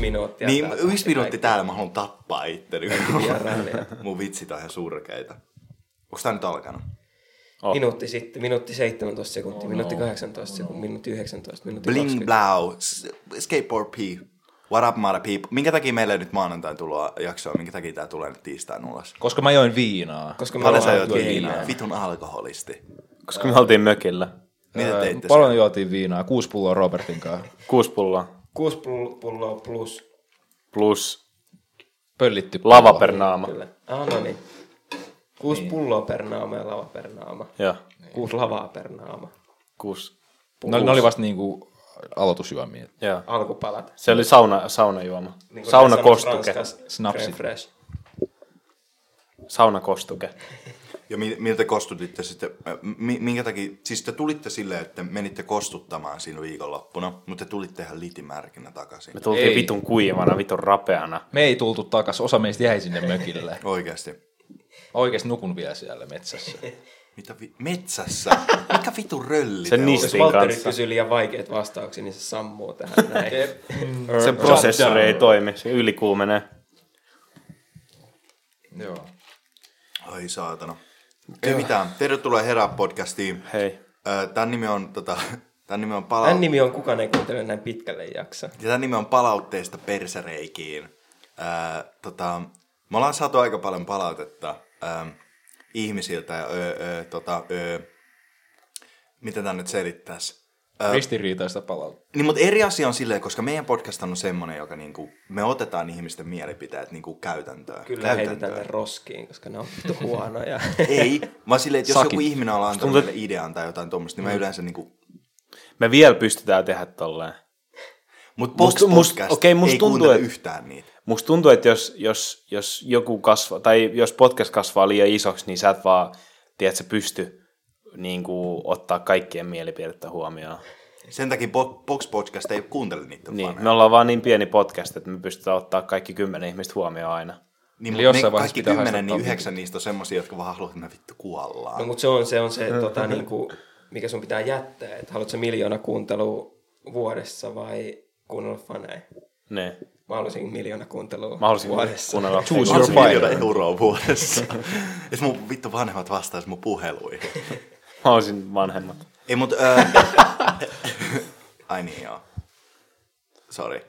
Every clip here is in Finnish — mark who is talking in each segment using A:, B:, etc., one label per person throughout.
A: minuuttia.
B: Niin,
A: täällä.
B: yksi minuutti täällä mä haluan tappaa itteni.
A: vierailijat.
B: Mun vitsit on ihan surkeita. Onko tää nyt alkanut?
C: Oh.
A: Minuutti sitten, minuutti 17 sekuntia, minuutti 18 sekuntia, minuutti 19, minuutti
B: Bling
A: 20.
B: blau, s- skateboard p. What up, mother people? Minkä takia meillä ei nyt maanantain tuloa jaksoa? Minkä takia tää tulee nyt tiistain ulos?
C: Koska mä join viinaa.
A: Koska me
B: Paljon sä
A: ollaan
B: joit
A: geinä.
B: viinaa? Vitun alkoholisti.
D: Koska me oltiin mökillä.
C: Öö,
B: Mitä teitte?
C: Niin, Paljon juotiin viinaa, kuusi pulloa Robertin kanssa.
D: Kuusi pulloa
A: Kuusi pull- pulloa plus,
D: plus
C: Pöllitty pullo.
D: lava per naama.
A: kyllä. Ah, no niin. Kuusi
B: Niin.
A: pulloa per naama ja lava per naama.
D: Joo.
A: Kuusi lavaa per naama.
D: Kuusi.
C: No, ne oli vasta niinku aloitusjuomia.
D: Joo.
A: Alkupalat.
D: Se oli sauna, saunajuoma.
A: Niin
D: Saunakostuke.
C: Snapsit.
A: Snapsit. Fresh.
D: Saunakostuke.
B: Ja mi- miltä kostutitte sitten, äh, mi- minkä takia, siis te tulitte silleen, että menitte kostuttamaan siinä viikonloppuna, mutta te tulitte ihan litimärkinä takaisin.
D: Me tultiin
C: Ei.
D: vitun kuivana, vitun rapeana.
C: Me ei tultu takas, osa meistä jäi sinne mökille.
B: Oikeasti.
C: Oikeesti nukun vielä siellä metsässä.
B: Mitä vi- metsässä? Mikä vitun rölli
D: Se
B: te olette?
D: nisti.
A: Jos
D: Pistin
A: Valtteri
D: kanssa.
A: kysyy liian vaikeat vastauksia, niin se sammuu tähän näin.
D: Se
B: Mm.
D: prosessori ei toimi, se ylikuumenee.
C: Joo.
B: Ai saatana. Ei mitään. Tervetuloa Herää podcastiin.
D: Hei.
B: Ö, Tän nimi on, tota, tän nimi on
A: Tämän
B: palaut-
A: nimi on Kukaan ei kuuntele näin pitkälle jaksa.
B: ja tän nimi on palautteesta persereikiin. Ö, tota, me ollaan saatu aika paljon palautetta ö, ihmisiltä ja ö, ö, tota, ö, miten tämä nyt selittäisi?
C: Ristiriitaista palautetta.
B: Niin, mutta eri asia on silleen, koska meidän podcast on semmoinen, joka niinku, me otetaan ihmisten mielipiteet niinku käytäntöön.
A: Kyllä heitetään
B: käytäntöön.
A: tänne roskiin, koska ne on vittu huonoja.
B: Ei, vaan silleen, että jos
C: Sakit.
B: joku ihminen on antanut
D: Tuntuu, Mm.
B: meille idean tai jotain tuommoista, niin mä yleensä niinku...
D: Me vielä pystytään tehdä tolleen.
B: Mutta
D: Must-
B: Box
D: must-
B: Podcast
D: okei, musta
B: ei
D: tuntuu,
B: kuuntele
D: että-
B: yhtään niitä.
D: Musta tuntuu, että jos, jos, jos joku kasvaa, tai jos podcast kasvaa liian isoksi, niin sä et vaan, tiedät, sä pysty niin kuin, ottaa kaikkien mielipidettä huomioon.
B: Sen takia Bo- Box Podcast ei kuuntele niitä
D: Niin,
B: niin,
C: no,
D: me ollaan vaan niin pieni podcast, että me pystytään ottaa kaikki kymmenen ihmistä huomioon aina.
B: niin
C: Eli
B: mut
C: jossain
B: ne
C: vaiheessa
B: kaikki
C: pitää
B: kymmenen, niin
C: haistattaa
B: yhdeksän niistä on semmoisia, jotka vaan haluaa, että me vittu kuollaan.
A: No mutta se on se, on se tota, niinku, mikä sun pitää jättää, että haluatko sä miljoona kuuntelua vuodessa vai kuunnella faneja?
D: Niin.
A: Mä haluaisin miljoona kuuntelua
D: Mä haluaisin
A: vuodessa.
D: kuunnella.
C: Choose
B: on
C: your
B: se miljoona
C: fighter.
B: euroa vuodessa. Et mun vittu vanhemmat vastaisi mun puheluihin.
D: Mä olisin vanhemmat.
C: Siis
B: Ei, mut... Ää... Ai niin, joo. Sori.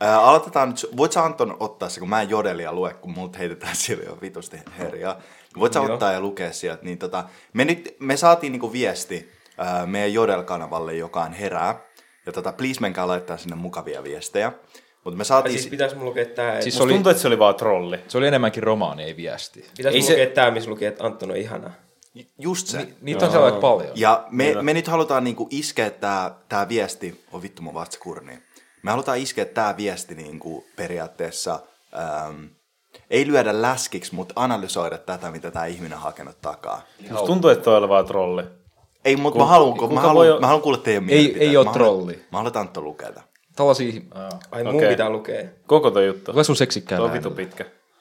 B: Ää, aloitetaan nyt. Voit sä Anton ottaa se, kun mä en jodelia lue, kun multa heitetään siellä jo vitusti herjaa. Voit sä
A: Joo.
B: ottaa ja lukea sieltä. Niin tota, me, nyt, me saatiin niinku viesti ää, meidän Jodel-kanavalle, joka on herää. Ja tota, please menkää laittaa sinne mukavia viestejä. Mutta me
A: Ai,
B: saatiin...
A: siis pitäis mun lukea tää,
C: Siis
A: siis
D: Musta
C: oli-
D: oli... tuntuu, että se oli vaan trolli.
C: Se oli enemmänkin romaani, ei viesti.
A: pitäis
D: ei
A: mun
D: se-
A: lukea tää, missä lukee, että Anton on ihana.
B: just se.
C: Niitä on sellainen paljon.
B: Ja me, me nyt halutaan niinku iskeä tämä tää viesti, on vittu mun vatsakurni. Me halutaan iskeä tämä viesti niinku periaatteessa, äm, ei lyödä läskiksi, mutta analysoida tätä, mitä tämä ihminen on hakenut takaa.
D: Musta tuntuu, että toi oli vaan trolli.
B: Ei, mutta mä haluan, mä
D: kuka voi
B: haluan,
D: o-
B: mä haluan kuulla teidän
C: Ei-
B: mielipiteet.
C: ei oo
B: Mä haluan-
C: trolli.
B: Mä haluan Antto lukea tämän.
C: Tällaisia... Aa.
A: Ai mun
D: Okei.
A: pitää lukea.
D: Koko toi juttu.
C: Lue sun seksikkäällä
D: Toi on vitu
C: äänellä.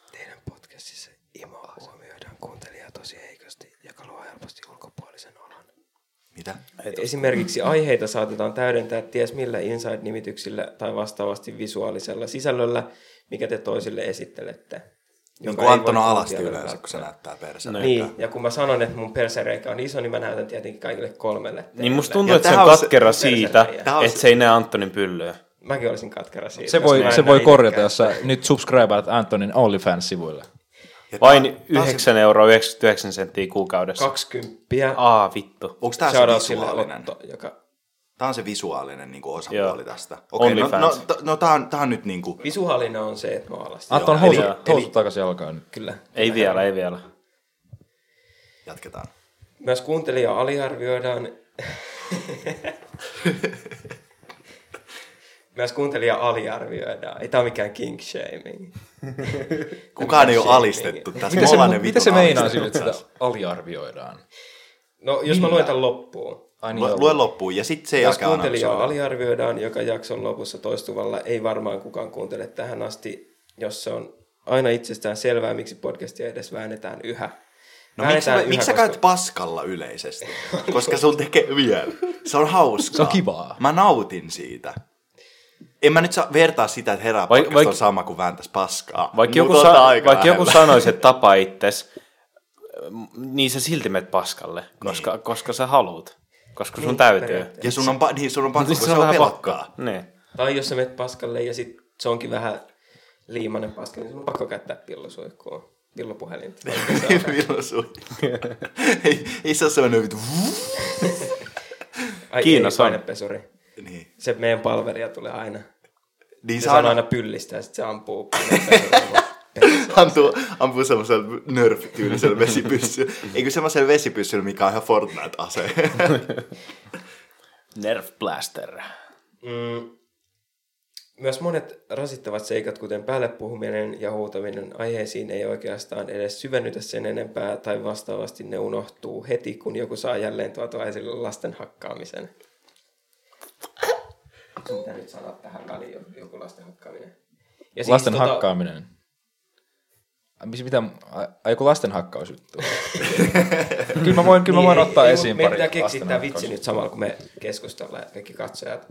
D: pitkä.
A: Teidän podcastissa imo huomioidaan kuuntelijaa tosi heikosti, joka luo helposti ulkopuolisen olon.
B: Mitä?
A: Esimerkiksi aiheita saatetaan täydentää ties millä inside-nimityksillä tai vastaavasti visuaalisella sisällöllä, mikä te toisille esittelette.
B: Niin
A: Joka
B: kuin
A: ei
B: Anton
A: voi
B: on alasti
A: kuuntelijalle
B: yleensä,
A: välttää.
B: kun se näyttää perseelle.
A: Niin, ja kun mä sanon, että mun persereikä on iso, niin mä näytän tietenkin kaikille kolmelle teille.
D: Niin musta tuntuu,
B: Ja
D: että se
B: tää
D: on
B: on se-
D: katkera
A: se-
D: siitä,
A: se-
B: tää on
D: että
B: se-
D: se ei näe Antonin pyllyä.
A: Mäkin olisin katkera siitä.
C: Se
A: jos mä
C: voi,
A: en
C: se
A: näe
C: voi
A: itsekään.
C: korjata, jos sä nyt subscribeat Antonin OnlyFans-sivuille.
B: Ja tää-
D: Vain
B: tää on se-
D: 9 euroa 99 senttiä kuukaudessa.
A: 20.
D: Aa, vittu.
B: Onko tämä
A: Shout
B: se
A: out sille
B: visuaalinen?
A: Otto, joka...
B: Tämä on se visuaalinen niin
D: Joo.
B: osapuoli tästä. Okei, no, no,
D: OnlyFans.
B: t- no tämä on, tää on nyt niin kuin,
A: Visuaalinen on se, että mä oon alasti.
C: Anton,
B: Joo, eli-
C: housut,
B: eli-
C: housut takaisin jalkaan nyt.
A: Kyllä.
D: Ei vielä, ei vielä.
B: jatketaan.
A: Myös kuuntelija aliarvioidaan. Myös kuuntelija aliarvioidaan. Ei tämä ole mikään king shaming.
B: Kukaan ei ole
A: Shaming.
B: alistettu tässä.
C: Mitä se,
B: Me ollaan ne
C: mitä se
B: vitun
C: meinaa
B: alistetut
C: sille, että
B: tässä.
C: sitä aliarvioidaan?
A: No, jos mä luen tämän loppuun.
C: Ai niin,
B: Lue,
C: joo.
B: lue loppuun ja sitten se
A: Jos
B: jälkeen
A: kuuntelijaa
B: analysoidaan.
A: aliarvioidaan, joka jakson lopussa toistuvalla ei varmaan kukaan kuuntele tähän asti, jos se on aina itsestään selvää, miksi podcastia edes väännetään yhä.
B: No miksi, mä,
A: Väännetään
B: miksi sä
A: yhä,
B: käyt paskalla yleisesti? Koska sun tekee vielä. Se on hauskaa.
C: Se on kivaa.
B: Mä nautin siitä. en mä nyt saa vertaa sitä, että herää
D: Vai-
B: podcast
D: vaik-
B: on sama kuin vääntäisi paskaa.
D: Vaikka
B: Mut
D: joku,
B: on
D: sa-
B: tää aika
D: vaikka joku
B: lähellä.
D: sanoisi, että tapa itses, niin sä silti menet paskalle, koska, niin. koska sä haluut. Koska sun niin, täytyy.
A: periaatteessa.
B: Ja sun on, pa- niin, sun on pakko,
D: Niin
B: kun se on pelottaa.
D: Niin.
A: Tai jos sä menet paskalle ja sit se onkin vähän liimainen paska, niin sun on pakko käyttää pillosuihkua, pillopuhelinta.
B: Milloin sun? ei, ei se ole sellainen vittu.
A: Ai
D: Kiinassa
A: ei,
D: on.
A: painepesuri.
B: Niin.
A: Se meidän palvelija tulee aina.
B: Niin
A: Ja
B: se
A: se on
B: aina
A: aina pyllistä ja sit se ampuu painepesurilla. Perse.
B: ampuu, ampuu semmoisella nörf-tyylisellä vesipyssyllä. Eikö semmoisella vesipyssyllä, mikä on ihan Fortnite-ase?
D: Nerf Blaster.
A: Mm. Myös monet rasittavat seikat, kuten päälle puhuminen ja huutaminen aiheisiin, ei oikeastaan edes syvennytä sen enempää, tai vastaavasti ne unohtuu heti, kun joku saa jälleen tuotua esille lasten hakkaamisen. Mitä nyt sanot tähän väliin, jo- joku lasten hakkaaminen? Ja siis
C: Lasten hakkaaminen. tota- Ai, mis- Mitä, ai- ai joku lasten hakkausjuttu. kyllä mä voin, kyllä mä voin
A: ei-
C: ottaa
A: Niin, ei,
C: esiin
A: meidän
C: pari
A: pitää keksiä
C: lasten
A: tämä
C: hakkaus-
A: vitsi nyt samalla, kun me keskustellaan, että kaikki katsojat.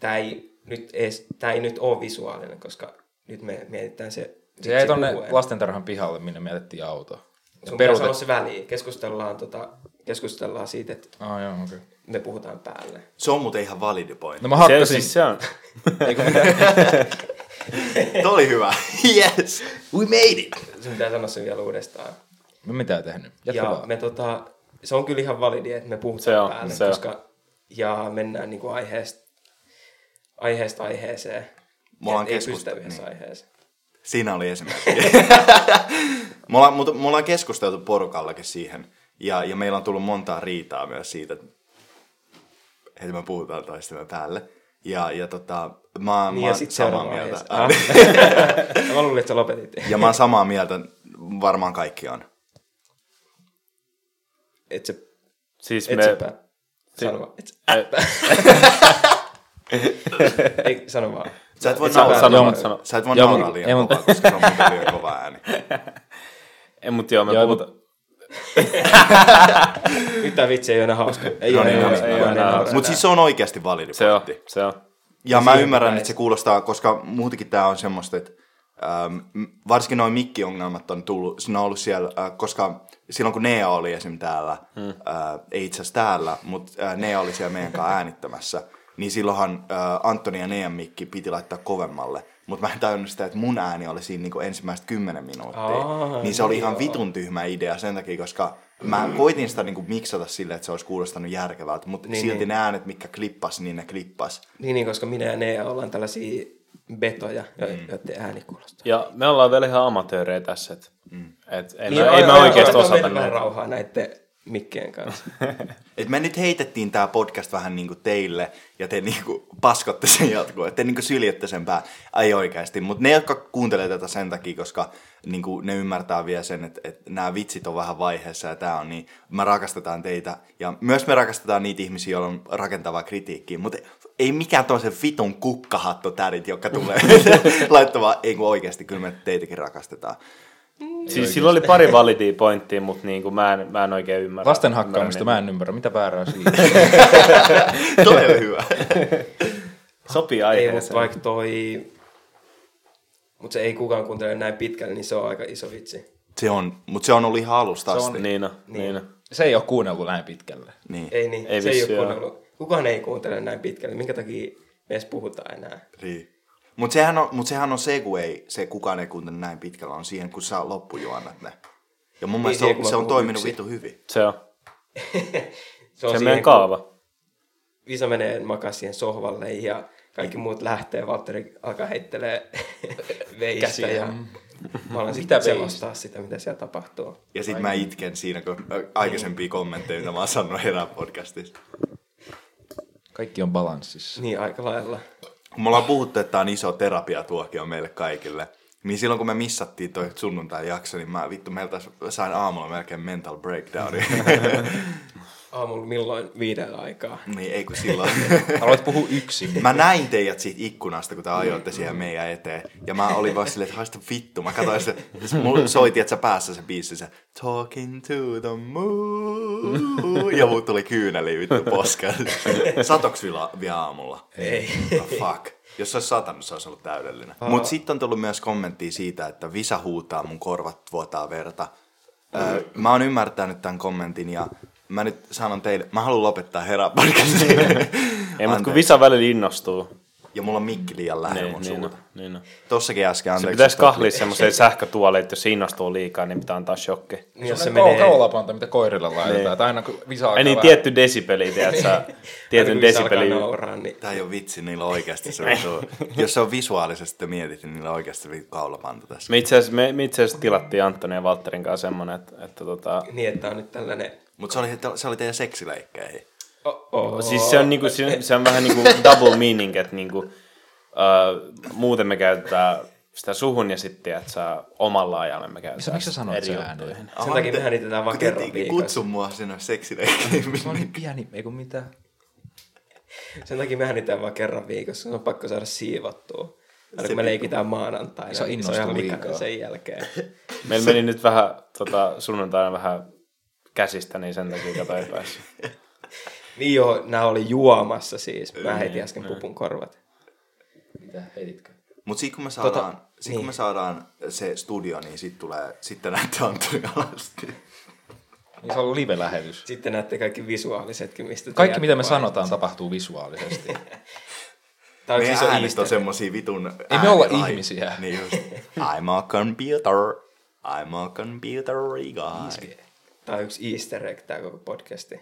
A: Tämä ei nyt, ees, tää ei nyt ole visuaalinen, koska nyt me mietitään se
C: Se jäi
A: vitsi
C: tonne
A: puhuen.
C: lastentarhan pihalle, minne me jätettiin auto.
A: Sun pitää
C: Peruutet...
A: sanoa se väliin. Keskustellaan, tota, keskustellaan siitä, että
C: Ah, joo, okei. Okay.
A: me puhutaan päälle.
B: se on muuten ihan validi point.
C: No mä
D: Se,
C: hakkasin.
D: siis se on.
A: Eikö mitään?
B: Tuo oli hyvä. yes. We made it.
A: Sun pitää sanoa sen vielä uudestaan.
C: Mä mitään tehnyt. Jatka
A: Ja
C: vaan.
A: me, tota, se on kyllä ihan validi, että me puhutaan
D: Se on,
A: päälle,
D: se on.
A: koska, ja mennään niinku aiheesta, aiheesta aiheeseen.
B: Me ollaan
A: Et ei pystytä
B: keskusteltu,
A: yhdessä
D: niin.
A: aiheeseen.
B: Siinä oli esimerkki. me, ollaan, mutta me ollaan keskusteltu porukallakin siihen. Ja, ja meillä on tullut montaa riitaa myös siitä, että heti me puhutaan toistemme päälle. Ja, ja tota, mä,
A: Niin,
B: mä
A: ja
B: oon
A: sit
B: samaa
A: seuraava
B: mieltä.
A: aiheeseen. Ah. Mä luulin, että sä lopetit.
B: Ja mä oon samaa mieltä, varmaan kaikki on.
A: Et se,
D: Siis
A: et
D: me...
A: se pää. Sano vaan. Et se Ei, sano vaan.
B: Sä et voi
A: Et sä-
B: nauraa.
A: sano
B: Sano,
A: vaan,
D: sano.
B: Sä et voi
C: Joo,
B: nauraa
C: mut-
B: liian
C: ei mun-
B: kovaa, koska se on muuten liian kova ääni.
D: En, mut joo, me
C: Joo,
D: puhutaan.
A: Nyt tää vitsi ei ole enää hauska. Ei ole
B: niin,
A: enää
B: no
A: hauska.
D: niin,
A: Mä
D: joo,
A: en
D: joo.
A: enää hauska.
B: Mutta siis se on oikeasti validi
D: Se on,
B: pointti.
D: se on.
B: Ja mä
A: siihen
B: ymmärrän,
A: pitäisi.
B: että se kuulostaa, koska muutenkin tämä on semmoista, että ähm, varsinkin noin mikki-ongelmat on tullut, ne on ollut siellä, äh, koska silloin kun Nea oli esim. täällä, hmm. äh, ei itse asiassa täällä, mutta äh, Nea oli siellä meidän kanssa äänittämässä, niin silloinhan äh, Antoni ja Nean mikki piti laittaa kovemmalle. Mutta mä en tajunnut sitä, että mun ääni oli siinä niinku ensimmäistä kymmenen minuuttia.
A: Aa,
B: niin se oli ihan vitun tyhmä idea sen takia, koska mä koitin sitä niinku miksata silleen, että se olisi kuulostanut järkevältä, mutta niin,
A: Niin,
B: silti niin.
A: niin.
B: ne äänet, mitkä klippas, niin ne klippas.
A: Niin, niin, koska minä ja Nea ollaan tällaisia betoja, jo- joiden ääni kuulostaa.
D: Ja me ollaan vielä ihan amatöörejä tässä, et, mm. et, ei,
A: Niin,
D: me, ei
A: aivan,
D: me
A: aivan,
D: oikeasti
A: otetaan
D: osata
A: meille vähän
D: näitä.
A: rauhaa näiden mikkien kanssa.
B: Et me nyt heitettiin tämä podcast vähän niinku teille, ja te niinku paskotte sen jatkoa, te niinku syljette sen pää. Ai oikeasti, mutta ne, jotka kuuntelee tätä sen takia, koska niinku ne ymmärtää vielä sen, että et nämä vitsit on vähän vaiheessa ja tämä on niin, me rakastetaan teitä. Ja myös me rakastetaan niitä ihmisiä, joilla on rakentavaa kritiikkiä, mutta ei mikään toisen vitun kukkahatto tärit, joka tulee laittamaan, ei kun oikeasti, kyllä me teitäkin rakastetaan.
D: Siis sillä oli pari validia pointtia, mutta niinku mä, en, mä en oikein ymmärrä.
C: Lasten
D: ymmärrä
C: hakkaamista
D: niitä.
C: mä en ymmärrä. Mitä väärää siinä?
B: Toi on hyvä.
D: Sopii
A: ei, mutta
D: aiheeseen.
A: vaikka toi... Mutta se ei kukaan kuuntele näin pitkälle, niin se on aika iso vitsi.
B: Se on, mutta se on ollut ihan alusta
D: Se
B: asti.
D: on, niin on, niin on.
C: se ei ole kuunnellut näin pitkälle.
B: Niin,
A: Ei niin,
D: Ei
A: ei se ei
D: vissi,
A: ole
D: joo.
A: kuunnellut. Kukaan ei kuuntele näin pitkälle, minkä takia me edes puhutaan enää.
B: Niin. Mutta sehän, on, mut sehän on se, kun ei, se kukaan ei kuuntele näin pitkällä, on siihen, kun sä loppujuonnat ne. Ja mun mielestä
A: siihen,
B: se,
A: kun
B: on,
A: mä
B: se on
A: puhun
B: toiminut
A: yksin.
B: vitu hyvin.
D: Se on.
A: Se
D: Se on
A: siihen,
D: meidän
A: kun
D: kaava.
A: Visa menee makaa siihen sohvalle ja kaikki muut lähtee. Valtteri alkaa heittelee veistä
C: Käsiä.
A: ja mä alan
C: Mitä
A: sitten
C: veistä?
A: selostaa sitä, mitä siellä tapahtuu.
B: Ja sit mä itken siinä, kun ä, aikaisempia kommentteja, mitä mä oon sanonut erään podcastissa.
C: Kaikki on balanssissa.
A: Niin, aika lailla.
B: Kun me ollaan puhuttu, että tää on iso terapiatuokio meille kaikille, niin silloin kun me missattiin toi sunnuntai jakso, niin mä vittu meiltä sain aamulla melkein mental breakdowni.
A: Aamulla milloin viiden aikaa.
B: niin ei kun silloin.
C: Haluat puhua yksin.
B: Mä näin teidät siitä ikkunasta, kun te ajoitte siihen meidän eteen. Ja mä olin vaan silleen, että haista vittu. Mä katsoin se, mulla soiti, että sä päässä se biisi, se Talking to the moon. Ja mut tuli kyyneli vittu poskaan. Satoks vielä, vielä aamulla?
A: Ei.
B: Oh, fuck. Jos se olisi satanut, se olisi ollut täydellinen. Mutta sitten on tullut myös kommenttia siitä, että visa huutaa, mun korvat vuotaa verta. Öö, mä oon ymmärtänyt tämän kommentin ja mä nyt sanon teille, mä haluan lopettaa herää podcastin.
D: Ei, mutta kun Visa välillä innostuu.
B: Ja mulla on mikki liian lähellä
D: Niin,
B: mun
D: niin,
B: suuta.
D: on, niin on.
B: Tossakin äsken
D: Se
B: anteeksi.
D: pitäisi
B: että-
D: kahlia semmoisen sähkötuoleet, jos se innostuu liikaa, niin pitää antaa shokki.
A: Niin jos se
C: Sellainen
A: menee...
C: kau- Kaulapanta, mitä koirilla laitetaan. Tai aina kun visaa
D: Ei niin, tietty desibeli, tiedätkö?
A: Aina kun
D: Tietyn desibeli.
A: Visa alkaa nauraa, niin
B: Tämä ei ole vitsi, niillä on oikeasti se visu... Jos se on visuaalisesti mietitty, niin niillä on oikeasti vi- kaulapanta tässä.
D: Me itse asiassa, me, me itse asiassa tilattiin Anttonin ja Valtterin kanssa semmoinen, että, että tota,
A: niin, että on nyt tällainen...
B: Mutta se oli, se oli teidän seksileikkeihin.
A: Oh, oh.
D: Siis se on, niinku, se, se on vähän niinku double meaning, että niinku, uh, muuten me käytetään sitä suhun ja sitten, että saa omalla ajalla me käytetään
C: Miksi sä sanoit
D: eri
C: sen
D: juttuihin.
C: ääneen?
A: Sen takia mehän niitä tehdään vaan kerran viikossa.
B: Kutsu mua sinne seksileikkeihin.
C: Se on niin pieni, ei kun mitään.
A: Sen takia me äänitään vaan kerran viikossa, se on pakko saada siivottua. Aina
B: Se
A: kun me
B: vittu-
A: leikitään maanantaina,
C: Sä
A: niin se on ihan
C: innostut
A: likainen
C: liikaa.
A: sen jälkeen.
D: Meillä meni nyt vähän tota, sunnuntaina vähän käsistä, niin sen takia kato ei päässyt.
A: Niin joo, nää oli juomassa siis.
B: Mm,
A: Mä heitin äsken pupun korvat.
C: Mitä Niin, heititkö?
B: Mutta sitten kun, me saadaan, tota,
A: Tota,
B: sit, niin. kun
A: niin.
B: me saadaan se studio, niin sitten tulee, sitten näette Antoni alasti.
C: Niin se on ollut live-lähetys.
A: Sitten näette kaikki visuaalisetkin, mistä te
C: Kaikki, mitä me
A: jatkoa-
C: sanotaan, tapahtuu visuaalisesti.
A: Tää on
B: Meidän
A: siis
B: äänet on
A: se...
B: semmosia vitun
C: Ei me olla
B: äänilaite-
C: ihmisiä.
B: Niin just. I'm a computer. I'm a computer guy.
A: Tää on yksi easter egg tää koko podcasti.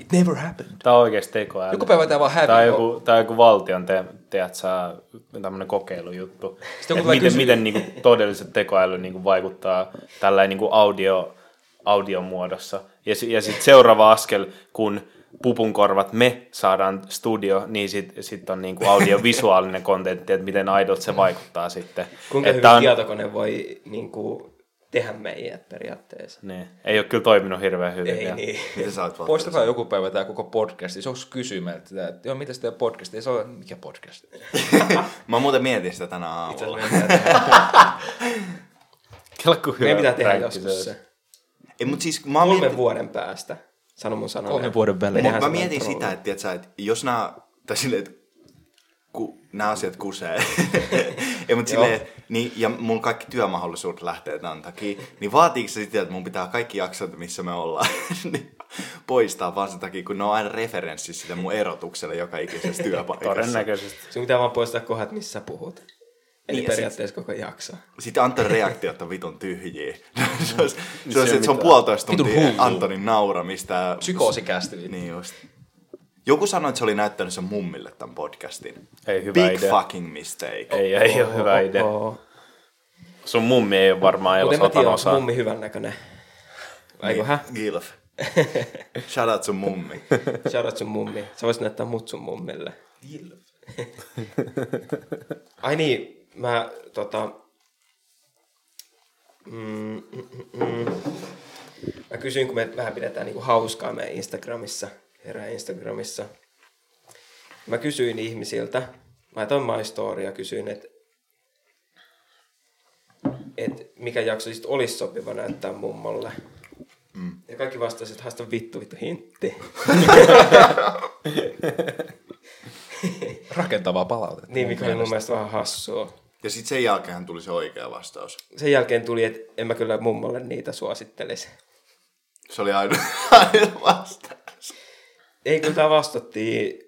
B: It never happened.
D: Tämä on oikeasti tekoäly.
C: Joku päivä tää vaan häviää.
D: Tämä on joku, tämä on joku valtion, te, teat, saa tämmöinen kokeilujuttu.
C: tulee
D: Et miten,
C: kysyä.
D: miten niin kuin, todelliset tekoäly niin kuin, vaikuttaa tällä niin kuin audio, audion muodossa. Ja, si- ja sitten seuraava askel, kun pupun korvat me saadaan studio, niin sitten sit on niin kuin audiovisuaalinen kontentti, että miten aidot se vaikuttaa sitten.
A: Kuinka
D: Että
A: hyvin
D: tää on-
A: tietokone voi niin kuin, tehdä meidät periaatteessa?
D: Niin, ei ole kyllä toiminut hirveän hyvin.
A: Ei
D: vielä.
A: niin.
B: Mitä sä oot Valtteri?
C: Poistetaan joku päivä tämä koko podcast. niin Se olisi kysymään, että että joo, mitäs teidän podcast? Ei se ole, mikä podcast?
B: Mä muuten mietin sitä tänä
A: Itse
B: aamulla.
A: asiassa meidän pitää tehdä-
D: Kelkku hyvä.
A: meidän pitää tehdä
D: tänkki se
A: joskus
D: olisi.
A: se.
B: Ei, mut siis mä oon
A: Kolmen
B: mietin-
A: vuoden päästä. Sano mun sanoja.
C: Kolmen vuoden välein.
A: Tehdään
B: Mut mä
A: se
B: mietin
A: kontrolli.
B: sitä, että, tiiätkö, että jos nämä, tai silleen, että ku, nämä asiat kusee, ja, mut silleen, niin, ja mun kaikki työmahdollisuudet lähtee tämän takia, niin vaatiiko se sitä, että mun pitää kaikki jaksot, missä me ollaan, niin poistaa vaan sen takia, kun ne on aina referenssi sitä mun erotukselle joka ikisessä työpaikassa.
D: Todennäköisesti.
A: Sun pitää vaan poistaa kohdat, missä sä puhut. Eli
B: Niin, ja
A: periaatteessa koko jakso.
B: Sitten Anton reaktiot on vitun tyhjiä. se, olisi, se, olisi,
D: Niin ei
B: että se on
D: mitään.
B: puolitoista
C: Vitun
B: tuntia
C: hullu.
B: Antonin nauramista.
C: Psykoosikästi.
B: Niin just. Joku sanoi, että se oli näyttänyt sen mummille tämän podcastin.
D: Ei, hyvä
B: Big
D: idea.
B: fucking mistake.
D: Ei, ei ole hyvä idea.
A: Oo.
D: Sun mummi ei ole varmaan
A: Mutta en
D: elossa
A: mä tiedä,
D: otan
A: onko
D: osaa.
A: mummi hyvännäköinen. Aiku hä?
B: Niin, Gilf. Shout out sun mummi.
A: Shoutout sun mummi. Sä voisit näyttää mut sun mummille. Ai niin, mä tota... Mm, mm, mm, mm. Mä kysyin, kun me vähän pidetään niinku hauskaa meidän Instagramissa, herää Instagramissa. Mä kysyin ihmisiltä, mä laitoin My Story ja kysyin, että et mikä jakso sitten olisi sopiva näyttää mummolle. Mm. Ja kaikki vastasivat, että haista vittu vittu hintti.
C: Rakentavaa palautetta.
A: Niin, mikä oli mun mielestä vähän hassua.
B: Ja sitten sen jälkeen tuli se oikea vastaus.
A: Sen jälkeen tuli, että en mä kyllä mummolle niitä suosittelisi.
B: Se oli aina, aina vastaus.
A: Ei, kyllä tää vastattiin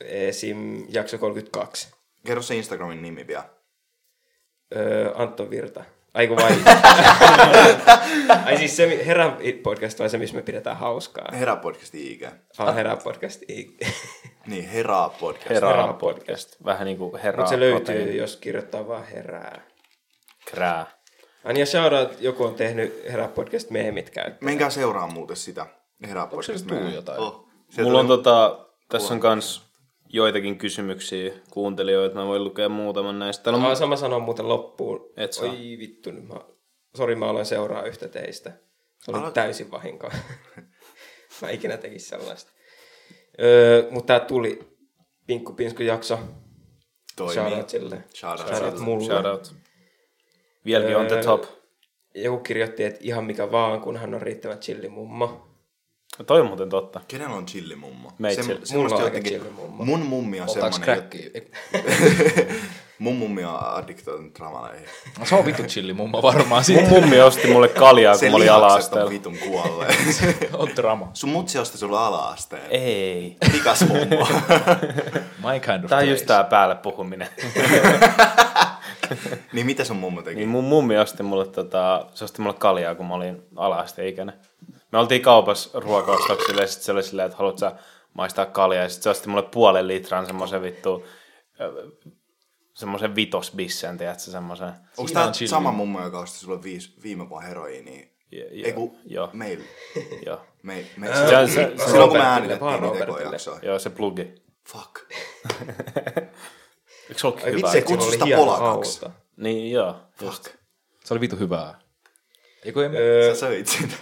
A: esim. jakso 32.
B: Kerro se Instagramin nimi vielä.
A: Öö, Antto Virta. Aiku vai? Ai siis se mi- Herä podcast vai se, missä me pidetään hauskaa?
B: Herää podcasti IG.
A: Ah, Herä podcast.
B: Niin, herää podcast.
D: Herää podcast. Vähän niin kuin herää.
A: Mutta se löytyy, jos kirjoittaa vaan herää.
D: Krää.
A: Anja Shoutout, joku on tehnyt Herä podcast meemit käyttöön.
B: Menkää seuraa muuten sitä. Herää podcast.
C: sieltä tullut
B: meidän-
C: jotain?
B: Oh. Sieltä
D: Mulla on
B: tuli-
D: tota, tässä on kans joitakin kysymyksiä kuuntelijoita. Mä voin lukea muutaman näistä. Täällä
A: Mä
D: on,
A: sama sanon muuten loppuun.
D: Et saa.
A: Oi vittu, nyt mä... Sori, mä aloin seuraa yhtä teistä. Se oli
B: Alo-
A: täysin vahinko. mä ikinä tekis sellaista. Öö, mutta tää tuli Pinkku Pinsku jakso.
B: Toimii.
A: Shoutout sille.
B: Shoutout sille.
A: mulle.
D: shout out. Vieläkin on the
A: Öö,
D: top.
A: Joku kirjoitti, että ihan mikä vaan, kun hän on riittävän chillimummo.
D: No Toi on muuten totta.
B: Kenellä on chillimummo?
D: Meitsillä.
B: Se- se
A: Mulla
B: musta
A: on aika
B: jotenkin-
A: chillimummo.
B: Mun mummi on
C: Otaks
B: semmonen, jo-
C: crackia? Ei-
B: mun mummi on addiktoitunut dramaleihin.
C: No, se on vittu chilli mummo varmaan.
D: Mun
C: Siitä
D: mummi osti mulle kaljaa, kun
B: Sen
D: mä olin
B: lihakset on
D: ala-asteella.
B: vitun kuolleet.
C: on drama.
B: Sun mutsi osti sulla ala-asteen.
D: Eh. Ei.
B: Rikas mummo.
C: My kind of
D: Tää
C: place.
D: on just tää päälle puhuminen.
B: niin mitä sun mummo teki?
D: Niin mun mummi osti mulle, tota, se osti mulle kaljaa, kun mä olin ala-asteikäinen. Me oltiin kaupassa ruokaostoksille ja sit se oli silleen, että haluatko sä maistaa kaljaa. Ja sit se osti mulle puolen litran semmoisen vittu, ö, semmoisen vitosbissen, tiedätkö, semmoisen.
B: Onko
C: Siinä
B: tää
C: on chilli.
B: sama mummo, joka osti sulle viis, viime vuonna heroiiniin?
D: Joo,
B: Ei kun
D: joo.
B: meillä.
D: Joo.
B: Me, me,
D: Se- se- se
B: silloin kun
D: Robertille,
B: me
A: vaan
B: äänitettiin niitä
A: Robertille.
B: ekoja jaksoja.
D: Joo, se plugi.
B: Fuck.
D: Eikö se olekin
A: Ai
D: hyvä?
A: vitsi,
B: kutsu
A: kun
B: sitä
A: sitä polakaksi.
B: polakaksi.
D: Niin, joo.
B: Fuck.
C: Se oli vittu hyvää. Eiku, en...
B: Sä söit sitä.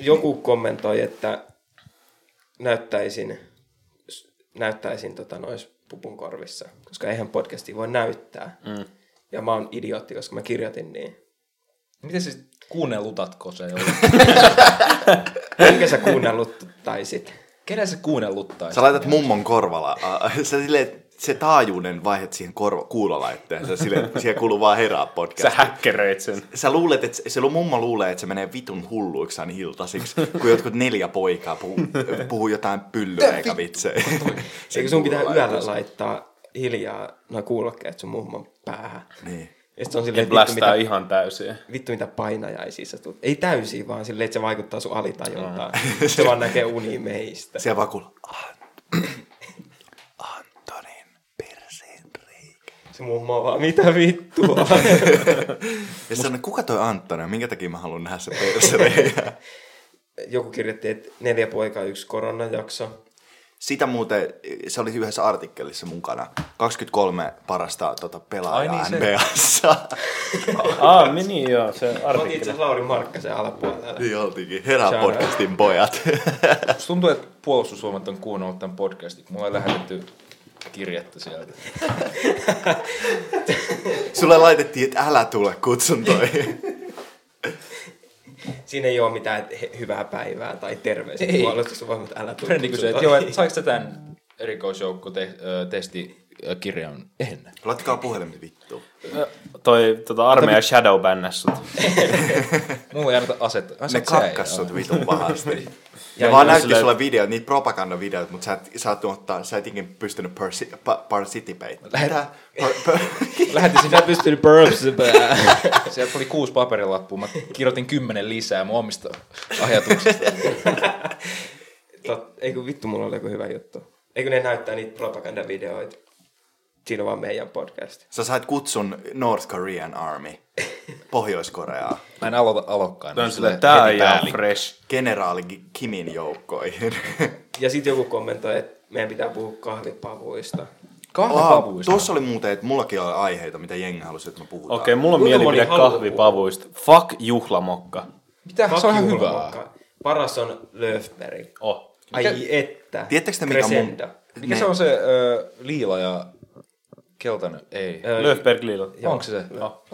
A: Joku kommentoi, että näyttäisin, s- näyttäisin tota nois pupun korvissa, koska eihän podcasti voi näyttää. Mm. Ja mä oon idiootti, koska mä kirjoitin niin.
C: Miten siis kuunnellutatko se jolla?
A: Minkä sä kuunnellut taisit?
C: Kenen se kuunnelluttaisi?
B: Sä laitat mummon korvalla. ä, Sä silleen, se taajuuden vaihdat siihen korva, kuulolaitteen. Sä silleen, siihen kuuluu vaan herää podcast.
D: Sä häkkeröit sen.
B: sä luulet, että se mummo luulee, että se menee vitun hulluiksaan iltasiksi, kun jotkut neljä poikaa puhuu, puhuu jotain pyllyä eikä vitsejä. Se
A: Eikö sun pitää
B: kuulolaitos.
A: yöllä laittaa hiljaa noin kuulokkeet sun mummon päähän?
B: Niin.
A: Ja sit on silleen,
D: Ja
A: että vittu
D: blastaa
A: mitä,
D: ihan täysin.
A: vittu mitä painajaisia sä tulet. Ei täysin, vaan silleen, että se vaikuttaa sun alitajuntaan. Se vaan näkee uni meistä.
B: Siellä vaan kuuluu, "Ant- Antonin perseen reikä.
A: Se mummo on vaan, mitä vittua?
B: Ja se on, kuka toi Antoni on? Minkä takia mä haluan nähdä se persereikä?
A: Joku kirjoitti, että neljä poikaa, yksi koronajakso.
B: Sitä muuten, se oli yhdessä artikkelissa mukana. 23 parasta tota, pelaajaa
C: Ai niin, se-
B: NBAssa.
D: Aa, meni joo, se
A: Mä otin itse
D: artikkeli.
A: asiassa Lauri Markkasen alapuolella.
B: Niin oltikin. Herää
A: Shout out.
B: podcastin pojat.
C: Musta tuntuu, että puolustusvoimat on kuunnellut tämän podcastin. Mulla ei lähetetty kirjettä sieltä.
B: Sulle laitettiin, että älä tule kutsuntoihin.
A: Siinä ei ole mitään että he- hyvää päivää tai terveisiä.
C: Ei.
A: Puolustusvoimat, älä tule.
C: Frendi kysyi, että joo, että saiko sä tämän erikoisjoukko te- ö, testikirjan? En.
B: Latkaa puhelimet vittu.
D: Toi tota, armeija shadow sut.
C: Mulla ei anneta asetta. Ai,
B: Ne
C: sä- sä ei
B: kakkas
C: ole. Niin.
B: sut vitun pahasti.
A: Ja
B: Ne vaan
A: joo,
B: näytti
D: sillä-
B: sulle videot, niitä propagandavideot, mutta sä et, sä et, ottaa, sä et ikin pystynyt parsi, pa, participate.
C: Lähet-
B: Mitä? Par, par,
C: Lähetin sinä pystynyt burpsipää. Sieltä tuli kuusi paperilappua. Mä kirjoitin kymmenen lisää mun omista ajatuksista.
A: Tot, eikö vittu, mulla oli joku hyvä juttu. Eikö ne näyttää niitä propagandavideoita? Siinä on vaan meidän podcast.
B: sä sait kutsun North Korean Army, Pohjois-Koreaa,
C: Mä en aloita alokkaan.
D: Tää on
C: Mulla
D: silleen,
C: tulee
D: tää
C: heti
D: ei ihan
C: päällikkö.
D: fresh.
B: generaali Ki- Kimin joukkoihin.
A: Ja sitten joku kommentoi, että meidän pitää puhua kahvipavuista.
B: Wow,
C: Kahvapavuista.
B: tuossa oli muuten, että mullakin oli aiheita, mitä jengi halusi, että me puhutaan.
D: Okei, mulla on
A: Kuinka
D: mielipide
A: moni haluaa puhua?
D: kahvipavuista. Fuck juhlamokka.
C: Mitä? Se on ihan
A: Fuck
C: hyvää.
A: juhlamokka. Paras on Löfberg.
D: Oh.
A: Ai Mikä? että.
B: Tiedättekö te, mikä mun...
A: Crescendo.
C: Mikä
B: Ne-
C: se on se ö, liila ja keltainen? Ei.
A: Ö,
D: Löfberg Lila.
C: Joo, Onko se se?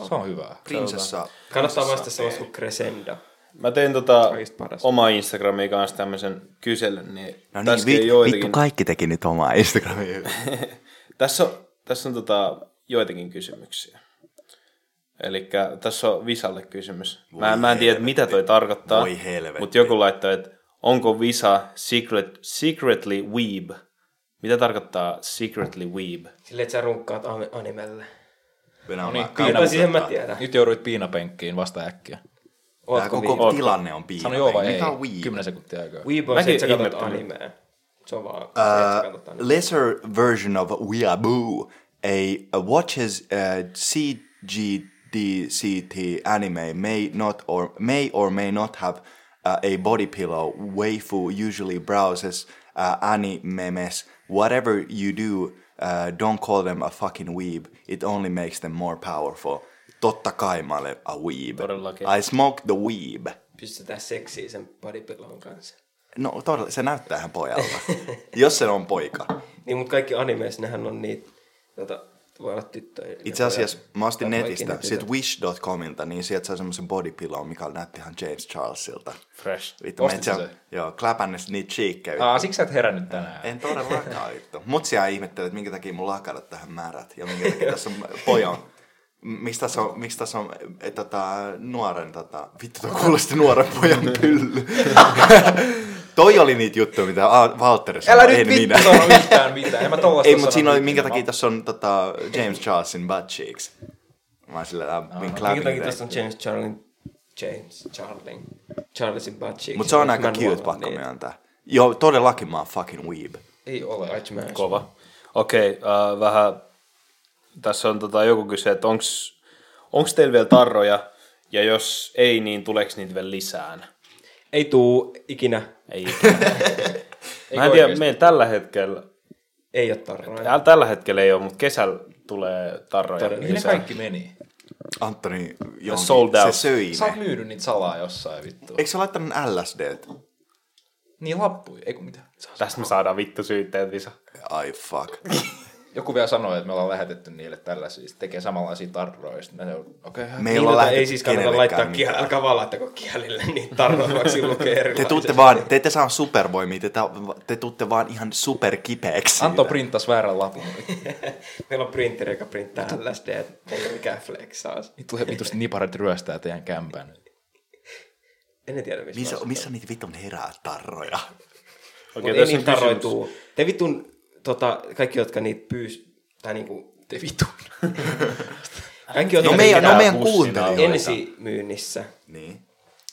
C: Se on hyvää.
B: Prinsessa.
A: Kannattaa vastata sellaista kuin Crescendo.
D: Mä tein tota
A: Kaikista paras.
D: oma Instagramiin kanssa tämmöisen kyselyn, niin,
B: No niin,
D: tässä ei
B: vit,
D: joitakin,
B: vittu kaikki teki nyt omaa
C: No niin,
B: Instagramia.
D: tässä on, tässä on tota, joitakin kysymyksiä. Eli tässä on Visalle kysymys. Mä,
B: Voi
D: mä en tiedä,
B: helvetti.
D: mitä toi tarkoittaa,
B: Voi helvetti.
D: mutta joku laittoi, että onko Visa secret, secretly weeb? Mitä tarkoittaa secretly weeb?
A: Silleen, että sä runkkaat an- animelle.
B: No
A: Kyllä, siis en mä tiedä.
C: Nyt jouduit piinapenkkiin vasta äkkiä.
B: Tämä
A: Ootko niin?
B: koko
A: viipa?
B: tilanne on piirre.
C: Sano joo vai ei.
B: Mikä on weeb?
C: Kymmenen sekuntia aikaa.
A: Viipa on se,
D: Mäkin
A: että sä katsot
D: ihmettelen.
A: animea. Se on vaan se, että sä
B: Uh,
A: katsot animea.
B: lesser version of Weeaboo, a, a watches uh, CGDCT anime may not or may or may not have uh, a body pillow. Waifu usually browses uh, animes. Whatever you do, uh, don't call them a fucking weeb. It only makes them more powerful. Totta kai mä olen a weeb.
D: Todellakin.
B: I smoke the weeb.
A: pystytään seksiä sen bodypillon kanssa.
B: No todella, se näyttää ihan pojalta. Jos se on poika.
A: Niin, mutta kaikki animeissa, nehän on niitä tota, voi olla tyttö.
B: Itse asiassa mä ostin netistä,
A: Sit...
B: siitä wish.comilta, niin sieltä sai semmoisen bodypilloon, mikä näytti ihan James Charlesilta.
D: Fresh.
B: Vittu, mä
C: Ostitko
B: itse, joo, kläpännyt niitä chiikkejä. vittu.
C: Aa, siksi sä et herännyt tänään.
B: En todellakaan vittu. Mut siellä ihmettelee, että minkä takia mun lakadat tähän määrät ja minkä takia tässä on pojan. M- Miksi tässä on, miksi tässä on e, tota, nuoren, tota, vittu toi kuulosti nuoren pojan pylly. toi oli niitä juttuja, mitä A- Walter sanoi,
C: Älä
B: en
C: nyt vittu
B: minä.
A: No,
C: sano yhtään mitään. En mä tollaista
B: Ei, mutta
C: sano
B: siinä oli,
C: mitään.
B: minkä takia tässä on tota, James Charlesin butt cheeks. Mä oon sillä tavalla, been
A: Ah, Minkä takia
B: clapping
A: tässä on James Charlin, James Charlin, Charlesin Batchik.
B: Mutta se on aika cute, pakko myöntää. Joo, todellakin mä oon fucking weeb.
A: Niin. Ei ole, Arch Mash.
D: Kova. Okei, okay, äh, vähän... Tässä on tota, joku kyse, että onks, onks teillä vielä tarroja? Ja jos ei, niin tuleeko niitä vielä lisään?
A: Ei tuu ikinä.
D: Ei ikinä. Mä en
A: Eikö
D: tiedä,
A: oikeesti?
D: meillä tällä hetkellä...
A: Ei ole tarroja.
D: Täällä tällä hetkellä ei ole, mutta kesällä tulee tarroja
A: Todella.
C: Mihin ne
D: lisää.
C: kaikki meni?
B: Antoni, johonkin,
D: sold out.
B: se söi
C: Sä oot
B: ne.
C: myynyt niitä salaa jossain vittu.
B: Eikö se laittanut LSDt?
C: Niin lappuja, ei kun mitä.
D: Tästä me saadaan vittu syytteet lisää.
B: Ai fuck.
C: Joku vielä sanoi, että me ollaan lähetetty niille tällaisia, sit tekee samanlaisia tarroja. Sitten ne on, okei, okay,
B: Me ei
A: Niin,
B: olla
A: tota,
B: lähdetty
A: ei siis kannata
B: kenellekään
A: laittaa
B: mitään.
A: kielelle, älkää vaan laittako kielille, niin tarroja vaikka lukee
B: Te
A: erilaisesti.
B: tuutte vaan, te ette saa supervoimia, te, ta- te tuutte vaan ihan superkipeäksi.
C: Anto printtas väärän lapun.
A: Meillä on printeri, joka printtaa LSD, että ei ole mikään flexaus.
C: Vittu he vitusti niparit ryöstää teidän kämpän.
A: En tiedä, missä,
B: missä,
A: mä oon.
B: missä niitä vitun herää tarroja?
D: Okei,
A: Mut ei
D: tässä on
A: niitä tarroja
D: kysymys.
A: tuu. Te vitun, tota, kaikki, jotka niitä pyys, tai niinku,
C: Te vitun.
A: kaikki, jotka
B: No
A: no,
B: meidän, no
A: niitä
B: meidän
C: bussin
B: kuuntelijoita.
A: ensimyynnissä,
B: Niin.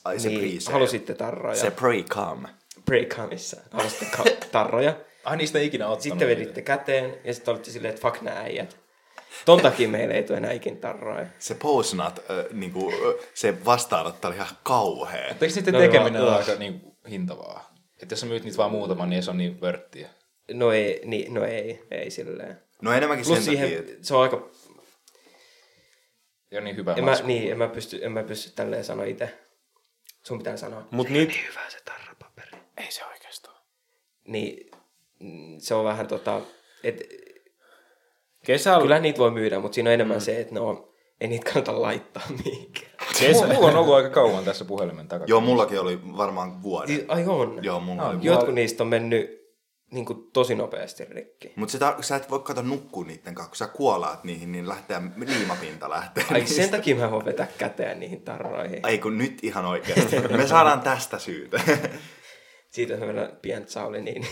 B: Ai se
A: niin
B: pre
A: halusitte tarroja.
B: Se
A: Se...
B: pre-come.
A: Breakamissa halusitte ka- tarroja.
C: Ai niistä ei ikinä ottanut.
A: Sitten veditte käteen ja sitten olitte silleen, että fuck nää äijät. Ton takia meillä ei tule enää ikin tarroja.
B: Se posnat, äh, niinku, äh, se vastaanotto oli ihan kauhea.
C: Eikö niiden
A: No,
C: tekeminen
A: joo.
C: ole aika niin hintavaa? Että jos sä myyt niitä vaan muutaman, niin ei se on niin vörttiä.
A: No ei, niin, no ei, ei silleen.
B: No enemmänkin
A: Plus
B: sen
A: siihen,
B: takia, että
A: se on aika,
C: Ja niin hyvä
A: en mä,
C: masku.
A: niin, en mä pysty, en mä pysty tälleen sanoa itse. Sun pitää sanoa.
B: Mm.
D: Mut niit,
A: hyvä se tarrapaperi.
D: ei se oikeastaan.
A: Niin mm, se on vähän tota, et,
D: Kesällä,
A: kyllä niitä voi myydä, mutta siinä on enemmän mm. se, että no, ei niitä kannata laittaa mihinkään.
D: kesä,
C: Mulla- Siis Mulla on ollut aika kauan tässä puhelimen takana.
B: Joo, mullakin oli varmaan vuoden.
A: Siis, ai on.
B: Joo, mulla oli
A: Jotkut niistä on mennyt niin kuin, tosi nopeasti rikki.
B: Mutta sitä, sä et voi kato nukkua niitten kanssa, kun sä kuolaat niihin, niin lähtee, liimapinta lähtee.
A: Ai sen takia mä voin vetää käteen niihin tarroihin.
B: Ei kun nyt ihan oikeasti. Me saadaan tästä syytä.
A: Siitä että mä vedän pientsä oli niin.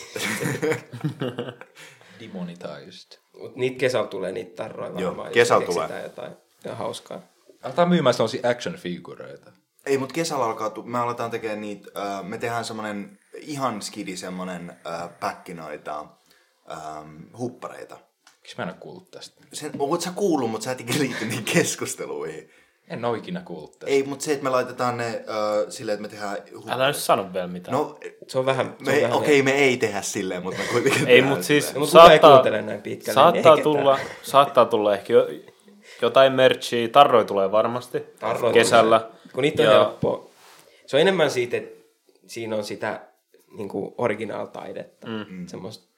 C: Demonetized.
A: Mut niitä kesällä tulee niitä tarroja varmaan. jos
B: kesällä
A: keksitään
B: tulee.
A: Jotain. Ja hauskaa.
C: Aletaan myymään sellaisia action figureita.
B: Ei, mutta kesällä alkaa, tu- me aletaan tekemään niitä, äh, me tehdään semmonen ihan skidi semmonen äh, päkkinoita ähm, huppareita.
C: Miksi mä en ole kuullut tästä?
B: Sen, oot sä kuullut, mutta sä et ikinä liity niihin keskusteluihin.
C: En ole ikinä kuullut tästä.
B: Ei, mutta se, että me laitetaan ne äh, silleen, että me tehdään huppareita.
D: älä nyt sano vielä mitään.
B: No,
A: Se on vähän... niin
B: me, okei, okay, me ei tehdä silleen, mutta me kuitenkin
D: Ei,
B: tehdään
D: mutta siis
A: No, mut kuka ei
D: saattaa,
A: kuuntele näin pitkälle,
D: saattaa,
A: niin ei
D: tulla, saattaa tulla ehkä jo, jotain merchia. Tarroi tulee varmasti
A: Tarroja
D: kesällä.
A: Tulee. Kun niitä on ja... helppo. Se on enemmän siitä, että siinä on sitä niin kuin originaaltaidetta. Mm. Semmoista.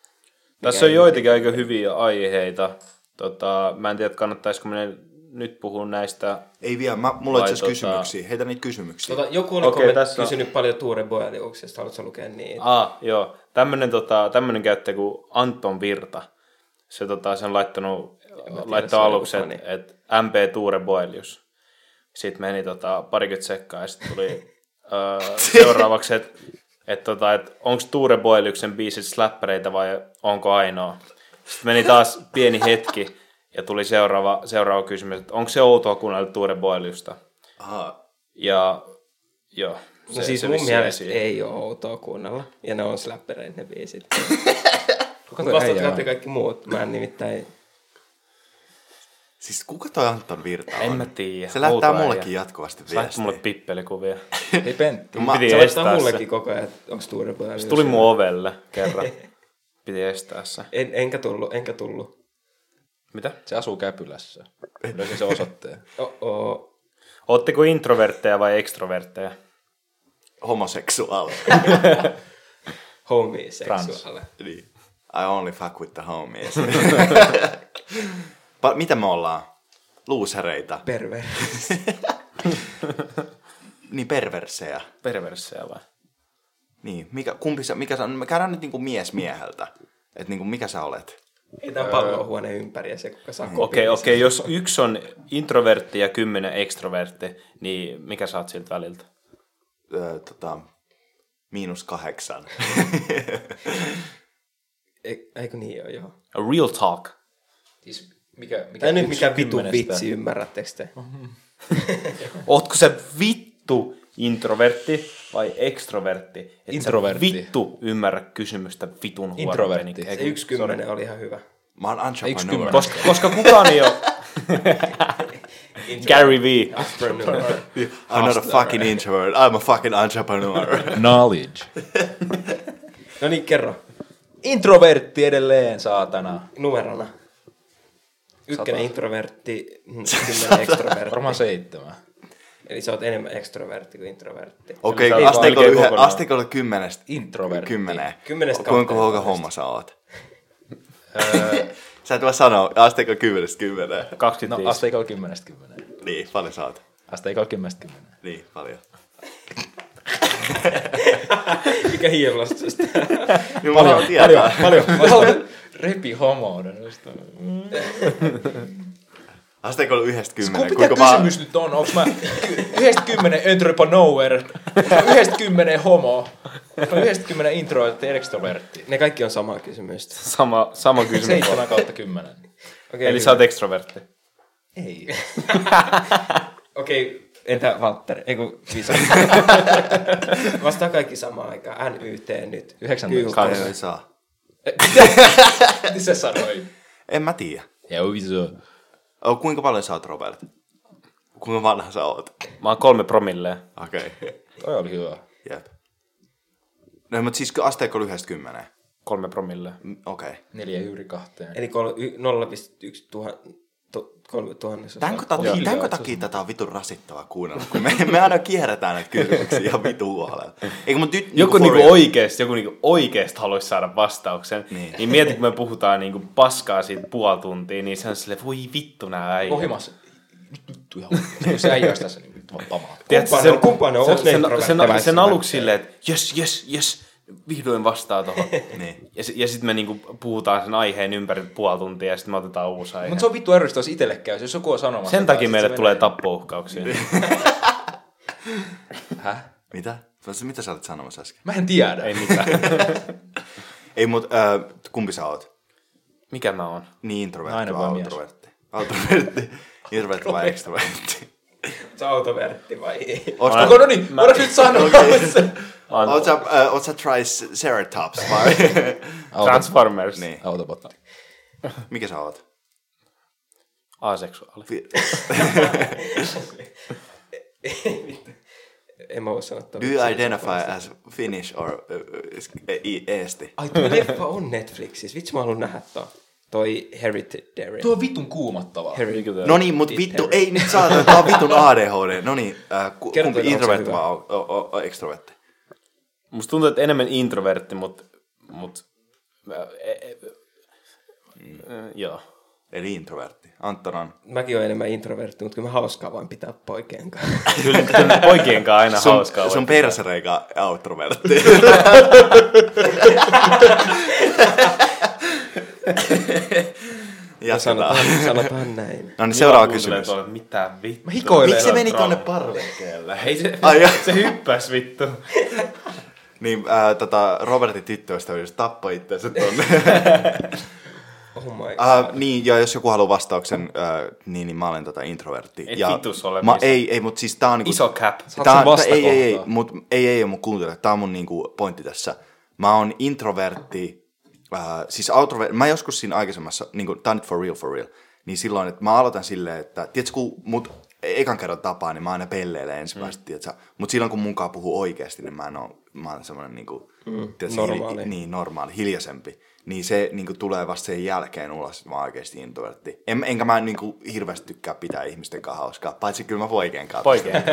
D: Tässä on joitakin aika hyviä aiheita. Tota, mä en tiedä, kannattaisiko meidän nyt puhua näistä.
B: Ei vielä, mä, mulla on
D: Vai
B: itse asiassa
D: tota-
B: kysymyksiä. Heitä niitä kysymyksiä.
A: Tota, joku oli
D: Okei,
A: okay,
D: tässä on-
A: kysynyt paljon Tuure Boeliuksesta, haluatko lukea niitä?
D: Ah, joo. Tämmönen, tota, tämmönen käyttäjä kuin Anton Virta. Se, tota, sen laittanut,
A: se on
D: laittaa
A: joku
D: aluksi,
A: fani.
D: että et MP Tuure Boelius. Sitten meni tota, parikymmentä sekkaa ja sitten tuli ö, seuraavaksi, että et, tota, et, onko Tuure Boeliuksen biisit slappereita vai onko ainoa. Sitten meni taas pieni hetki ja tuli seuraava, seuraava kysymys, että onko se outoa kuunnella Tuure Boeliusta.
B: Aha,
D: Ja joo.
A: No siis mun
D: vissiin
A: mielestä
D: esiin.
A: ei ole outoa kuunnella. Ja ne on slappereita ne biisit.
C: Kuka
A: Mutta
C: toi
A: vastatkaa
C: äijä
A: te
C: on?
A: kaikki muut. Mä en nimittäin...
B: Siis kuka toi Anton Virta on?
D: En mä tiedä.
B: Se lähettää
D: Outoa
B: mullekin
D: äijää.
B: jatkuvasti
D: Sä laitat
B: viestiä.
D: mulle pippelikuvia.
C: Hei Pentti.
B: Mä-
D: Piti
A: Se vastaa
D: estää
A: mullekin
D: se.
A: koko ajan, että onko Tuure Boelius.
D: Se tuli mun ovelle kerran. Piti estää se.
A: En, enkä tullut, enkä tullut.
D: Mitä?
C: Se asuu Käpylässä. Löysin se osoitteen.
A: Oh-oh.
D: Ootteko introvertteja vai ekstrovertteja?
B: Homoseksuaali.
A: homiseksuaale.
B: niin. I only fuck with the homies. Pa- mitä me ollaan? Luusereita.
A: Perver.
B: Niin perversejä.
D: Perversseja vai?
B: Niin, mikä, kumpi sä, mikä sä, on- me käydään nyt niinku mies mieheltä. Että niinku, mikä sä olet?
C: Öö.
A: Heitään pallohuone ympäri ja se, kuka saa kopin.
D: Okei,
A: niin
D: okei, jos yksi on introvertti ja kymmenen ekstrovertti, niin mikä saat siltä väliltä?
B: Öö, tota, miinus kahdeksan.
A: se- Ei- Eikö niin ole, joo.
D: A real talk.
C: Siis mikä, mikä
A: Tämä nyt
C: yksi
A: mikä vitu
C: kymmenestä?
A: vitsi, ymmärrättekö te?
D: Mm. Ootko sä vittu introvertti vai ekstrovertti? Et sä
C: Introvertti.
D: vittu ymmärrä kysymystä vitun
C: Introvertti.
D: huonopenikki.
A: Se yksi kymmenen oli ihan hyvä.
B: Mä oon
C: Yksi
B: entrepreneur.
C: kymmenen.
D: Koska, koska kukaan ei ole Gary V.
A: Entrepreneur.
B: I'm not a fucking introvert. I'm a fucking entrepreneur.
C: Knowledge.
A: No niin, kerro.
C: Introvertti edelleen, saatana.
A: Numerona. Ykkönen introvertti, mm, kymmenen ekstrovertti.
C: Varmaan seitsemän.
A: Eli sä oot enemmän ekstrovertti kuin introvertti.
B: Okei,
D: Ei
B: okay,
D: vaan
B: asteikolla,
D: melkein
B: yhä,
D: kokonaan.
B: asteikolla kymmenestä.
C: Introvertti.
B: Kymmeneen.
A: Kymmenestä
B: Kuinka
A: kahteentoista.
B: hoka homma sä oot?
C: Öö.
B: sä et voi sanoa, asteikolla kymmenestä kymmeneen.
D: 25.
C: No, asteikolla kymmenestä kymmeneen.
B: Niin, paljon sä oot.
C: Asteikolla kymmenestä kymmeneen.
B: Niin, paljon.
A: Mikä hiilostista?
B: Niin, paljon,
C: Paljon,
D: No,
B: tietää.
C: paljon. paljon. Repi homouden. just.
B: Asteikolla yhdestä
C: Siis Kumpi
B: kymmeneen.
C: tämä
B: Kuinka mä...
C: kysymys nyt on? Onko mä ky- yhdestä kymmenen entrepreneur, yhdestä kymmenen homo, vai yhdestä kymmenen introvertti extrovertti?
A: Ne kaikki on samaa kysymystä.
D: Sama, sama kysymys.
C: Seitsemän kautta kymmenen.
A: Okei,
D: Eli sä oot ekstrovertti.
C: Ei.
A: Okei, entä Valtteri? Ei kun Visa. Vastaa kaikki samaan aikaan. NYT nyt.
C: 19.
A: Kyllä.
B: Ei saa.
C: Eh, Mitä sä sanoit?
B: En mä tiedä.
C: Ja uiso.
B: O, kuinka paljon sä oot, Robert? Kuinka vanha sä oot?
D: Mä oon kolme promillea.
B: Okei, okay.
C: Toi oli hyvä.
B: jep. No, mutta siis asteikolla yhdestä kymmeneen.
D: Kolme promillea.
B: Mm, Okei. Okay.
C: Neljä yli kahteen.
A: Eli kol- y- 0,1 tuhan, to, kolme tuhannesosa.
B: Tämänkö takia,
C: Joo.
B: tämänkö takia tätä on vitun rasittavaa kuunnella, kun me, me aina kierretään näitä kysymyksiä ihan vitun huolella. Eikö mut nyt...
D: Joku
B: for
D: niinku
B: real.
D: oikeesti, joku niinku oikeesti haluaisi saada vastauksen.
B: Niin.
D: Niin, niin mieti, kun me puhutaan niinku paskaa siitä puoli tuntia, niin se on silleen, voi vittu nää äijät.
C: Ohjelmassa. Nyt vittu ihan oikeesti. Jos se äijä olisi tässä, niin vittu vaan pamaa.
D: Tiedätkö,
A: Kumpaan on- kumpaan on? Onks ne
D: sen, sen,
A: introvertteja vai
D: sen, sen
A: extrovertteja?
D: aluksi silleen, että jes, jes, jes, vihdoin vastaa tuohon.
B: Niin.
D: ja, si- ja sitten me niinku puhutaan sen aiheen ympäri puoli tuntia ja sitten me otetaan uusi aihe.
C: Mutta se on vittu ärsyttävä, jos itselle käy. Jos joku on sanomassa.
D: sen
C: jotain,
D: takia
C: sit
D: meille
C: se
D: tulee
C: menee.
D: tappouhkauksia.
C: Häh?
B: Mitä? Tuossa- Mitä sä olit sanomassa äsken?
C: Mä en tiedä.
D: Ei mitään.
B: Ei, mut äh, kumpi sä oot?
D: Mikä mä oon?
B: Niin introvertti
C: Nainen
B: vai
C: vai mies?
B: outrovertti? Outrovertti. Introvertti vai extrovertti?
A: Sä oot autovertti vai ei?
B: Oot
C: Onko no niin? Mä nyt sanoa se.
D: Mä oon
B: sä, äh, oot sä triceratops vai?
D: Transformers.
B: niin.
C: Autobotti.
B: Mikä sä oot?
D: Aseksuaali.
B: Vi-
A: En mä voi sanoa
B: Do
A: tuolla.
B: you identify as Finnish or uh, Eesti?
A: Ai, tuo leffa on Netflixissä. Vitsi, mä haluan nähdä toi. Toi Hereditary.
C: Tuo on vitun kuumattavaa.
A: Hereditary.
B: No niin, mut vittu, ei nyt saata, tää on vitun ADHD. No niin, äh, ku-
A: Kerro,
B: kumpi
A: onko se
B: introvertti
A: hyvä?
B: vai o- o- o- extrovertti?
D: Musta tuntuu, että enemmän introvertti, mutta... Mut, e, e, e, joo.
B: Eli introvertti. Anton on.
A: Mäkin oon enemmän introvertti, mutta kyllä mä hauskaa vaan pitää poikien kanssa.
D: Kyllä, kyllä poikien kanssa aina
B: Sun,
D: hauskaa.
B: sun
D: Sun...
B: persereikä outrovertti. Jatketaan.
A: Sanotaan, sanotaan näin.
B: No niin, seuraava kysymys.
D: Mitä vittu? Mä
C: hikoilen.
B: Miksi se meni
D: Traumaa.
B: tonne parvekkeelle?
D: Ei se,
B: Ai joo.
D: se hyppäs vittu.
B: Niin, ää, tota, Robertin tyttöystä yhdessä tappoi itsensä tonne.
A: Oh my
B: Äh, niin, ja jos joku haluaa vastauksen, äh, niin, niin mä olen tota introvertti.
D: Et
B: ja
D: vitus ole
B: mä,
D: missään.
B: Ei, ei, mutta siis tää on niinku...
D: Iso cap.
C: Saat
B: Tää,
C: sen
B: tää, ei, ei, ei,
C: vastakohtaa.
B: mut, ei, ei, mun kuuntele. Tää on mun niinku pointti tässä. Mä oon introvertti, äh, siis outrovertti. Mä joskus siinä aikaisemmassa, niinku, tää on nyt for real, for real, niin silloin, että mä aloitan silleen, että tiedätkö, kun mut ekan kerran tapaa, niin mä aina pelleilen ensimmäistä, mm. tiedätkö? Mut silloin, kun munkaan puhuu oikeasti, niin mä en oo, mä oon semmonen niinku, mm.
A: normaali.
B: niin normaali, hiljaisempi, niin se niin kuin, tulee vasta sen jälkeen ulos, että mä oon oikeasti introvertti. En, enkä mä niin kuin, hirveästi tykkää pitää ihmisten kanssa hauskaa, paitsi kyllä mä poikien kanssa.
D: Poikien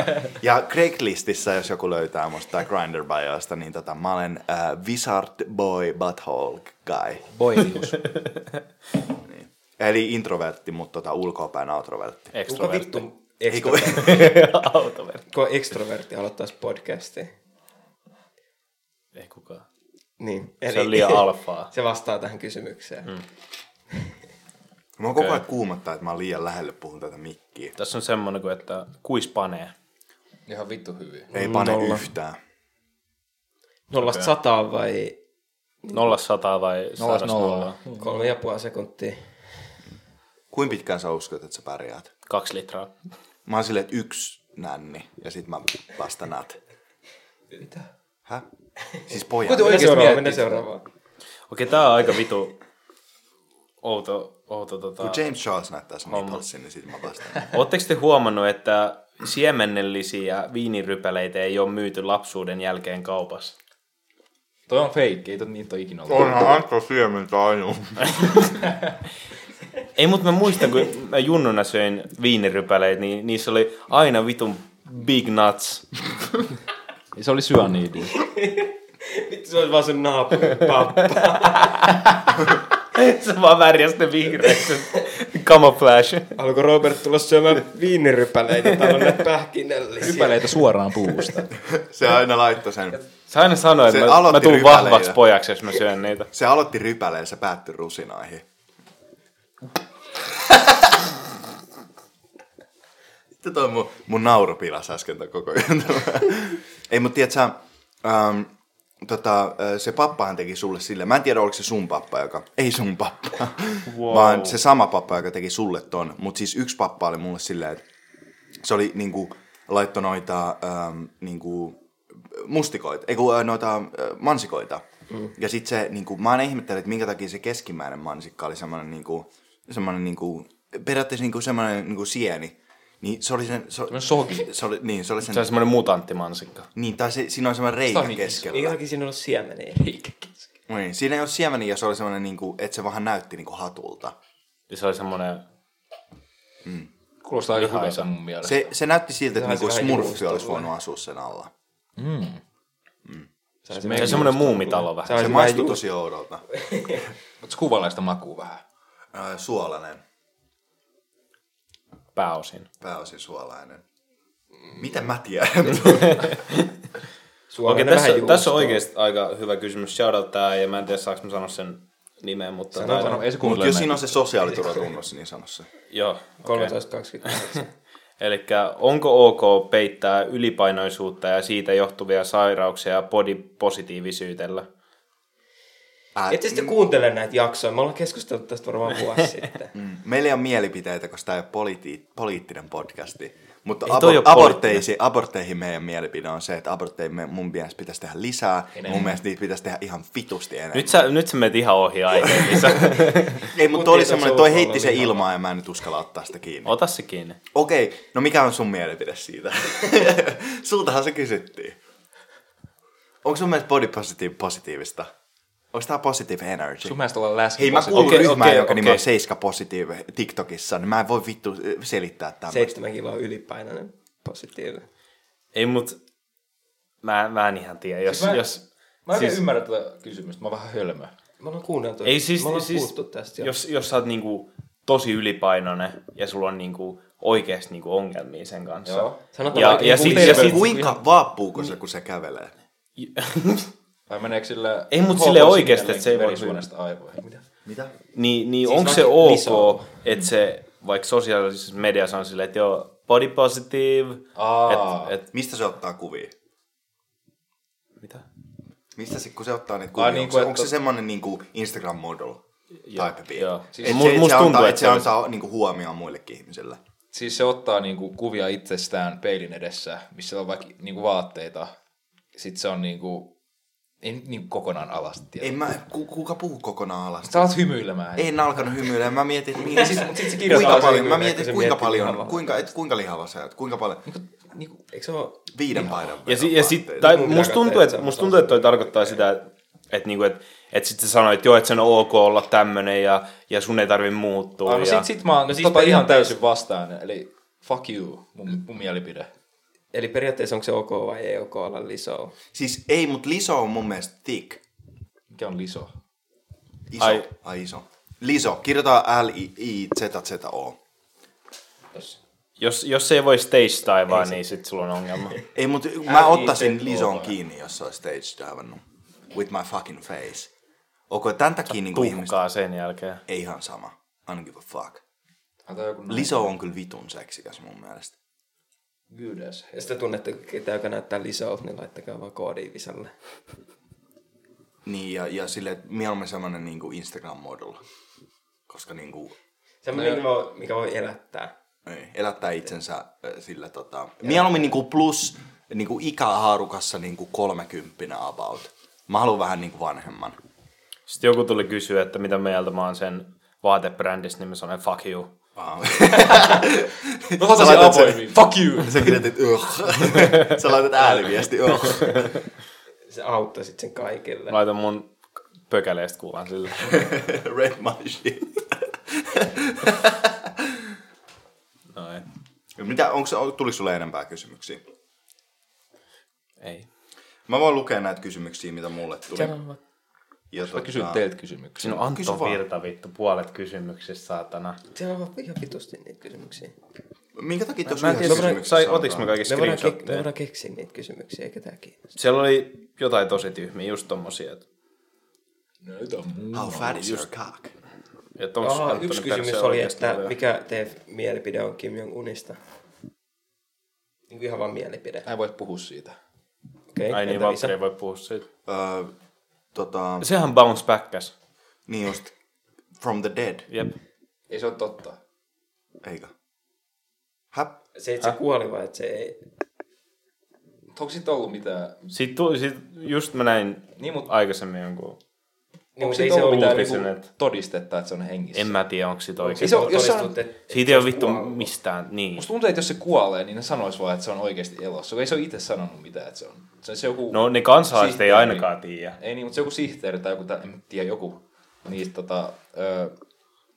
B: Ja Craigslistissa, jos joku löytää musta tai Grindr biosta, niin tota, mä olen äh, wizard boy butthole guy.
C: Boilius.
B: Niin. Eli introvertti, mutta tota, ulkoapäin outrovertti.
A: Kuka
D: Extrovertti.
A: vittu
B: Ei kun-
A: ekstrovertti,
D: Autovertti.
A: kuka ekstrovertti aloittaisi podcastin?
D: Ei kukaan.
A: Niin.
D: Se on liian alfaa.
A: Se vastaa tähän kysymykseen. Mm.
B: Mä oon koko ajan kuumottaa, että mä oon liian lähelle puhun tätä mikkiä.
D: Tässä on semmoinen kuin, että kuis panee.
C: Ihan vittu hyviä.
B: Ei pane
A: Nolla.
B: yhtään.
A: Nollasta sataan vai
D: Nollas sataa vai sadasta nollaa?
A: kolme ja puoli sekuntia?
B: Kuin pitkään sä uskot, että sä pärjäät?
D: Kaksi litraa.
B: Mä oon silleen, että yksi nänni, ja sit mä vasta nat.
A: Mitä?
B: Häh? Siis pojan.
A: Mennään
C: Kuitenkin- Oikeesti
A: seuraavaan,
C: miettii.
A: mennään seuraavaan.
D: Okei, tää on aika vitu outo, outo tota...
B: Kun James Charles näyttää sun nippelsin, niin sit mä vastaan.
D: Oletteko te huomannut, että siemennellisiä viinirypäleitä ei ole myyty lapsuuden jälkeen kaupassa?
C: Toi on fake, ei tot niitä ole ikinä ollut.
B: Onhan Antto siementä ainu.
D: Ei, mutta mä muistan, kun mä junnuna söin viinirypäleitä, niin niissä oli aina vitun big nuts.
C: Se oli syöniidi.
A: Vittu, se olisi vaan sun naapuri. pappa.
D: Se vaan värjäsi ne vihreäksi. Camouflage.
A: Alkoi Robert tulla syömään viinirypäleitä. Täällä on näitä pähkinällisiä.
C: Hypäleitä suoraan puusta.
B: Se aina laittoi sen.
D: Se aina sanoi,
B: Se
D: että mä, mä
B: aloitti
D: tuun
B: rypäleillä.
D: vahvaksi pojaksi, jos mä syön niitä.
B: Se aloitti rypäleen ja se päättyi rusinaihin. Sitten toi mun, mun nauru pilasi äsken ton koko jutun. Ei, mutta tiedätkö, ähm, tota, ö, se pappahan teki sulle sille. Mä en tiedä, oliko se sun pappa, joka... Ei sun pappa.
D: Wow.
B: Vaan se sama pappa, joka teki sulle ton. Mutta siis yksi pappa oli mulle silleen, että se oli niinku, laitto noita ähm, niinku, mustikoita, ei kun äh, noita äh, mansikoita. Mm. Ja sit se, niinku, mä aina ihmettelin, että minkä takia se keskimmäinen mansikka oli semmoinen niinku, semmoinen niinku, periaatteessa niinku semmoinen niinku sieni. Niin se oli sen... Se,
C: No
B: oli-
C: soki.
B: Se oli, niin, se oli sen...
D: Se on semmoinen mutanttimansikka.
B: Niin, tai se, siinä on semmoinen reikä
C: Sonic.
B: keskellä.
A: Niin jotenkin siinä on ollut siemeniä.
B: Niin, siinä ei ole siemeni ja se oli semmoinen, niinku, että se vähän näytti niinku hatulta.
D: Ja se oli semmoinen...
C: Kuulostaa aika hyvältä mun mielestä.
B: Se, se näytti siltä, että
A: Sehän
B: niinku
A: se vähän
B: smurfi
A: juustolla.
B: olisi voinut asua sen alla.
D: Se on semmoinen muumitalo vähän.
A: Se on
B: Se
A: semmoinen
B: maistui
A: juusto.
B: tosi oudolta.
C: Oletko kuvailla sitä makua vähän?
B: Äh, suolainen.
D: Pääosin.
B: pääosin suolainen.
D: Mm.
B: Miten mä tiedän?
D: Okei,
A: Suomen
D: tässä,
A: vähän juustoa.
D: tässä on oikeasti aika hyvä kysymys. Shoutout tää, ja mä en tiedä saanko mä sanoa sen nimen, mutta...
A: Sano,
D: tää-
A: sano.
C: Ei se
B: Mutta
C: kuuntele
B: jos siinä on se sosiaaliturvatunnus, niin sano se.
D: Joo, okei.
A: 13.28.
D: Eli onko ok peittää ylipainoisuutta ja siitä johtuvia sairauksia body positiivisyytellä?
B: Ää,
A: Ette
D: siis-
A: sitten kuuntele näitä jaksoja. Me ollaan keskusteltu tästä varmaan vuosi sitten.
B: mm, Meillä ei ole mielipiteitä, koska tämä ei ole politi- poliittinen podcasti. Mutta
D: Ei toi
B: abo-
D: ole
B: abortteisiin, abortteihin meidän mielipide on se, että abortteja me- mun mielestä pitäisi tehdä lisää. Enemmän. Mun mielestä niitä pitäisi tehdä ihan vitusti enemmän.
D: Nyt sä, nyt sä menet ihan ohi niin aiheen, Lisa.
B: Ei, mutta toi oli
A: Mun
B: semmoinen,
A: tieto
B: toi
A: on
B: heitti se
A: olla lihaa.
B: ilmaan ja mä en nyt uskalla ottaa sitä kiinni.
D: Ota se kiinni.
B: Okei, okay, no mikä on sun mielipide siitä? Sultahan se kysyttiin. Onko sun mielestä body positive positiivista? Onko tää positive energy?
C: Sun mielestä olla läsnä.
B: Hei, mä kuulun okay,
D: Okei,
B: ryhmään, okay,
D: okei,
B: jonka okay. nimi on
D: okei.
B: Seiska Positive TikTokissa, niin mä en voi vittu eh, selittää tämmöistä.
A: Seitsemän kiloa ylipainoinen positiivinen.
D: Ei mut... Mä, mä en ihan tiedä, jos...
C: Siis mä-
D: jos
C: Mä en siis... ymmärrä tätä kysymystä, mä oon vähän hölmö.
A: Me ollaan kuunneltu.
D: ei siis,
A: me ollaan
D: siis
A: puhuttu tästä jo.
D: jos, jos sä oot niinku tosi ylipainoinen ja sulla on niinku oikeasti niinku ongelmia sen kanssa.
C: Joo.
A: Sanotaan
D: Ja,
A: vaikka
D: ja,
A: joku
D: sit, ja
A: terveys-
D: sit,
B: Kuinka vaappuuko se, kun se kävelee?
C: Tai meneekö sillä...
D: Ei, mut
C: Koko
D: sille
C: sinne
D: oikeesti, että se ei voi
C: verisuonesta aivoihin. Mitä?
B: Mitä?
D: Niin, niin
A: Siis
D: onko se
A: vaikka
D: ok,
A: iso.
D: että se vaikka sosiaalisessa mediassa on silleen, että joo, body positive,
C: Aa.
D: että et,
B: Mistä se ottaa kuvia?
D: mitä?
B: Mistä se, kun se ottaa niitä kuvia?
C: niin
B: onko,
C: kuin,
B: se,
C: että-
B: onko se semmonen niinku Instagram model? Type beat?
D: joo. Siis
B: Siis et
D: mu-
B: se,
D: musta
B: se
D: tuntuu,
B: antaa,
D: että
B: että se
D: se-
B: antaa niinku huomioon muillekin ihmisille.
C: Siis se ottaa niinku kuvia itsestään peilin edessä, missä on vaikka niinku vaatteita. Sitten se on niinku... Ei nyt niinku kokonaan alasti
B: Ei
C: tiedä.
B: mä, ku, kuka puhuu kokonaan alas?
C: Sä alat hymyilemään.
B: En alkanut hymyillä, mä mietin, että mi-
A: Sit- sit se kirjoittaa
B: kuinka
A: sen
B: paljon, mä
A: hymyilee,
B: mietin,
A: kun se
B: kuinka
A: miettii lihavaa.
B: paljon, kuinka, et, kuinka lihava sä oot, kuinka paljon,
A: Niinku, eikö se ole
B: viiden paidan
D: Ja,
B: verran
D: si, ja sit,
B: vaatteita.
D: tai
A: Mun
D: musta tuntuu,
A: pitää
D: että
A: katsoa,
D: musta tuntuu, että toi tarkoittaa sitä, että et niinku, et, et sit sä sanoit, että joo, että sen on ok olla tämmönen ja, ja sun ei tarvi muuttua.
C: Ah, no
D: ja,
C: sit, sit mä
A: No
C: oon no,
A: siis
C: siis tota ihan
A: periaatteessa-
C: täysin vastaan, eli fuck you, mun, mun mielipide.
A: Eli periaatteessa onko se ok vai ei ok olla lisoo?
B: Siis ei, mut liso on mun mielestä thick.
C: Mikä on liso?
B: Iso. Ai,
D: Ai.
B: Ai iso. Liso, kirjoitetaan L-I-I-Z-Z-O.
D: Jos, jos ei voi stage taivaa, niin sit sulla on ongelma.
B: Ei, mutta mä
C: L-I-Z-O.
B: ottaisin Lison kiinni, jos se olisi stage divannut. With my fucking face. Onko tämän takia niinku ihmiset...
D: Tuhkaa sen jälkeen.
B: Ei ihan sama. I don't give a fuck.
C: Ota joku noin.
B: Liso on kyllä vitun seksikäs mun mielestä.
C: Good as
A: Jos te tunnette ketään, joka näyttää lisäout, niin laittakaa vaan koodiin visalle.
B: Niin, ja, ja sille mieluummin semmonen niinku Instagram model. Koska niinku,
A: Semmoinen, mikä voi, mikä voi elättää.
B: ei, elättää itsensä ö, sillä tota... Mieluummin niinku plus niinku ikähaarukassa niinku kolmekymppinen about. Mä haluan vähän niinku vanhemman.
D: Sitten joku tuli kysyä, että mitä mieltä mä oon sen vaatebrändissä, niin mä sanoin fuck you.
B: Wow.
C: No tota se
B: laitat sen-
C: avoimiin. Fuck you!
B: Sä kirjoitit ugh. Sä laitat ääniviesti ugh.
A: Se auttaa sitten sen kaikille.
D: Mä laitan mun pökäleestä kuvan sille.
B: Red my shit.
D: No ei.
B: Mitä, onks, on- tuliko sulle enempää kysymyksiä?
D: ei.
B: Mä voin lukea näitä kysymyksiä, mitä mulle tuli. Ja
A: Tota-
B: tota-
C: Mä kysyn teiltä kysymyksiä.
A: No,
D: Siinä on
B: Kysy
D: Anton
B: vaan.
D: Virta vittu puolet kysymyksistä, saatana.
A: Se on ihan vitusti niitä kysymyksiä.
B: Minkä takia tuossa
D: Mä en
B: yhdessä
D: tiedä,
B: kysymyksessä
D: sai,
B: sanotaan?
D: otiks mä kaikki
A: Me voidaan, ke- me
D: screenshotteja?
A: voidaan keksiä niitä kysymyksiä, eikä tää kiinnosta.
D: Siellä oli jotain tosi tyhmiä, just tommosia, että,
C: Näytä muu.
B: How fat is your cock?
D: että onks
A: Aha,
D: Antoni
A: yksi kysymys
D: Perse
A: oli,
D: oikeesti
A: että
D: hyvä?
A: mikä teidän mielipide on Kim Jong-unista? Niin kuin ihan vaan mielipide.
C: Mä en voi puhua siitä.
A: Okei,
D: Ai
A: entä
D: niin,
A: Isa?
D: Valtteri ei voi puhua siitä.
B: Öö, tota,
D: Sehän bounce backäs.
B: niin just From the Dead,
D: Jep.
C: Ei se ole totta.
B: eikö? Häp?
A: Se itse kuoli vai että se ei? Niin,
C: Mut Onko siitä ollut mitään?
D: Sitten tuli, sit just mä näin
C: Niin, mut-
D: aikaisemmin jonkun.
A: Niin, mutta
C: Onko
A: ei se
C: siitä ollut
A: ollut
C: mitään
A: mitään
D: uutisen,
C: niinku
D: että-
C: todistetta, että se on hengissä?
D: En mä tiedä, onko sit
A: Ei
D: oikein.
A: se
C: se
A: on,
C: on- jos sä-
D: Siitä ei ole vittu mistään, niin.
C: Musta tuntuu, että jos se kuolee, niin ne sanois vaan, että se on oikeasti elossa. kun Ei se ole itse sanonut mitään, että se on. Se on se joku
D: No ne kansalaiset ei
C: sihteeri.
D: ainakaan tiedä.
C: Ei niin, mutta se joku sihteeri tai joku, tä- en tiedä, joku niistä tota, ö,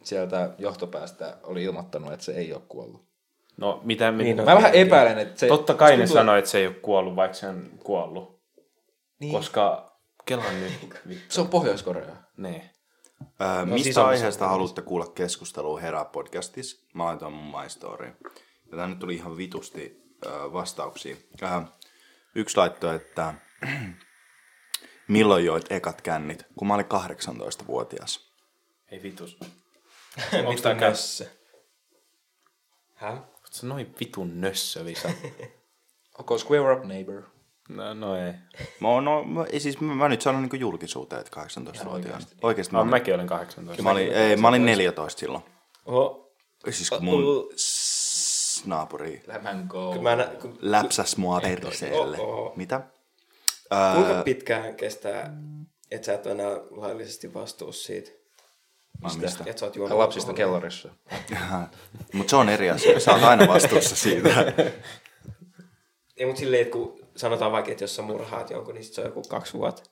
C: sieltä johtopäästä oli ilmoittanut, että se ei ole kuollut.
D: No mitä, mit...
A: Niin
D: niin,
A: on.
C: Mä vähän epäilen, että se...
D: totta kai ne
C: musta tuntuu,
D: sanoi, että se ei ole kuollut, vaikka se on kuollut. Niin. Koska kelan nyt.
C: että
D: vittu.
C: Se on Pohjois-Korea.
D: niin.
B: Öö, mistä
A: siis
B: siis
A: on-
B: aiheesta haluatte kuulla keskustelua Herää podcastissa? Mä laitan mun My Story. Ja tänne tuli ihan vitusti öö, vastauksia. Öö, yksi laittoi, että milloin joit ekat kännit, kun mä olin 18-vuotias.
D: Ei vitus.
A: Onko
D: tää
A: tämä
D: käy?
A: kässä? Häh?
D: Oot sä noin vitun nössö, Visa?
C: Okay, square up neighbor.
D: no, no ei.
B: Mä, oon- no, mä, ei siis, mä, mä nyt sanon niin julkisuuteen, että 18-vuotias. Oikeasti.
D: No,
B: Mä,
D: mäkin olin 18.
B: mä, olin, ei, mä olin 14 silloin.
A: Oho,
B: Siis kun mun s- naapuri
C: Lämän go.
A: kun mä nä- kun,
B: läpsäs mua perseelle.
A: Oho.
B: Mitä?
A: kuinka pitkään kestää, että sä et ole enää laillisesti vastuussa siitä?
B: Mistä? mistä?
A: Että sä oot juonut
C: Lapsista
A: alkoholia?
C: kellorissa.
B: Mutta se on eri asia. Sä oot aina vastuussa siitä.
A: Ei, mutta silleen, että kun sanotaan vaikka, että jos sä murhaat jonkun, niin sit se on joku kaksi vuotta.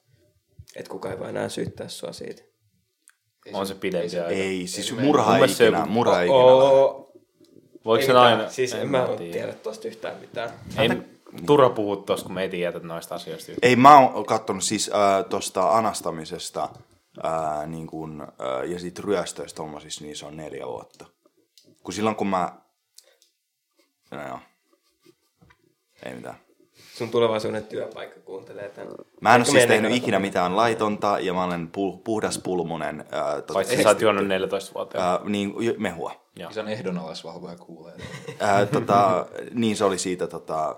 A: Että kuka ei voi enää syyttää sua siitä.
D: On se pidempi aika.
B: ei, siis murha
D: Mun
B: ei
D: mielestä se
B: ikinä.
D: joku-
B: Murha ei ikinä. lähde.
A: Oo,
D: Voiko
A: ei
D: se
A: mitään.
D: aina?
A: Siis en mä tiedä tosta yhtään mitään.
D: Ei, Niin. turha puhua tosta, kun me ei tiedä noista asioista yhtään.
B: Ei, mä oon kattonut siis äh, tosta anastamisesta äh, niin kun, äh, ja sit ryöstöistä tommosissa, niin se on neljä vuotta. Kun silloin kun mä... No joo. Ei mitään.
A: Sun tulevaisuuden työpaikka kuuntelee tämän.
B: Mä en ole
A: Ehkä
B: siis
A: meidän
B: tehnyt
A: kannattaa-
B: ikinä mitään laitonta ja mä olen pu- puhdas pulmunen. Äh, tota,
D: Paitsi sä oot juonut 14 vuotta.
B: äh, niin, y- mehua.
D: Joo.
C: Isän ehdonalaisvalvoja kuulee.
B: Ää, tota, niin se oli siitä, tota, ää,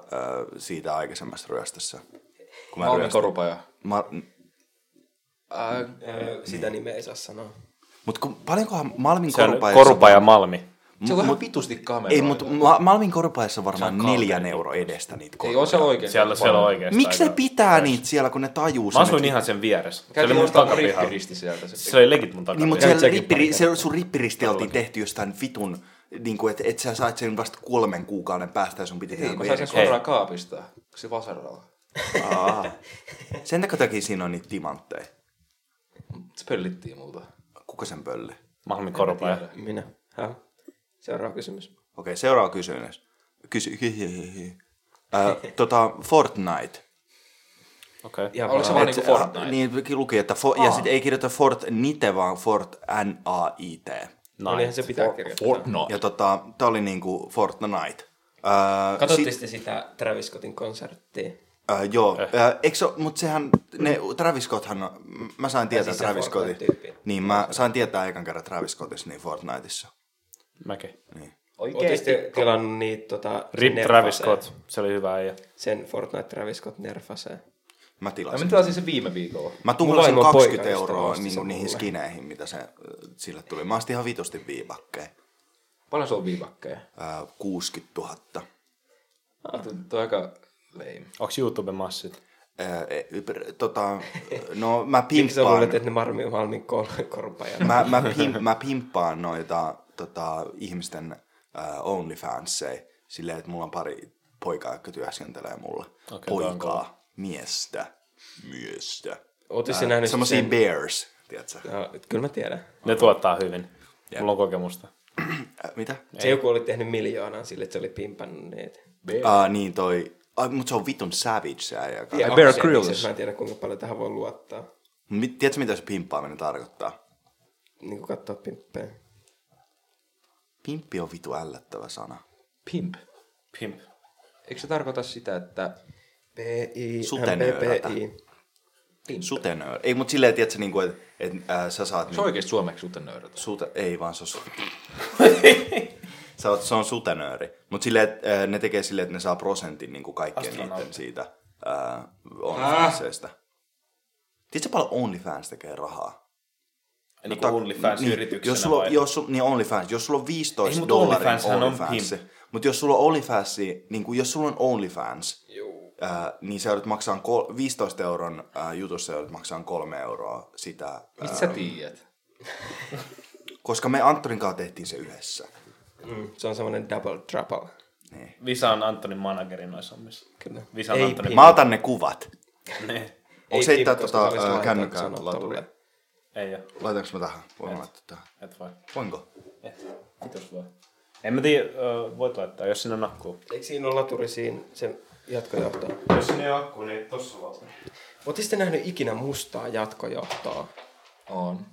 B: siitä aikaisemmassa ryöstössä. Kun
C: Mä olen
B: ryöstin.
C: korupaja.
B: Mä,
C: Äh,
A: Öö, Sitä nimeä ei saa sanoa.
B: mutta kun, paljonkohan Malmin
D: Se on
B: korupajassa...
D: Korupa ja Malmi.
C: se on ihan vitusti kameroita.
B: Ei, mutta Ma- Malmin korupajassa on varmaan
D: Se on
B: neljän
D: kalkeri.
B: euro edestä niitä
C: Ei ole
B: korupaja.
C: siellä oikein.
D: Siellä, siellä on oikeesti
B: Miksi ne
D: aika-
B: pitää niitä siellä, kun ne tajuu
D: Mä
B: sen?
D: asuin niin-
B: että-
D: ihan sen vieressä. Se oli
C: Käytiin
D: mun
C: ostaa
D: takapihalla.
C: rippiristi sieltä. Se,
D: Se oli legit mun takapihalla.
B: Niin, mutta siellä
D: Tsekin
B: rippiri,
D: paikalla.
B: se, sun rippiristi oltiin tehty jostain vitun, niin kuin, että et sä sait sen vasta kolmen kuukauden päästä ja sun piti tehdä
C: Mä sain sen
B: joku
C: suoraan kaapista. Se vasaralla.
B: eri- Aa. Sen takia siinä on niitä timantteja.
C: Se pöllittiin multa.
B: Kuka sen pölli?
D: Malmin korupa. ja-
A: Minä. Häh? Seuraava kysymys.
B: Okei, seuraava kysymys. Kysy... hi- hi- hi- hi. Ö, tota, Fortnite.
D: Okei. Okay.
A: Ihan
C: Oliko se
A: vaan-
C: vaan
B: Et
C: niinku
B: se-
C: Fortnite?
B: Niin, ki- luki, että for, ja sitten ei kirjoita Fortnite, vaan Fort N-A-I-T.
A: No niinhän se pitää kirjoittaa.
B: Ja tota, tää oli niinku Fortnite. Öö,
A: Katsotte sitten sitä Travis Scottin konserttia.
B: Öö, joo,
A: Eh.
B: öö, eikö se, mutta sehän, ne, Travis Scotthan, on- m- mä sain tietää
A: Mm. siis se
B: Travis Scottin.
A: Fortnite-tyyppi.
B: Niin, mä sain tietää ekan kerran Travis Scottissa, niin Fortniteissa. Niin.
D: Mäkin.
A: Ootteko te tilannut niitä tota,
D: Rip
A: nerfaseen?
D: Travis Scott, se oli hyvä äijä.
A: Sen Fortnite Travis Scott nerfaseen.
B: Mä
C: No,
B: tilasin.
C: mä tilasin sen viime viikolla.
B: Mä
A: Mulla
B: tuhlasin
A: vaimo on
B: 20
A: poika, josta mä
B: euroa
A: ostin
B: niinku
A: sen
B: niihin
A: mulle.
B: skineihin, mitä se ö, sille tuli. Mä ostin ihan vitusti viipakkeen.
C: Paljon se on viivakkeja?
B: Öö, 60 000.
C: Ah, tuo- Tuo on aika lame.
D: Onks YouTube massit?
B: Öö, e- pr- tota, no mä
A: Miksi sä
B: pimppaan,
A: luulet, että ne Marmi Malmin kol- korpaajat?
B: mä, mä, pim, mä pimppaan noita tota, ihmisten öö, OnlyFansseja silleen, että mulla on pari poikaa, jotka työskentelee mulle. Okay, poikaa, miestä, miestä.
A: Ootis sä nähnyt
B: Semmosia
A: sen?
B: bears, tiedätkö?
A: No, kyllä mä tiedän.
D: Ne tuottaa hyvin. Mulla on kokemusta.
B: Ö, Mitä?
A: Se joku oli tehnyt miljoonan sille, että se oli pimpannut niitä.
B: Ah, niin toi, ah, mutta se on vitun savage se äijä. joka-
A: Ja
C: Bear
A: onko se
C: Grylls.
A: itse? Mä en tiedä, kuinka paljon tähän voi luottaa.
B: Mit, tiedätkö, mitä se pimppaaminen tarkoittaa?
A: Niin kuin katsoa pimppejä.
B: Pimppi on vitu ällöttävä sana.
C: Pimp.
D: Pimp.
B: No
C: Eikö se tarkoita sitä, että...
A: p i m
B: Sutenöörätä.
A: p i
C: Pimp.
B: Sutenöör. Ei, mutta silleen, tiedätkö, niin kuin, että et, äh, sä saat...
C: Se on oikeesti suomeksi sutenöörötä.
B: sute, ei vaan se on sute. sä oot, se on sutenööri. Mutta silleen, että äh, ne tekee silleen, että ne saa prosentin niin kuin kaikkien niiden siitä äh, OnlyFanseista. Tiedätkö paljon OnlyFans tekee rahaa?
D: Niin
B: Tak- jos sulla, on- jos, sul- niin OnlyFans, jos sulla on 15
D: Ei, mut
B: dollaria
D: Onlyfanshän on
B: OnlyFans,
D: pimp.
B: mutta jos sulla on OnlyFans, niin kuin jos sulla on OnlyFans, ää, niin sä joudut maksamaan kol- 15 euron ää, jutussa, joudut maksamaan 3 euroa sitä, ää,
C: Mistä sä tiedät?
B: koska me Antonin kanssa tehtiin se yhdessä.
A: Mm, se on semmoinen double trouble.
D: Visa on Antonin manageri noissa hommissa.
A: Kyllä.
D: Visa on
A: Ei
D: Antonin
B: Mä otan ne kuvat.
D: manageri.
B: Onko
A: Ei
B: se heittää
A: pimp, koska
B: tota
A: se olisi
B: ää,
A: laitonta
B: kännykää
A: sanoa
B: laturille?
A: tolleen.
D: Ei oo.
B: Laitanko mä tähän? Voin laittaa tähän.
D: Et voi.
B: Voinko?
D: Et. Kiitos vaan. En mä tiedä, ö, voit laittaa, jos sinne on akkuu.
A: Eikö siinä ole laturi siinä se jatkojohto?
D: Jos sinne on akkuu, niin tossa vaan.
A: Ootis sitten nähnyt ikinä mustaa jatkojohtoa?
C: On.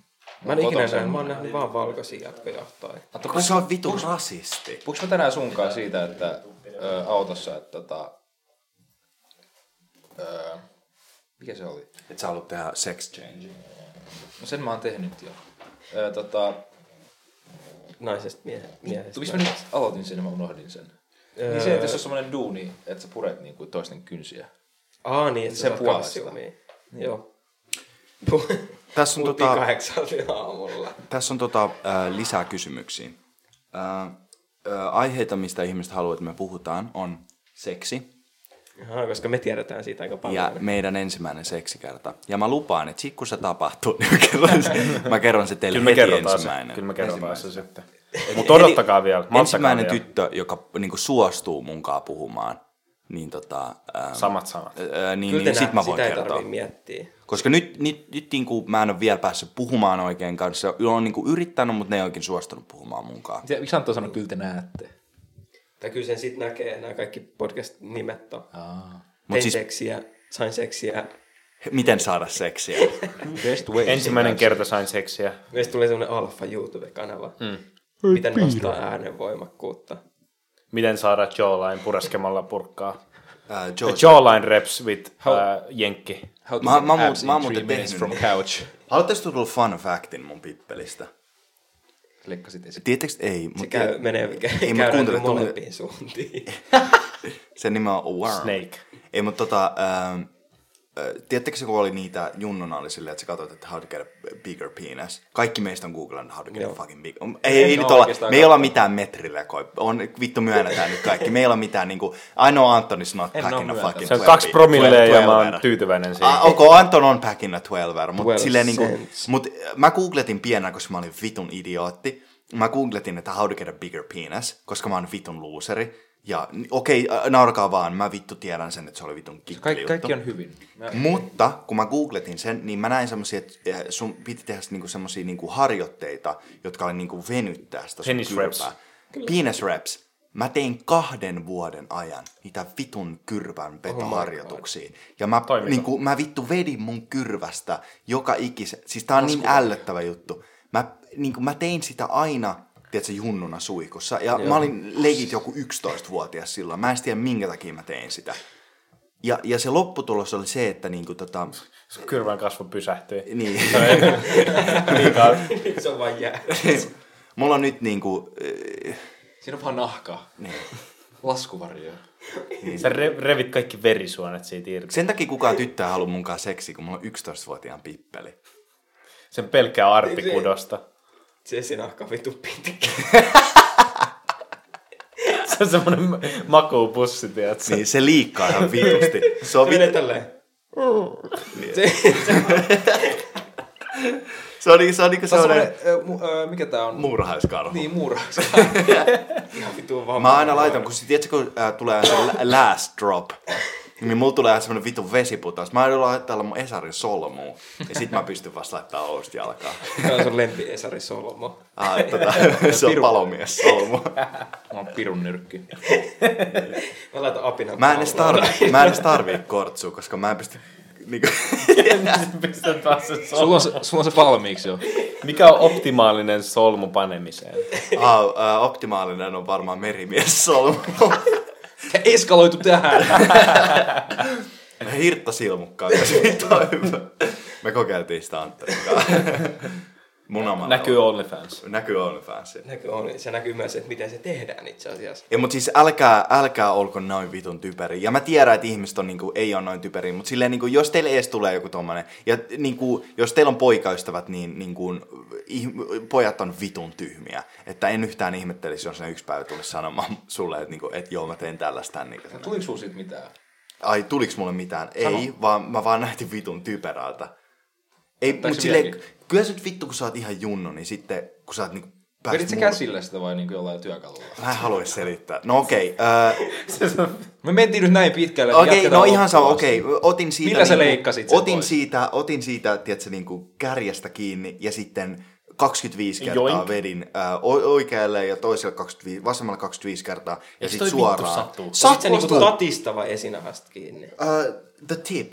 A: Mä en ikinä
C: Kotoisen.
A: nähnyt, mä oon nähnyt vaan valkoisia jatkojohtoja.
B: Koska sä oot vitu rasisti.
C: Puhuks mä tänään sunkaan siitä, että ö, autossa, että tota... Ö, mikä se oli?
B: Et sä haluat tehdä sex change.
C: No sen mä oon tehnyt jo. Ö, tota,
A: Naisesta miehe-
B: Niin.
A: miehestä.
C: Tu, miksi mä nyt aloitin sen ja mä unohdin sen? Niin se, että jos on semmoinen duuni, että sä puret niinku toisten kynsiä.
A: Aa niin, että
C: Se
A: se on
C: puolesta.
A: kalsiumia. Joo. Puh-
B: Tässä on
A: Puhuttiin
B: Niin. tota...
A: kahdeksalta aamulla.
B: Tässä on tota, äh, lisää kysymyksiä. Äh, äh, aiheita, mistä ihmiset haluaa, että me puhutaan, on seksi
A: Aha, koska me tiedetään siitä aika paljon.
B: ja meidän ensimmäinen seksikerta. Ja mä lupaan, että sit kun se tapahtuu, niin mä kerron, sen- mä kerron se teille
D: Kyllä me
B: heti
D: kerrotaan se.
B: ensimmäinen.
D: Kyllä me kerrotaan se
B: Ensimmäinen.
D: sitten. Mutta odottakaa vielä. Malttakaa
B: Niin, Ensimmäinen
D: vielä.
B: tyttö, joka niin suostuu munkaan puhumaan, niin tota... Äh,
D: Samat sanat.
B: äh, niin,
A: Kyllä
B: niin
A: te
B: sit
A: nä-
B: mä voin
A: sitä ei
B: kertoa.
A: tarvii miettiä.
B: Koska nyt, nyt, nyt niin kuin mä en ole vielä päässyt puhumaan oikein kanssa. Olen niin kuin yrittänyt, mutta ne ei oikein suostunut puhumaan munkaan.
C: Mitä- Miksi Antto sanoi, kyllä te näette?
A: Tai kyllä sen sitten näkee, nämä kaikki podcast-nimet on.
C: Aa.
A: Tein
B: siis-
A: seksiä, sain seksiä.
B: Miten saada seksiä?
C: Best way.
D: Ensimmäinen kerta sain seksiä.
A: Meistä tuli semmoinen alfa YouTube-kanava. Mm. Miten nostaa äänen voimakkuutta.
D: Miten saada jawline pureskemalla purkkaa?
B: Äh, George,
D: Jawline reps with uh, jenkki.
C: How to
B: Mä-
C: get
B: mä muut-
C: abs in
B: mä oon
C: three
B: muuten
C: minutes from
B: tehnyt
C: couch.
B: haluatteko tulla fun factin mun pippelistä?
C: Leikkasit esiin.
B: Tiettekö ei,
A: Se
B: mutta
A: käy, menee,
B: ei,
A: käy,
B: mä
A: käy
B: kuuntelen,
A: niin molempiin suuntiin.
B: sen nimi on Worm.
D: Snake.
B: Ei, mutta tota, ähm, äh, Tiedättekö se, kun oli niitä junnuna oli silleen, että sä katsoit, että how to get a bigger penis. Kaikki meistä on googlannut how to get a
A: Joo.
B: fucking big... Ei, ei
C: oo
B: nyt olla,
C: oikeastaan
B: me ei olla mitään metrilekoja. On, vittu myönnetään nyt kaikki. Me ei olla mitään niinku... Ainoa Antonis not
C: En oo
B: packing a
C: myöntänyt.
B: fucking
D: Se on
B: 12
D: kaksi promillea ja mä
B: 12
D: oon
B: erä.
D: tyytyväinen siihen.
B: Ah, okay, Anton on packing a 12, mutta
A: 12
B: silleen niinku,
A: cents.
B: mut mä googletin pienenä, koska mä olin vitun idiootti. Mä googletin, että how to get a bigger penis, koska mä oon vitun looseri. Ja n- okei, okay, naurakaa vaan, mä vittu tiedän sen, että se oli vitun
C: Kaik,
B: kikkeli
C: kaikki on hyvin. Mä,
B: mutta kun mä googletin sen, niin mä näin semmosia, että eh, sun piti tehdä niinku semmosia niinku harjoitteita, jotka oli niinku venyttää sitä sun
D: Penis reps.
B: kylpää. Penis reps. Mä tein kahden vuoden ajan niitä vitun kyrpän petoharjoituksiin. Ja mä,
D: Toimiko?
B: niin kuin, mä vittu vedin mun kyrvästä joka ikisen. Siis tää on niin ällöttävä juttu. Mä, niin kuin, mä tein sitä aina, tiedätkö, junnuna suikussa. Ja Joo. mä olin legit joku 11-vuotias silloin. Mä en tiedä, minkä takia mä tein sitä. Ja, ja se lopputulos oli se, että niin kuin, tota,
D: Sun kyrvän kasvu pysähtyi.
B: niin,
D: Liikaa.
A: se on vaan jää.
B: mulla on nyt niin kuin,
C: Siinä on vaan nahka. Niin. Laskuvarjo. Niin.
D: Sä re- revit kaikki verisuonet siitä irti.
B: Sen takia kukaan tyttö ei halua munkaan seksi, kun mulla on 11-vuotiaan pippeli.
D: Sen
C: Niin,
D: pelkkää arpikudosta.
A: Se se nahka vitu pitkä.
D: Se on semmonen ma- makuupussi, tiedätkö?
B: Niin se liikkaa ihan vitusti. Se on,
A: Se menee
B: vi-
A: tälleen. Se, se,
B: se on, niinku- se on niinku
A: se on
B: sellainen
A: semmoinen, ö, mu- ö, mikä tää on?
B: murhaiskarhu.
A: Niin, muura. Ihan vitu vaan.
B: Mä aina laitan, kun sit, tiedätkö, kun ää, tulee se la- last drop, niin mulla tulee semmonen vitun vesiputous. Mä aina laittaa mun Esarin solmuun. Ja sit mä pystyn vasta laittaa ousti jalkaa.
A: Tää on sun lempi Esari Solmo.
B: Ah, tota, se on palomies solmu.
C: Mulla on pirun nyrkki.
A: Mä laitan apinan.
B: Mä en edes
A: paulaan.
B: tarvii, mä en edes tarvii kortsua, koska mä en pysty... Niinku,
D: Pistät vaan sen sol-
C: Niin. Sulla on, se- sulla on se valmiiksi jo.
D: Mikä on optimaalinen solmu panemiseen?
B: ah, ää, optimaalinen on varmaan merimies solmu.
C: Eskaloitu tähän.
B: Hirtta silmukkaa, jos vittu on hyvä. Me kokeiltiin sitä Antterin kanssa. Munamalla.
D: Näkyy OnlyFans.
B: Näkyy OnlyFans.
A: Näkö on, niin se näkyy myös, että miten se tehdään itse asiassa.
B: Ei, mutta siis älkää, älkää olko noin vitun typeri. Ja mä tiedän, että ihmiset on, niinku, ei ole noin typeri, mutta silleen, niinku, jos teille edes tulee joku tommonen, ja niinku, jos teillä on poikaystävät, niin niinku, ihm- pojat on vitun tyhmiä. Että en yhtään ihmettelisi, jos ne yksi päivä tulisi sanomaan sulle, että niinku, et, joo, mä tein tällaista. Niin,
C: Tuliko sulla siitä mitään?
B: ai, tuliks mulle mitään? Ei, vaan mä vaan näytin vitun typerältä. Ei,
C: Näyttääkö
B: mutta silleen,
C: vieläkin?
B: kyllä se nyt vittu, kun sä oot ihan junnu, niin sitten, kun sä oot niinku, päässyt
C: Vedit sä
B: mur-
C: käsillä sitä vai niin jollain työkalulla?
B: Mä en halua selittää. No okei. Okay,
C: Me mentiin nyt näin pitkälle. että
B: Okei,
C: jatketaan
B: no ihan sama,
C: loppuun asti.
B: okei. Otin siitä... niinku-
C: Millä sä leikkasit sen
B: otin
C: pois?
B: siitä, otin siitä, tiedätkö, niin kuin kärjestä kiinni ja sitten 25 kertaa
D: Joink.
B: vedin ää, o- oikealle ja toiselle 25, vasemmalle 25 kertaa ja
D: Eiks
B: sitten
D: toi vittu
B: suoraan.
D: sattuu?
A: Sit se niinku
B: sattuu.
A: tatista vai esinahasta kiinni?
B: Ää, the tip.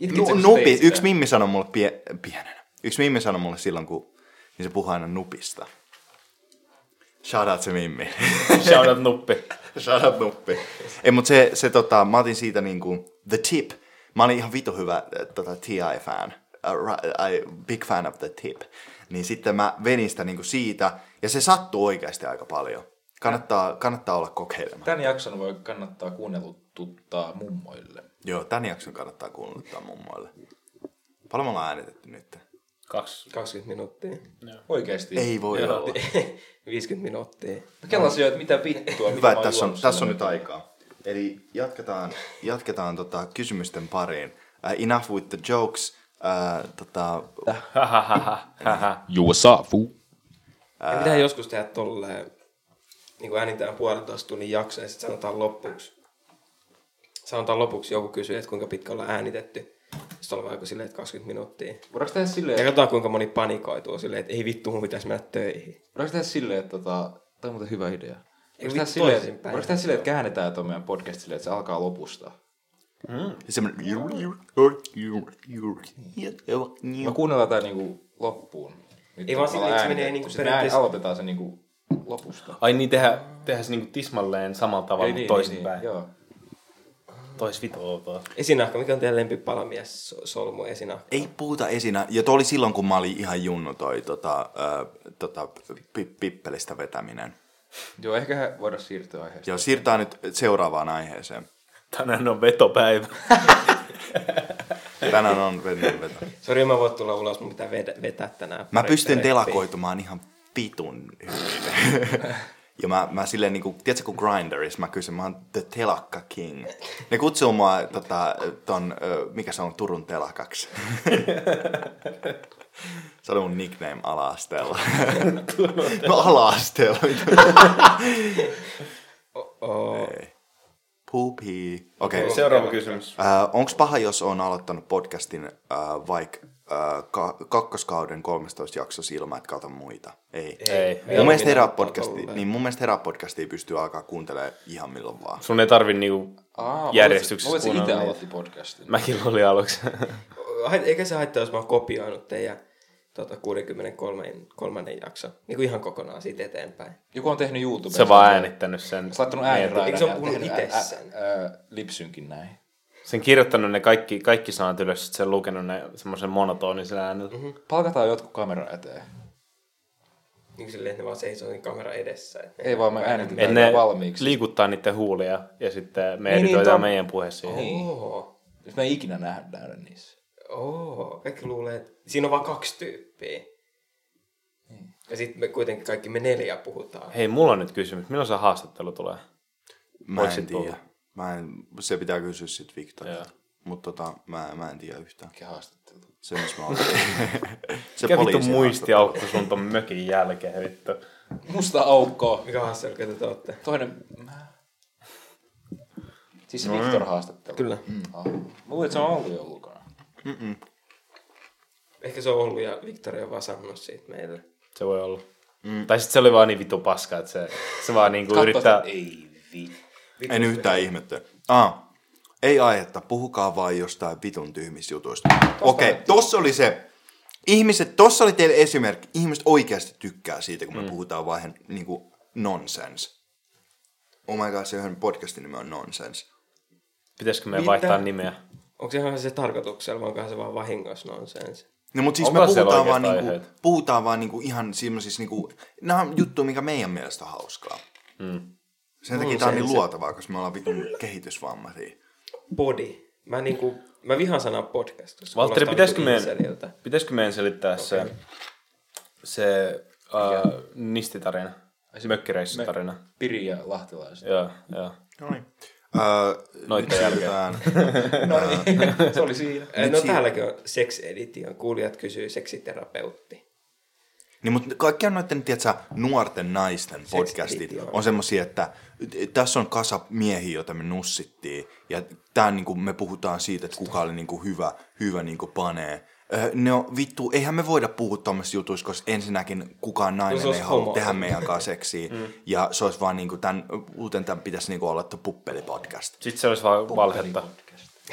C: Itkitkö
B: Äh, Nu,
C: sä
B: nupi,
C: teistä?
B: yksi mimmi sanoi mulle pie, pienenä. Yksi mimmi sanoi mulle silloin, kun niin se puhuu aina nupista. Shout out se mimmi.
D: Shoutout nuppi.
B: Shut nuppi. Ei, mutta se, se tota, mä otin siitä niinku The Tip. Mä olin ihan vitu hyvä äh, tota, T.I.-fan. Uh, ra- I, big fan of The Tip. Niin sitten mä venin sitä niinku siitä, ja se sattuu oikeasti aika paljon. Kannattaa, kannattaa olla kokeilematta.
C: Tän jakson voi kannattaa kuunnellututtaa mummoille.
B: Joo, tämän jakson kannattaa kuunnella mummoille. Paljon me ollaan äänitetty nyt?
D: Kaksi.
A: 20 minuuttia.
C: Oikeesti.
B: Ei voi Joo. olla.
A: 50 minuuttia.
C: Mä kelasin jo, että mitä vittua. mitä
B: Hyvä,
C: mä
B: että
C: oon
B: tässä on,
C: juonut
B: tässä on
C: sinne.
B: nyt aikaa. Eli jatketaan, jatketaan tota, kysymysten pariin. Uh, enough with the jokes. Uh, tota,
C: Juo saavu.
A: Ja pitää joskus tehdä tolleen, niin kuin äänitään puolentoista tunnin jakso ja sitten sanotaan lopuksi. Sanotaan lopuksi joku kysyy, että kuinka pitkä ollaan äänitetty. Sitten ollaan joku silleen, että 20 minuuttia.
C: Voidaanko tehdä silleen,
A: Ja katsotaan kuinka moni panikoituu silleen, että ei vittu, mun pitäisi mennä töihin.
C: Voidaanko tehdä silleen, että tota, toi on muuten hyvä idea. Voidaanko tehdä
A: vittu
C: silleen,
A: toisinpäin.
C: voidaanko tehdä silleen, että käännetään tuon meidän podcast silleen, että se alkaa lopusta? Me
B: Semmoinen...
C: kuunnellaan tää niinku loppuun. Nyt
A: Ei vaan
C: ollaan
A: silleen, että se
C: äänitetty.
A: menee niinku
C: Sitten me ääni-
A: periaatteessa-
C: aloitetaan se niinku lopusta.
D: Ai niin, tehdä, tehdä se niinku tismalleen samalla tavalla, mutta toisinpäin.
C: Niin, joo.
D: Tois vitu outoa.
A: Esinahka, mikä on teidän lempipalamies so- solmu esinahka?
B: Ei puhuta esinä. Ja toi oli silloin, kun mä olin ihan junnu toi tota, ö, tota, pi- pippelistä vetäminen.
C: Joo, ehkä voidaan siirtyä aiheesta.
B: Ja siirrytään nyt seuraavaan aiheeseen.
D: Tänään on vetopäivä.
B: Tänään on vetänyt vetä.
A: Sori, mä voin tulla ulos, mun pitää vedä, vetää tänään.
B: Mä
A: pari
B: pystyn
A: treppiä.
B: telakoitumaan ihan pitun hyvin. Ja mä, mä silleen niinku, tiedätkö kun Grinders, mä kysyn, mä oon The Telakka King. Ne kutsuu mua tota, ton, ö, mikä se on, Turun telakaksi. se oli mun nickname ala-asteella. no ala-asteella.
A: Oo.
B: Pupi. Okei. Okay.
D: Seuraava kysymys.
B: Äh, Onko paha, jos on aloittanut podcastin äh, vaikka äh, ka- kakkoskauden 13 jakso ilman, että kato muita. Ei.
D: Ei.
B: Mun mielestä herää
A: herää
B: podcasti, niin mun mielestä herää podcastia pystyy alkaa kuuntelemaan ihan milloin vaan.
D: Sun ei tarvi niinku
C: Aa,
D: järjestyksessä
C: Voit itse
D: kuunnella
C: aloitti podcastin.
D: Mäkin olin aluksi.
A: Eikä se haittaa, jos mä oon kopioinut teidän tota, 63. kolmannen jakso. Niin kuin ihan kokonaan siitä eteenpäin.
C: Joku on tehnyt YouTubeen.
D: Se vaan Niin, äänittänyt sen.
C: Sä laittanut ääniraidan.
A: Eikö se ole
C: ja
A: puhunut
C: tehnyt
A: itse
C: ä- ä-
A: sen?
C: ä- Lipsynkin näin.
D: Sen kirjoittanut ne kaikki, kaikki sanat ylös, sit sen lukenut ne semmoisen monotonisella äänellä.
C: Mhm.
D: Mm-hmm.
C: Palkataan jotkut kamera eteen.
A: Niin kuin silleen, että ne vaan seisoo niin kamera edessä. Että
C: Ei vaan me
D: Et
C: äänitetään
D: ne
C: ne... valmiiksi.
D: liikuttaa niiden huulia ja sitten me
A: Niin,
D: editoidaan
A: niin, tom-
D: meidän puhe siihen.
C: Niin.
A: Oo.
C: Jos me ei ikinä nähdä niissä.
A: Oo. Kaikki luulee, että siinä on vaan kaksi tyyppiä.
C: Niin.
A: Ja sitten me kuitenkin kaikki me neljä puhutaan.
D: Hei, mulla on nyt kysymys. Milloin se haastattelu tulee?
B: Mä
D: Voit
B: en
D: sit
B: tiedä.
D: puhua.
B: Mä en, se pitää kysyä sit Victorilta.
D: Joo.
B: Mutta tota, mä, mä en tiedä yhtään.
C: Mikä haastattelu.
B: Se, missä mä olin. se
D: Mikä vittu
B: poliisin
D: muistiaukko sun ton mökin jälkeen, vittu?
C: Musta aukkoa.
A: Mikä haastattelu, ketä te olette?
C: Toinen... Mä...
D: No.
C: Siis se Viktor haastattelu.
A: Kyllä.
C: Mm. Ah. Mä luulen, että se on ollut jo ulkona.
A: Ehkä se on ollut ja Victoria on vaan sanonut siitä meille.
D: Se voi olla. Mm. Tai sitten se oli vaan niin vitu paska, että se, se vaan niinku
C: Katso,
D: yrittää...
C: Ei vittu.
B: haastattelu. En yhtään ihmettä. Ah, ei aihetta, puhukaa vaan jostain vitun tyhmistä jutuista. Okei, okay, tossa oli se. Ihmiset, tossa oli teille esimerkki. Ihmiset oikeasti tykkää siitä, kun me mm. puhutaan vaan niinku nonsense. Oh my god, se yhden podcastin nimi on nonsense.
D: Pitäisikö me
A: Mitä?
D: vaihtaa nimeä?
A: Onko se ihan se tarkoituksella, vai onkohan se vaan vahingossa nonsense?
B: No mutta siis
D: Onko
B: me
D: siellä
B: puhutaan vaan,
D: oikeastaan
B: niinku,
D: aiheita?
B: puhutaan vaan niinku ihan semmoisissa, niinku, nämä on juttu, mikä meidän mielestä on hauskaa. Mm. Sen takia tämä on niin
A: se-
B: luotavaa, koska me ollaan vitun kehitysvammaisia.
A: Body. Mä, niinku, mä vihan sanaa podcast. koska
D: Valtteri,
A: kuulostaa
D: pitäisikö
A: niinku
D: meidän,
A: inseliltä.
D: pitäisikö meidän selittää okay. se, se uh, nistitarina? Mökkireissutarina.
C: Piri ja lahtilaiset.
D: Joo, joo.
B: No niin. Öö,
D: Noitten
B: nyt
D: jälkeen.
B: siirrytään-
C: No niin, se oli siinä.
A: Ei, No täälläkin on sex edition. Kuulijat kysyy seksiterapeutti.
B: Niin, mutta kaikkien noiden, tiedätkö, nuorten naisten podcastit
A: video.
B: on semmoisia, että tässä on kasa miehiä, joita me nussittiin. Ja tää, niin kuin, me puhutaan siitä, että kuka oli niin kuin, hyvä, hyvä niin kuin, panee. Öö, No vittu, eihän me voida puhua tämmöisistä jutuista, koska ensinnäkin kukaan
A: No
B: nainen
A: se
B: no, ei
A: olisi
B: halua
A: homo.
B: tehdä meidän kanssa seksiä. mm. Ja se olisi vaan niin kuin, tämän, uuten tämän pitäisi niin kuin, olla tuo puppelipodcast.
D: Sitten se olisi vaan valhetta.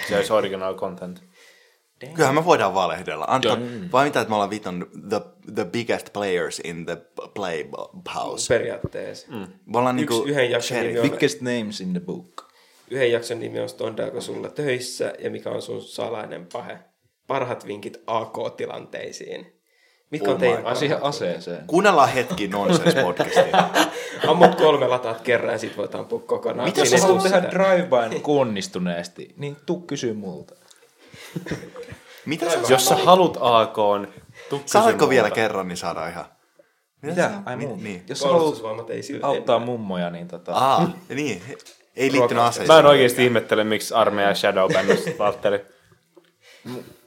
D: Se olisi original content.
B: Kyllähän me voidaan valehdella. Antaa, vai mitä, että me ollaan vitun the, the biggest players in the play house.
A: Periaatteessa. Mm.
B: Me ollaan
A: Yksi-
B: niinku
A: yhden jakson
B: sheriff.
A: nimi on-
C: Biggest names in the book.
A: Yhden jakson nimi on Stondaako sulla töissä ja mikä on sun salainen pahe. Parhat vinkit AK-tilanteisiin. Mitkä
B: Oh
A: on teidän
B: my
C: Ai siihen
A: asiat?
C: aseeseen.
B: Kuunnellaan hetki nonsense podcastia.
A: Ammut kolme lataat kerran ja sit voit ampua kokonaan.
B: Mitä
A: Siinä
B: sä
A: ei
B: haluat
A: tuu sitä.
C: drive-byn onnistuneesti, niin tuu kysy multa.
B: Mitä sä
D: Jos sä haluat AK, tuu
B: Saatko
D: kysymään
B: vielä
D: multa.
B: kerran, niin saadaan ihan.
C: Mitä? Ai
B: Mitä?
C: muuta.
B: Niin.
C: Jos sä haluat
A: Puolustusvoimat ei sillä
C: auttaa mummoja, niin tota...
B: Aa, niin. Ei liittynyt
A: Ruokaa.
D: Mä
B: aseeseen.
D: en oikeesti ihmettele, miksi armeija shadow Valtteri.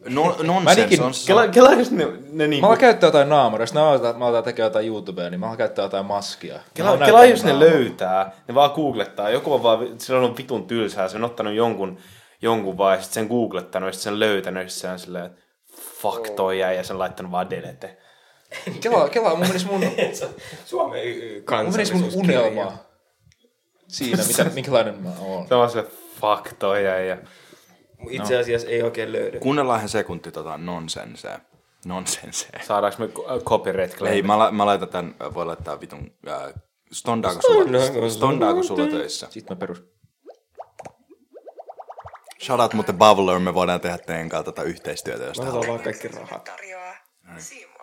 B: No,
C: Mä
B: nonsense
C: niinkin-
B: on se.
D: Kela, kela jos ne, ne
C: Mä
D: niinku...
C: haluan käyttää jotain naamaria, jos mä aletaan, mä aletaan tekemään jotain YouTubea, niin mä haluan käyttää jotain maskia.
D: Kela, kela jos ne löytää, ne vaan googlettaa. Joku on vaan, sillä on ollut vitun tylsää, se on ottanut jonkun, jonkun vaan, ja sit sen googlettanut, ja sit sen löytänyt, ja sit se on silleen, että fuck toi jäi, ja sen laittanut vaan delete.
C: Kela, kela mun menisi mun,
A: Suomen y- y-
C: mun, menisi mun
A: kansallisuuskirja.
C: unelma siinä, mitä, minkälainen mä oon.
D: Se on vaan silleen, fuck toi jäi, ja
A: Itse asiassa ei oikein löydy.
B: Kuunnellaanhan sekunti tota nonsensea. Nonsensea.
D: saadaanko me ko- copyright
B: Ei,
D: claim?
B: mä, la, mä laitan tän, voi laittaa vitun, äh, stondaako sulla,
A: Stondaako
B: stondaako sulla töissä?
C: Sitten mä perus.
B: Shout out muuten Bavler, me voidaan tehdä teidän kanssa tätä yhteistyötä, jos
A: Mä
B: te
A: otan
B: haluatte.
A: vaan kaikki rahat.
E: tarjoaa Seymour.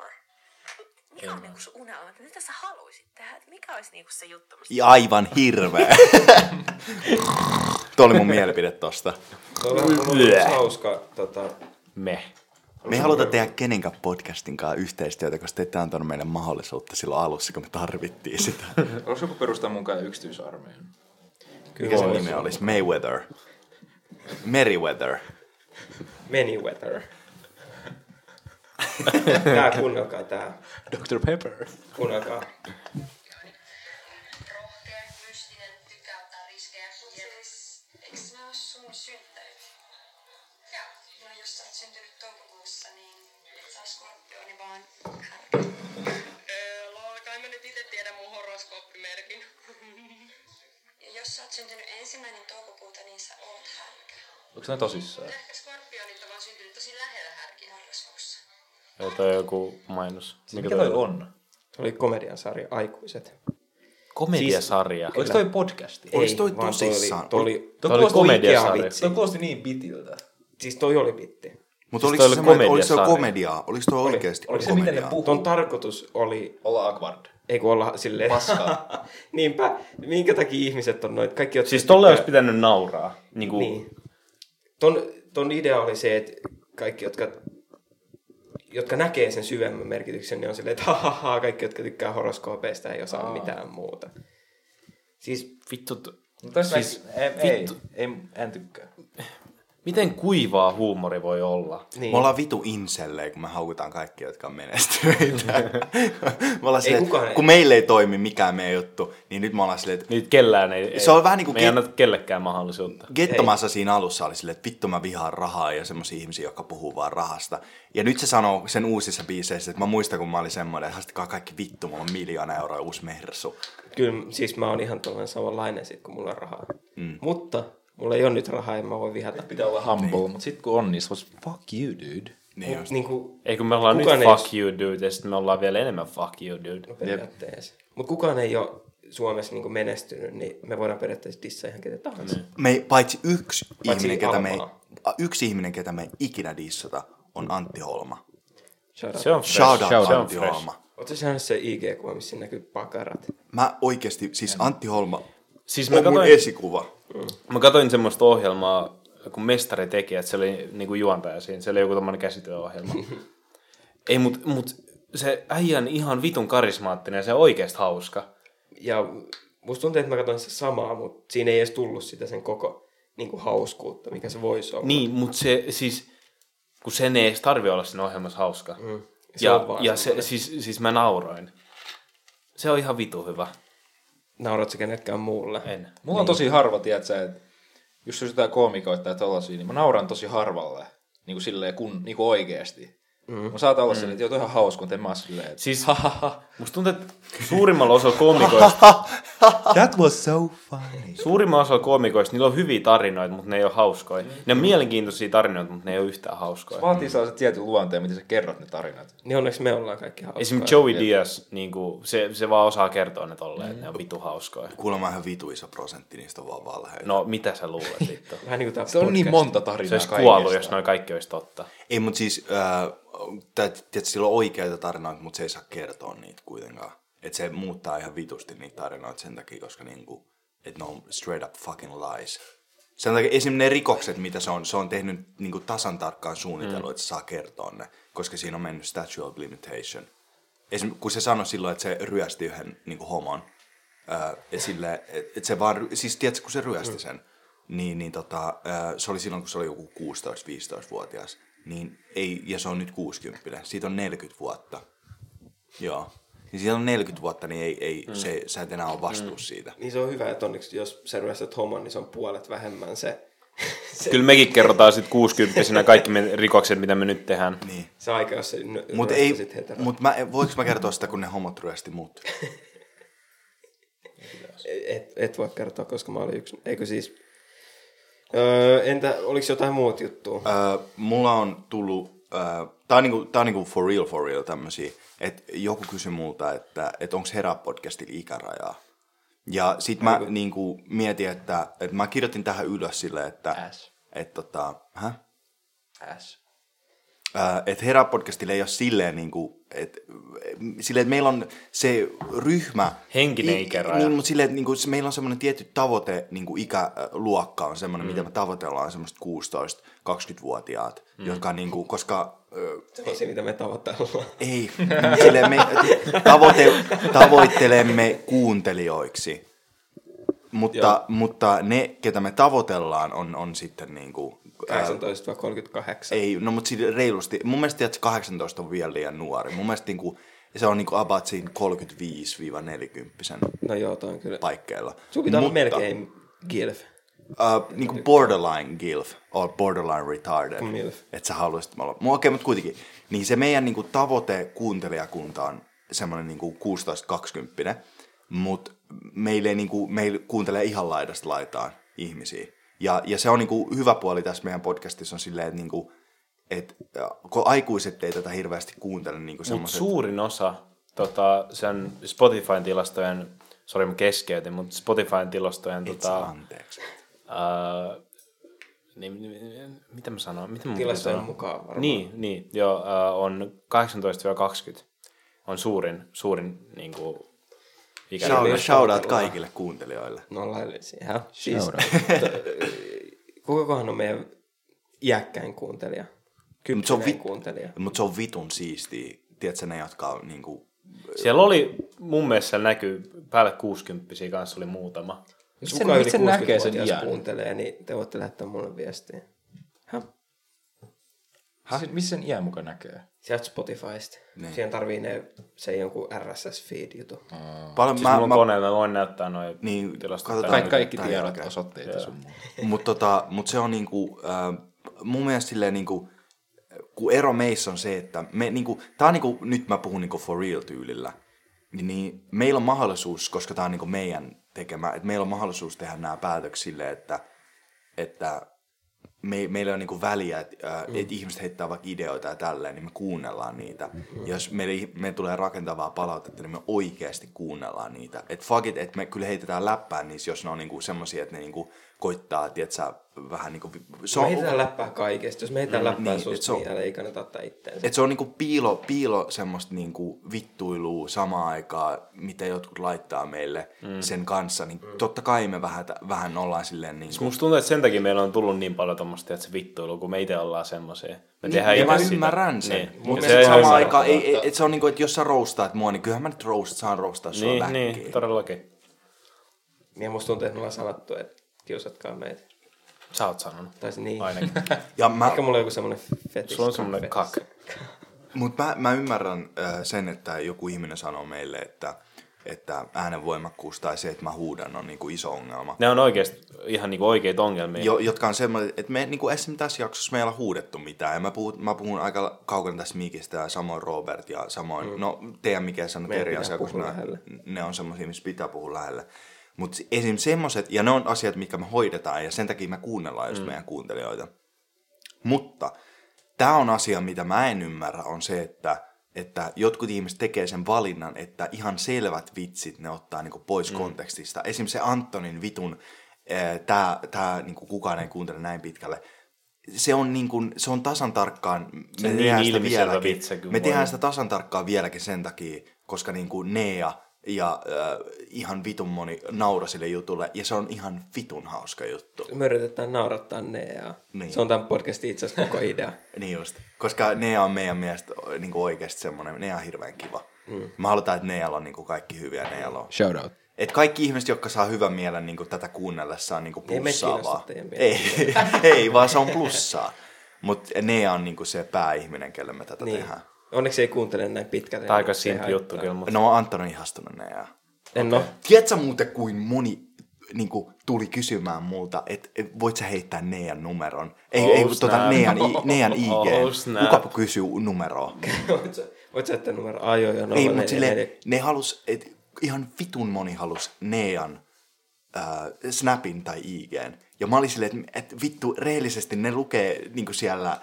E: Mikä on niinku sun unelma, että mitä sä haluaisit tehdä? Että mikä olisi niinku se juttu, mistä...
B: Aivan hirveä. Tuo oli mun mielipide tosta.
A: Se on vähän mulla on yksi hauska tota,
D: Me.
B: Me ei haluta tehdä kenenkään podcastin kanssa yhteistyötä, koska te ette antanut meille mahdollisuutta silloin alussa, kun me tarvittiin sitä.
C: Haluaisi joku perustaa mun kai yksityisarmeijan?
B: Mikä se
A: Voi.
B: nimi olisi? Mayweather. Meriweather.
A: Manyweather. Tää, kuunnelkaa tää.
C: Dr. Pepper.
A: Kuunnelkaa.
F: rohkea, mystinen,
E: siis,
F: tykkää ottaa riskejä. Yes. Eikö ne ole sun synttärit? Joo.
E: No jos sä oot syntynyt toukokuussa, niin sä oot skorpioni vaan.
F: Öö, lol, kai mä nyt itse tiedän mun horoskooppimerkin.
E: Ja jos sä oot syntynyt ensimmäinen toukokuuta, niin sä oot härkä
C: Onko ne tosissaan?
F: Ehkä skorpionit on vaan syntynyt tosi lähellä härkiä.
E: marraskuussa.
D: Joo, toi on joku mainos.
C: Mikä toi on?
A: Se oli komedian sarja Aikuiset.
B: Siis,
D: Komediasarja.
C: Oliko toi podcasti?
B: Olis
A: Ei,
B: toi
A: vaan
B: tosissaan?
A: Toi oli, toi
C: Toi
A: oli, toi
D: oli
A: oli
D: komediasarja.
A: komediasarja. Vitsi.
C: Toi kuulosti niin pitiltä.
A: Siis toi oli bitti.
B: Mutta siis
D: Siis toi
B: oliko
D: oli
B: se semmoinen, oliko se
D: komediasarja.
B: komediaa? Oliko toi oikeasti
C: Oliko se miten ne
B: komediaa?
C: puhuu?
A: Ton tarkoitus oli,
C: Olla awkward.
A: ei kun olla silleen...
C: Paskaa.
A: Niinpä, minkä takia ihmiset on noit, kaikki jotka
D: Siis tolle
A: tykkää-
D: olisi pitänyt nauraa. Niin
B: Niinku-
D: kuin,
A: Niin. Ton, ton idea oli se, että kaikki, jotka, jotka näkee sen syvemmän merkityksen, niin on silleen, että hahaha, kaikki, jotka tykkää horoskoopeista, ei osaa Aa. mitään muuta. Siis
D: Vittu, t-
C: No tässä
D: Siis,
C: siis, ei, ei, ei, en tykkää.
D: miten kuivaa huumori voi olla?
A: niin,
B: Me ollaan vitu inselleen, kun me haukutaan kaikkia, jotka on menestyneitä. me ollaan silleen,
A: kukaan
B: että
A: ei-
B: kun meillä ei toimi mikään meidän juttu, niin nyt me ollaan silleen, että
D: Nyt kellään ei... ei-
B: Se on vähän niinku
D: Me ei
B: ke-
D: anna kellekään mahdollisuutta.
B: Gettomassa siinä alussa oli silleen, että vittu mä vihaan rahaa ja semmoisia ihmisiä, jotka puhuu vaan rahasta. Ja nyt se sanoo sen uusissa biiseissä, että mä muistan, kun mä olin semmoinen, että haastakaa kaikki vittu, mulla on miljoona euroa uusi mersu.
A: kyllä siis mä oon ihan tuollainen samanlainen sit, kun mulla on rahaa. Mm. Mutta mulla ei ole nyt rahaa, en mä voi vihata.
C: Pitää olla humble, niin. mutta sit kun on, niin se olisi fuck you, dude.
B: Niin just.
A: Niin kuin,
D: Ei kun me ollaan
A: Kukaan
D: nyt
A: ei-
D: fuck you dude ja sitten me ollaan vielä enemmän fuck you dude.
A: no periaatteessa. Mutta kukaan ei ole Suomessa niin menestynyt, niin me voidaan periaatteessa dissaa ihan ketä tahansa.
B: Me ei, paitsi yksi
A: Paitsi
B: ihminen, ketä me ei,
A: Almaa.
B: a, yksi ihminen, ketä me ei ikinä dissata, on Antti Holma.
A: Shout out.
D: Se on fresh.
B: Shout out
D: se on
B: Antti
D: fresh.
B: Holma.
A: Oletko sä nähnyt se IG-kuva, missä siinä näkyy pakarat?
B: Mä oikeasti, siis Antti Holma
D: Siis mä
B: on mun
D: katsoin,
B: esikuva.
D: mä katsoin semmoista ohjelmaa, kun mestari teki, että se oli niinku juontaja siinä. Se oli joku tommonen käsityöohjelma. ei, mut, mut se äijän ihan vitun karismaattinen ja se on oikeasti hauska.
A: Ja musta tuntuu, että mä katsoin sitä samaa, mutta siinä ei edes tullut sitä sen koko niin kuin hauskuutta, mikä se voisi olla.
D: Niin, mutta se siis, kun sen ei edes tarvi olla siinä ohjelmassa hauska. Mm,
A: se
D: ja
A: on vaan
D: ja se, siis, siis mä nauroin. Se on ihan vitu hyvä.
A: Nauratko kenetkään muulle?
D: En.
C: Mulla on tosi harva, tiedätkö, että just jos jotain koomikoita tai tollasia, niin mä nauran tosi harvalle. Niin kuin silleen, kun, niin kuin oikeesti. Mm. Mä saatan olla mm. silleen, että joo, toi on ihan hauska, mutta en mä oo silleen, että...
D: Siis, musta tuntuu, että suurimmalla osalla koomikoista,
B: That was so funny.
D: suurimmalla osalla koomikoista, niillä on hyviä tarinoita, mutta ne ei ole hauskoja.
A: Mm.
D: Ne on mielenkiintoisia tarinoita, mutta ne ei ole yhtään hauskoja.
C: Vaatii sellaisen tietyn luonteen, miten sä kerrot ne tarinat.
A: Niin onneksi me ollaan kaikki hauskoja.
D: Esimerkiksi Joey Diaz, niin kuin, se, se vaan osaa kertoa ne tolleen, että ne
A: Mm.
D: on vitu hauskoja.
B: Kuulemma ihan vitu iso prosentti niistä on vaan valheita.
D: No, mitä sä luulet, vittu?
A: Vähän niin kuin tämä
C: Se on niin monta
D: Se
C: tarinaa
D: olisi kuollut, jos noin kaikki olisi totta.
B: Ei, mutta siis, äh, tää- tiedätkö, sillä on oikeita tarinoita, mutta se ei saa kertoa niitä kuitenkaan. Että se muuttaa ihan vitusti niitä tarinoita sen takia, koska niinku, et ne on straight up fucking lies. Sen takia esimerkiksi ne rikokset, mitä se on, se on tehnyt niinku tasan tarkkaan suunnitellut, mm. että se saa kertoa ne, koska siinä on mennyt statue of limitation. Esim, kun se sanoi silloin, että se ryösti yhden niinku homon, Öö, ja sille, et, et se vaan, ry- siis tiedätkö, kun se ryösti sen, niin, niin tota, öö, se oli silloin, kun se oli joku 16-15-vuotias, niin ei, ja se on nyt 60, siitä on 40 vuotta. Joo. Niin siitä on 40 vuotta, niin ei, ei mm. se, sä et enää ole vastuussa mm. siitä.
A: Niin se on hyvä, että onneksi jos sä ryöstät homon, niin se on puolet vähemmän se, se,
D: Kyllä mekin kerrotaan sitten 60 kaikki me rikokset, mitä me nyt tehdään.
B: Niin.
A: se aika, jos sä n-
B: Mut ei,
A: ryöstäsit heteraa.
B: mut mä, voiko mä kertoa sitä, kun ne homot ryösti mut?
A: E- Et, et voi kertoa, koska mä olin yksi. Eikö siis... Öö, entä, oliko jotain muut juttua?
B: Öö, mulla on tullut, öö, tää on, niinku, tää on niinku for real for real tämmösiä, että joku kysyi multa, että et onko Herra podcastilla ikärajaa. Ja sit mä niinku mietin, että, että mä kirjoitin tähän ylös silleen, että
C: S.
B: et, tota, hä?
C: S.
B: Öö, et Herra podcastilla ei ole silleen niinku, et, silleen, että meillä on se ryhmä.
D: Henkinen
B: I-
D: ikäraja.
B: Niin, mutta silleen, että niinku, se- meillä on semmoinen tietty tavoite, niinku ikäluokka on semmoinen, mm. mitä me tavoitellaan, semmoiset 16-20-vuotiaat, mm. jotka niinku, koska öö,
A: Se on se, mitä me tavoitellaan.
B: ei, silleen me tavoite, tavoittelemme kuuntelijoiksi. Mutta, mutta ne, ketä me tavoitellaan, on, on sitten niinku... ää,
A: 18-38.
B: ei, no mutta siinä reilusti. Mun mielestä että 18 on vielä liian nuori. Mun mielestä niinku, se on niinku about siinä 35-40
A: No joo, toi on kyllä.
B: paikkeilla.
A: Sun pitää olla melkein GILF.
B: Uh, niin kuin borderline gilf or borderline retarded.
A: Milf.
B: Että sä haluaisit olla. Mu- Okei, okay, mutta kuitenkin. Niin se meidän niin kuin, tavoite kuuntelijakunta on semmoinen niin 16-20, mutta meillä, ei, niin kuin, meillä kuuntelee ihan laidasta laitaan ihmisiä. Ja, ja se on niin kuin, hyvä puoli tässä meidän podcastissa on silleen, että niin kuin, et, äh, kun aikuiset ei tätä hirveästi kuuntele, niin kuin
D: Mutta
B: semmoiset...
D: suurin osa tota, sen Spotifyn tilastojen, sori mä keskeytin, mutta Spotifyn tilastojen
B: et sä
D: tota,
B: anteeksi.
D: ää, niin, niin, niin, mitä mä sanon? Mitä
B: Mm,
D: mä
A: Tilastojen
D: sanon?
A: mukaan varmaan.
D: Niin, niin joo, ää, on 18-20 on suurin, suurin niin kuin,
B: Shout, shoutout kaikille kuuntelijoille.
A: No laillisia. Hä? Siis, mutta, ö, kuka kohan on meidän iäkkäin kuuntelija?
B: Mutta se, on
A: Kymmenen
B: vit...
A: kuuntelija.
B: mut se on vitun siistiä. Tiedätkö ne, jotka on niinku...
D: Siellä oli, mun mielestä siellä näkyy, päälle 60 kanssa oli muutama. Siis
A: Jos
C: Sen-
A: kukaan yli
C: miten näkee sen
A: 60-vuotias
C: iän?
A: kuuntelee, niin te voitte lähettää mulle viestiä. Häh?
C: Siis, missä sen iän mukaan näkee?
A: Sieltä Spotifysta. Niin. Siihen tarvii ne, se jonkun RSS-feed jutu.
B: Paljon,
D: Siis mä, mulla on kone, mä voin näyttää noin
B: Niin,
D: tilastot.
B: katsotaan.
C: Kaikki,
D: tänne.
C: kaikki
B: Tää
C: tiedot,
B: jälkeen.
C: osoitteet ja sun muuta.
B: Mutta tota, mut se on niinku, äh, mun mielestä silleen niinku, kun ero meissä on se, että me niinku, tää on niinku, nyt mä puhun niinku for real tyylillä, niin, niin meillä on mahdollisuus, koska tää on niinku meidän tekemä, että meillä on mahdollisuus tehdä nämä päätökset silleen, että, että me, meillä on niinku väliä, että äh, mm. et ihmiset heittää vaikka ideoita ja tälleen, niin me kuunnellaan niitä. Mm. Jos meille, me tulee rakentavaa palautetta, niin me oikeasti kuunnellaan niitä. Et fuck it, että me kyllä heitetään läppää niissä, jos ne on niinku semmoisia, että ne niinku koittaa, tietsä, vähän niinku... Se
A: Me
B: on,
A: heitetään läppää kaikesta. Jos me heitetään mm, läppää
B: niin,
A: niin,
B: et
A: susta,
B: se on-
A: niin älä ei kannata ottaa itteensä.
B: et se on niinku piilo, piilo semmoista niinku vittuilua samaan aikaan, mitä jotkut laittaa meille mm. sen kanssa. Niin totta kai me vähän, vähän ollaan silleen niinku...
D: Musta tuntuu, että sen takia meillä on tullut niin paljon tuommoista, että se vittuilu, kun me itse ollaan semmoisia. Me tehdään
B: ja
D: itse
B: Niin, mä
D: sitä.
B: ymmärrän sen.
D: Niin.
B: Mutta
D: Ja se on Niin,
B: sitten samaan
D: ymmärrettävää.
B: aikaan, ei, ei, et se on niinku, että jos sä roustaat mua, niin kyllähän mä nyt roust, saan roustaa sua
D: Niin,
B: niin,
D: niin, todellakin.
A: Niin musta tuntuu, että me ollaan sanottu, että kiusatkaa meitä.
D: Sä oot sanonut.
A: Tai se niin.
D: Ainakin.
B: Ja mä,
A: Ehkä mulla on joku semmonen fetis.
D: Sulla on semmonen kak.
B: mut mä, mä ymmärrän äh, sen, että joku ihminen sanoo meille, että, että äänenvoimakkuus tai se, että mä huudan, on niinku iso ongelma.
D: Ne on oikeasti ihan niinku oikeita ongelmia.
B: Jo, jotka on semmoiset, että me niin kuin esim. tässä jaksossa me ei olla huudettu mitään. Ja mä puhun, mä puhun aika kaukana tässä mikistä ja samoin Robert ja samoin, mm. no teidän mikä sanot
A: Meidän
B: eri
A: pitää
B: asia, koska
A: puhua
B: ne,
A: lähelle.
B: ne on semmoisia, missä pitää puhua lähellä. Mutta esim. semmoiset, ja ne on asiat, mitkä me hoidetaan ja sen takia me kuunnellaan just mm. meidän kuuntelijoita. Mutta tämä on asia, mitä mä en ymmärrä, on se, että, että jotkut ihmiset tekee sen valinnan, että ihan selvät vitsit ne ottaa niinku pois mm. kontekstista. Esimerkiksi se Antonin vitun, tämä tää, niinku kukaan ei kuuntele näin pitkälle, se on, niin kuin, se on tasan tarkkaan,
D: Se on niin ilmiselvä vitsi, kun
B: me
D: voi-
B: tehdään sitä tasan tarkkaan vieläkin sen takia, koska niin kuin Nea ja äh, ihan vitun moni naura sille jutulle, ja se on ihan vitun hauska juttu.
A: Me yritetään naurattaa ne ja
B: Niin.
A: niin. se on tämän podcastin itse asiassa koko idea.
B: Niin just. Koska Nea on meidän mielestä niin kuin oikeasti semmoinen, Nea on hirveän kiva. Mm. Mä halutaan, että Nealla on niin kuin kaikki hyviä Nealla on.
C: Shoutout.
B: Et kaikki ihmiset, jotka saa hyvän mielen niin kuin tätä kuunnellessaan niin kuin
A: Ei me
B: plussaa
A: kiinnosta
B: vaan.
A: teidän
B: Ei, ei, vaan se on plussaa. Mutta Nea on niin kuin se pääihminen, kelle me tätä niin.
A: niin.
B: tehdään.
A: Onneksi ei kuuntele näin pitkälti.
D: Tää on aika
A: niin se ei
D: simpi
A: haittaa.
D: juttu kyllä, mutta
B: No, Anton on ihastunut Neaa.
A: En okay.
B: Tiedätkö muuten, kuin moni niin kuin, tuli kysymään multa, että voit sä heittää Nean numeron? Ei,
D: Oh,
B: ei tuota,
D: snap.
B: Nean, i- Nean IG.
D: Oh, snap.
B: Kukapa kysyy numeroa?
A: no. Voit sä- Voit sä jättää numero ajoja?
B: Ei, mutta Niin, silleen, ne halus, et, ihan vitun moni halus Nean äh, Snapin tai IGn. Ja mä olin silleen, että et, vittu, rehellisesti ne lukee niinku siellä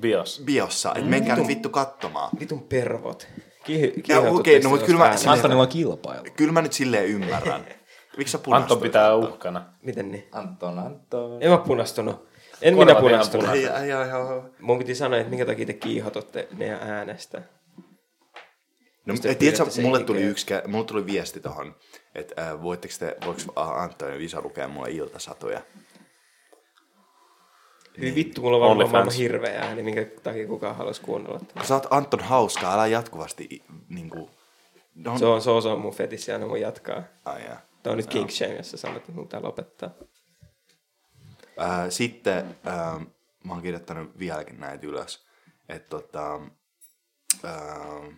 D: bios.
B: biossa, että menkää nyt vittu katsomaan.
A: Vitun pervot. Kihy,
B: okei, no mut kyllä mä-
A: Ääni.
B: se- Antonilla
C: on kilpailu.
B: Kyllä mä nyt silleen ymmärrän. Miksi sä punastuit?
D: Anton pitää uhkana.
A: Miten niin?
C: Anton, Anton.
A: En mä punastunut. En
D: Korvat
A: minä
D: ihan
A: punastunut.
D: punaiset.
B: Ai, ai, ai, ai.
A: Mun piti sanoa, että minkä takia te kiihotatte ne äänestä.
B: No,
A: Sitten
B: tiedätkö,
A: pyydätte sen
B: mulle tuli,
A: ikään.
B: yksi, kä- mulle tuli viesti tohon, että äh, voitteko te, voiko Anton ja Visa lukea mulle iltasatoja?
A: Hyvin vittu, mulla on varmaan
D: Onlyfans.
A: maailman hirveä ääni, minkä takia kukaan haluaisi kuunnella. tätä.
B: Kun sä oot Anton hauskaa, älä jatkuvasti i- niinku... No,
A: Se on, se on, se on mun fetissi, aina mun jatkaa.
B: ai, jaa.
A: Tää on nyt kink shame, jos sä sanot, että mun pitää lopettaa.
B: Äh, sitten äh, mä oon kirjoittanut vieläkin näitä ylös. Että tota, äh,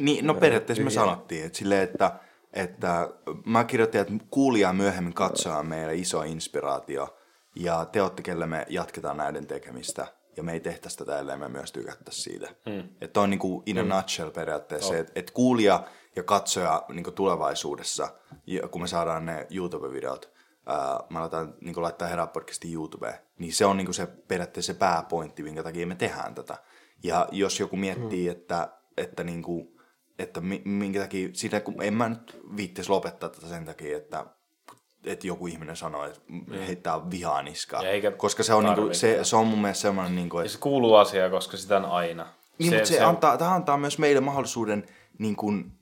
B: niin, no periaatteessa me sanottiin, että silleen, että että mä kirjoitin, että kuulija myöhemmin katsoa meille iso inspiraatio ja te ootte, kelle me jatketaan näiden tekemistä ja me ei tehtäisi tätä, ellei me myös tykättäisi siitä. Hmm. Että on niin kuin in a nutshell periaatteessa, oh. että et kuulija ja katsoja niin kuin tulevaisuudessa, ja kun me saadaan ne YouTube-videot, ää, mä aletaan niin kuin laittaa herää podcastin YouTubeen, niin se on niin kuin se periaatteessa se pääpointti, minkä takia me tehdään tätä. Ja jos joku miettii, hmm. että, että niin kuin, että mi- minkä takia, sitä kun en mä nyt viittisi lopettaa tätä sen takia, että, että joku ihminen sanoo, että heittää vihaa niskaan.
D: Ja eikä
B: Koska se on, niinku, se,
D: tarvitse.
B: se on mun mielestä sellainen, niinku,
D: Ja
B: että
D: se kuuluu asiaan, koska sitä on aina.
B: niin, se, mutta se, se antaa, tämä antaa myös meille mahdollisuuden niin kuin,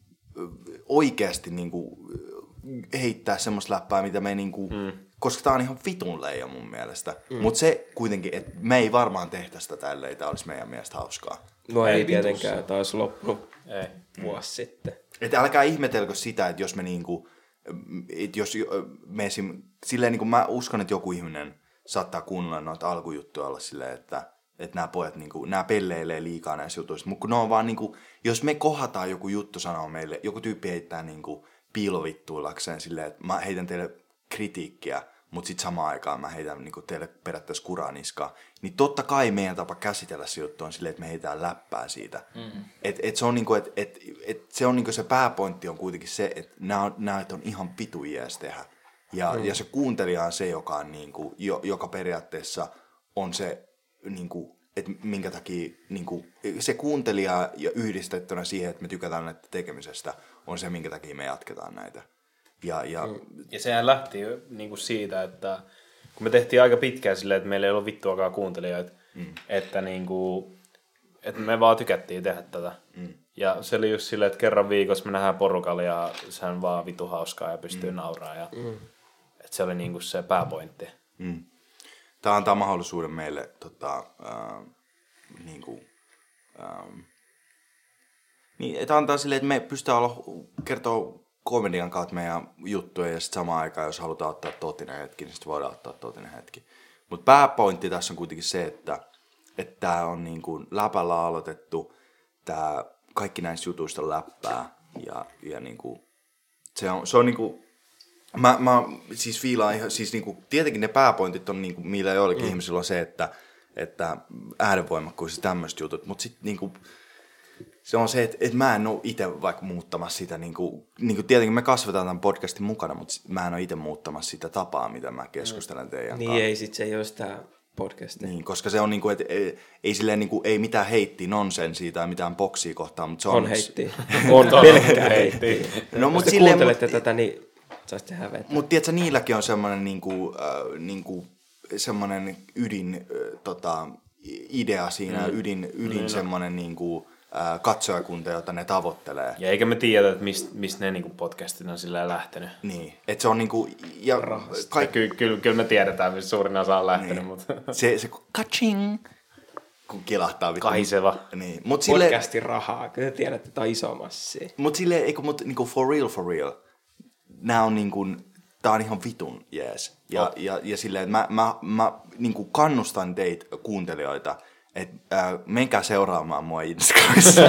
B: oikeasti niin kuin, heittää semmoista läppää, mitä me ei niin kuin, mm. koska tämä on ihan vitun leija mun mielestä. Mm. Mutta se kuitenkin, että me ei varmaan tehtäisi tätä, ellei tämä olisi meidän mielestä hauskaa.
A: No ei, ei tietenkään, tämä olisi loppunut
D: Ei.
A: vuosi sitten.
B: Että älkää ihmetelkö sitä, että jos me niinku, että jos jo- me esim, silleen niinku mä uskon, että joku ihminen saattaa kuunnella noita alkujuttuja olla silleen, että että nämä pojat, niinku, nämä pelleilee liikaa näissä jutuissa. Mutta ne on vaan, niinku, jos me kohataan joku juttu sanoo meille, joku tyyppi heittää niinku, piilovittuillakseen silleen, että mä heitän teille kritiikkiä, mutta sitten samaan aikaan mä heitän niinku, teille periaatteessa kuraa niskaa, niin totta kai meidän tapa käsitellä se juttu on silleen, että me heitään läppää siitä. Mm. Et, et se on niinku, et, et, et se, on niinku se pääpointti on kuitenkin se, että nämä on ihan vitu jees tehdä. Ja, mm. ja se kuuntelija on se, joka, on niinku, jo, joka periaatteessa on se, niinku, että minkä takia niinku, se kuuntelija ja yhdistettynä siihen, että me tykätään näitä tekemisestä, on se, minkä takia me jatketaan näitä. Ja, ja mm.
D: Ja sehän lähti jo niinku siitä, että kun me tehtiin aika pitkään silleen, että meillä ei ollut vittuakaan kuuntelijoita, mm. että, niinku, että me vaan tykättiin tehdä tätä. Mm. Ja se oli just silleen, että kerran viikossa me nähdään porukalla ja se on vaan vitu hauskaa ja pystyy mm. nauraa. Ja, mm. että se oli niinku se pääpointti.
B: tämä antaa mahdollisuuden meille tota, äh, niinku, ähm, niin, että antaa silleen, että me pystytään olla, kertoa komedian kautta meidän juttuja ja sitten samaan aikaan, jos halutaan ottaa totinen hetki, niin sitten voidaan ottaa totinen hetki. Mutta pääpointti tässä on kuitenkin se, että että tämä on niin kuin läpällä aloitettu, tää, kaikki näistä jutuista on läppää ja, ja niin kuin, se on, se on niin kuin, Mä, mä siis fiilaan ihan, siis niinku, tietenkin ne pääpointit on, niinku, millä joillakin mm. ihmisillä on se, että, että äänenvoimakkuus ja tämmöiset jutut, mutta sitten niinku, se on se, että, että mä en ole itse vaikka muuttamassa sitä, niin kuin, niin kuin tietenkin me kasvetaan tämän podcastin mukana, mutta sit mä en ole itse muuttamassa sitä tapaa, mitä mä keskustelen teidän kanssa.
A: Niin ei, sit se ei olisi tämä podcast. Niin.
B: Niin, koska se on niinku, että ei, ei silleen niinku, ei mitään heitti nonsensia tai mitään boksia kohtaan, mutta se on...
A: On heitti. On pelkkää heitti.
B: No,
A: Jos
B: mutta
A: te
B: silleen,
A: kuuntelette
B: mutta
A: tätä, niin saisitte hävetä.
B: mut, tiedätkö, niilläkin on semmoinen niinku, äh, niinku, semmoinen ydin äh, tota, i- idea siinä, mm. ydin, ydin mm. semmoinen niinku, äh, katsojakunta, jota ne tavoittelee.
D: Ja eikä me tiedä, että mistä mist ne niinku podcastit on silleen lähtenyt.
B: Niin, että se on niinku, ja
D: Tai
B: kaikki,
D: ky, kyllä, kyllä me tiedetään, mistä suurin osa on lähtenyt, niin. mutta
B: se, se kun kaching, kun kilahtaa vittu.
D: kaiseva.
B: Niin, mut silleen,
A: Podcastin rahaa, kyllä te tiedätte, tämä on iso massi.
B: Mut silleen, eikö, mut niinku for real, for real. Nää on niinku, tää on ihan vitun jees. Ja, oh. ja, ja silleen, että mä, mä, mä niinku kannustan teitä kuuntelijoita, että äh, menkää seuraamaan mua Instagramissa.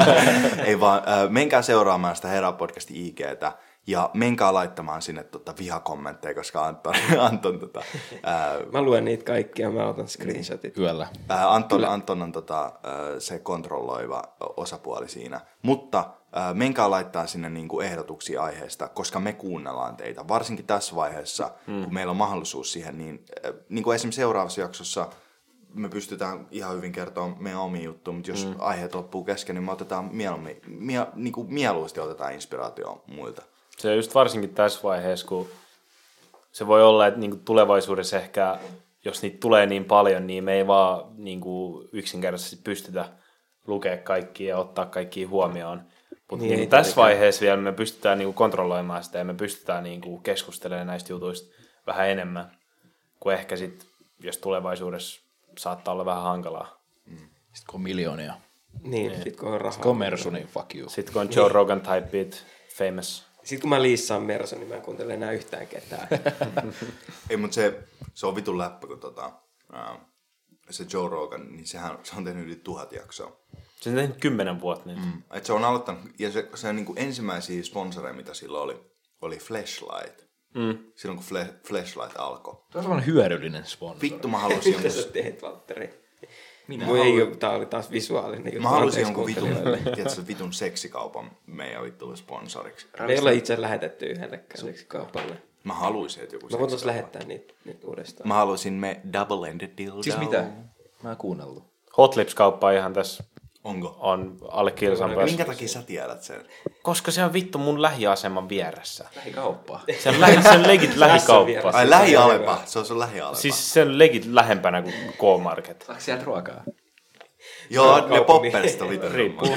B: Ei vaan, äh, menkää seuraamaan sitä Herra Podcastin IGtä. Ja menkää laittamaan sinne tota vihakommentteja, koska Anton, Anton, tota, ää,
A: Mä luen niitä kaikkia, mä otan screenshotit.
C: Yöllä.
B: Ää, Äh, Anton, Anton on tota, ää, se kontrolloiva osapuoli siinä. Mutta ää, menkää laittaa sinne niinku ehdotuksia aiheesta, koska me kuunnellaan teitä. Varsinkin tässä vaiheessa, mm. kun meillä on mahdollisuus siihen, niin, ää, niin kuin esimerkiksi seuraavassa jaksossa me pystytään ihan hyvin kertomaan meidän omiin juttuja, mutta jos mm. aiheet loppuu kesken, niin me otetaan mieluummin, mie, niinku mieluusti otetaan inspiraatio muilta.
D: Se on just varsinkin tässä vaiheessa, kun se voi olla, että niinku tulevaisuudessa ehkä, jos niitä tulee niin paljon, niin me ei vaan niinku yksinkertaisesti pystytä lukea kaikkia ja ottaa kaikki huomioon. Mutta
A: Niin,
D: niin,
A: ei
D: niin tässä vaiheessa vielä me pystytään niinku kontrolloimaan sitä ja me pystytään niinku keskustelemaan näistä jutuista vähän enemmän kuin ehkä sit, jos tulevaisuudessa saattaa olla vähän hankalaa.
C: Sitten kun on miljoonia.
A: Niin, sit kun on rahaa.
C: Kun on Mersu, niin fuck you.
D: Sitten kun on Joe Rogan type beat, famous.
A: Sitten kun mä liissaan Merson, niin mä en kuuntele enää yhtään ketään.
B: Ei, mutta se, se on vitun läppä, kun tota, ää, se Joe Rogan, niin sehän se on tehnyt yli tuhat jaksoa.
D: Se on tehnyt kymmenen vuotta nyt. Mm.
B: Et se on aloittanut, ja se, se niin kuin ensimmäisiä sponsoreja, niinku mitä sillä oli, oli Flashlight. Mm. Silloin kun fle- Flashlight alkoi.
C: Tuo on hyödyllinen sponsori.
B: Vittu mä halusin
A: Mitä sä
B: jonkun,
A: teet, Valtteri?
C: Minä
A: Voi ei oo, tää oli taas visuaalinen juttu.
B: mä halusin
A: anteeksi
B: jonkun vitun,
A: kuuntelijoille.
B: tiedätkö, vitun seksikaupan meidän vittu sponsoriksi.
A: Me ei ole itse lähetetty yhdellekään siksi kaupalle.
B: Mä haluaisin, että joku
A: Mä voin tuossa
B: seksikauppa.
A: lähettää niitä nyt uudestaan.
B: Mä haluaisin me double-ended dildo.
C: Siis mitä? Mä en kuunnellut.
D: Hot Lips-kauppa on ihan tässä
B: Onko?
D: on alle kilsan päässä.
B: Minkä takia sä tiedät sen?
D: Koska se on vittu mun lähiaseman vieressä.
C: Lähikauppaa.
D: Se on, lähi, se on legit lähikauppa.
A: vieressä.
B: Ai
A: Siis
B: lähialepa, se on sun lähialepa. Siis,
D: Siis se on legit lähempänä kuin K-Market.
C: Saatko sieltä ruokaa?
B: Joo, ne
A: kaupungin-
B: popperit oli
D: Riippuu.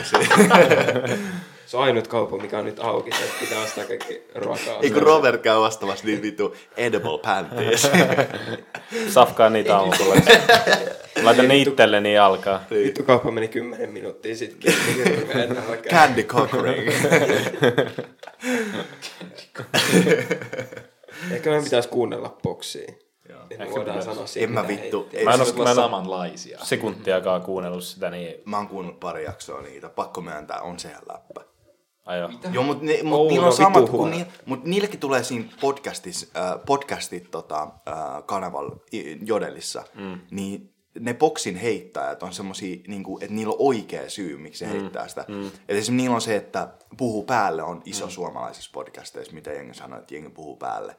A: Se on ainut kauppa, mikä on nyt auki, se että pitää ostaa kaikki ruokaa.
B: Ei kun Robert käy ostamassa niin vittu edible panties.
D: Safkaa niitä aamulla. Laitan ne itselleni jalkaan.
A: Vittu kauppa meni 10 minuuttia sitten.
B: Candy cock ring.
A: Ehkä meidän pitäisi kuunnella boksia. Että me voidaan sanoa siitä,
B: En mä
A: mitä
B: vittu.
A: heitti.
B: Ei,
D: Mä en
B: siis,
D: oo-
C: Mä en... samanlaisia.
D: Sekuntiakaan kuunnellut sitä, niin
B: mä oon kuunnellut pari jaksoa niitä. Pakko myöntää, on se ihan läppä.
D: ajo.
B: Joo, mutta ni,
A: Oulu
B: mut niillä
A: on
B: on samat,
A: vitun
B: kun
A: huono.
B: ni, mut niilläkin tulee siinä podcastis, äh, podcastit tota, äh, kanavalla i- Jodelissa, mm. niin ne boksin heittäjät on semmosia, niinku, että niillä on oikea syy, miksi se heittää sitä. Mm. Et esimerkiksi niillä on se, että puhu päälle on iso mm. suomalaisissa podcasteissa, mitä jengi sanoo, että jengi puhuu päälle.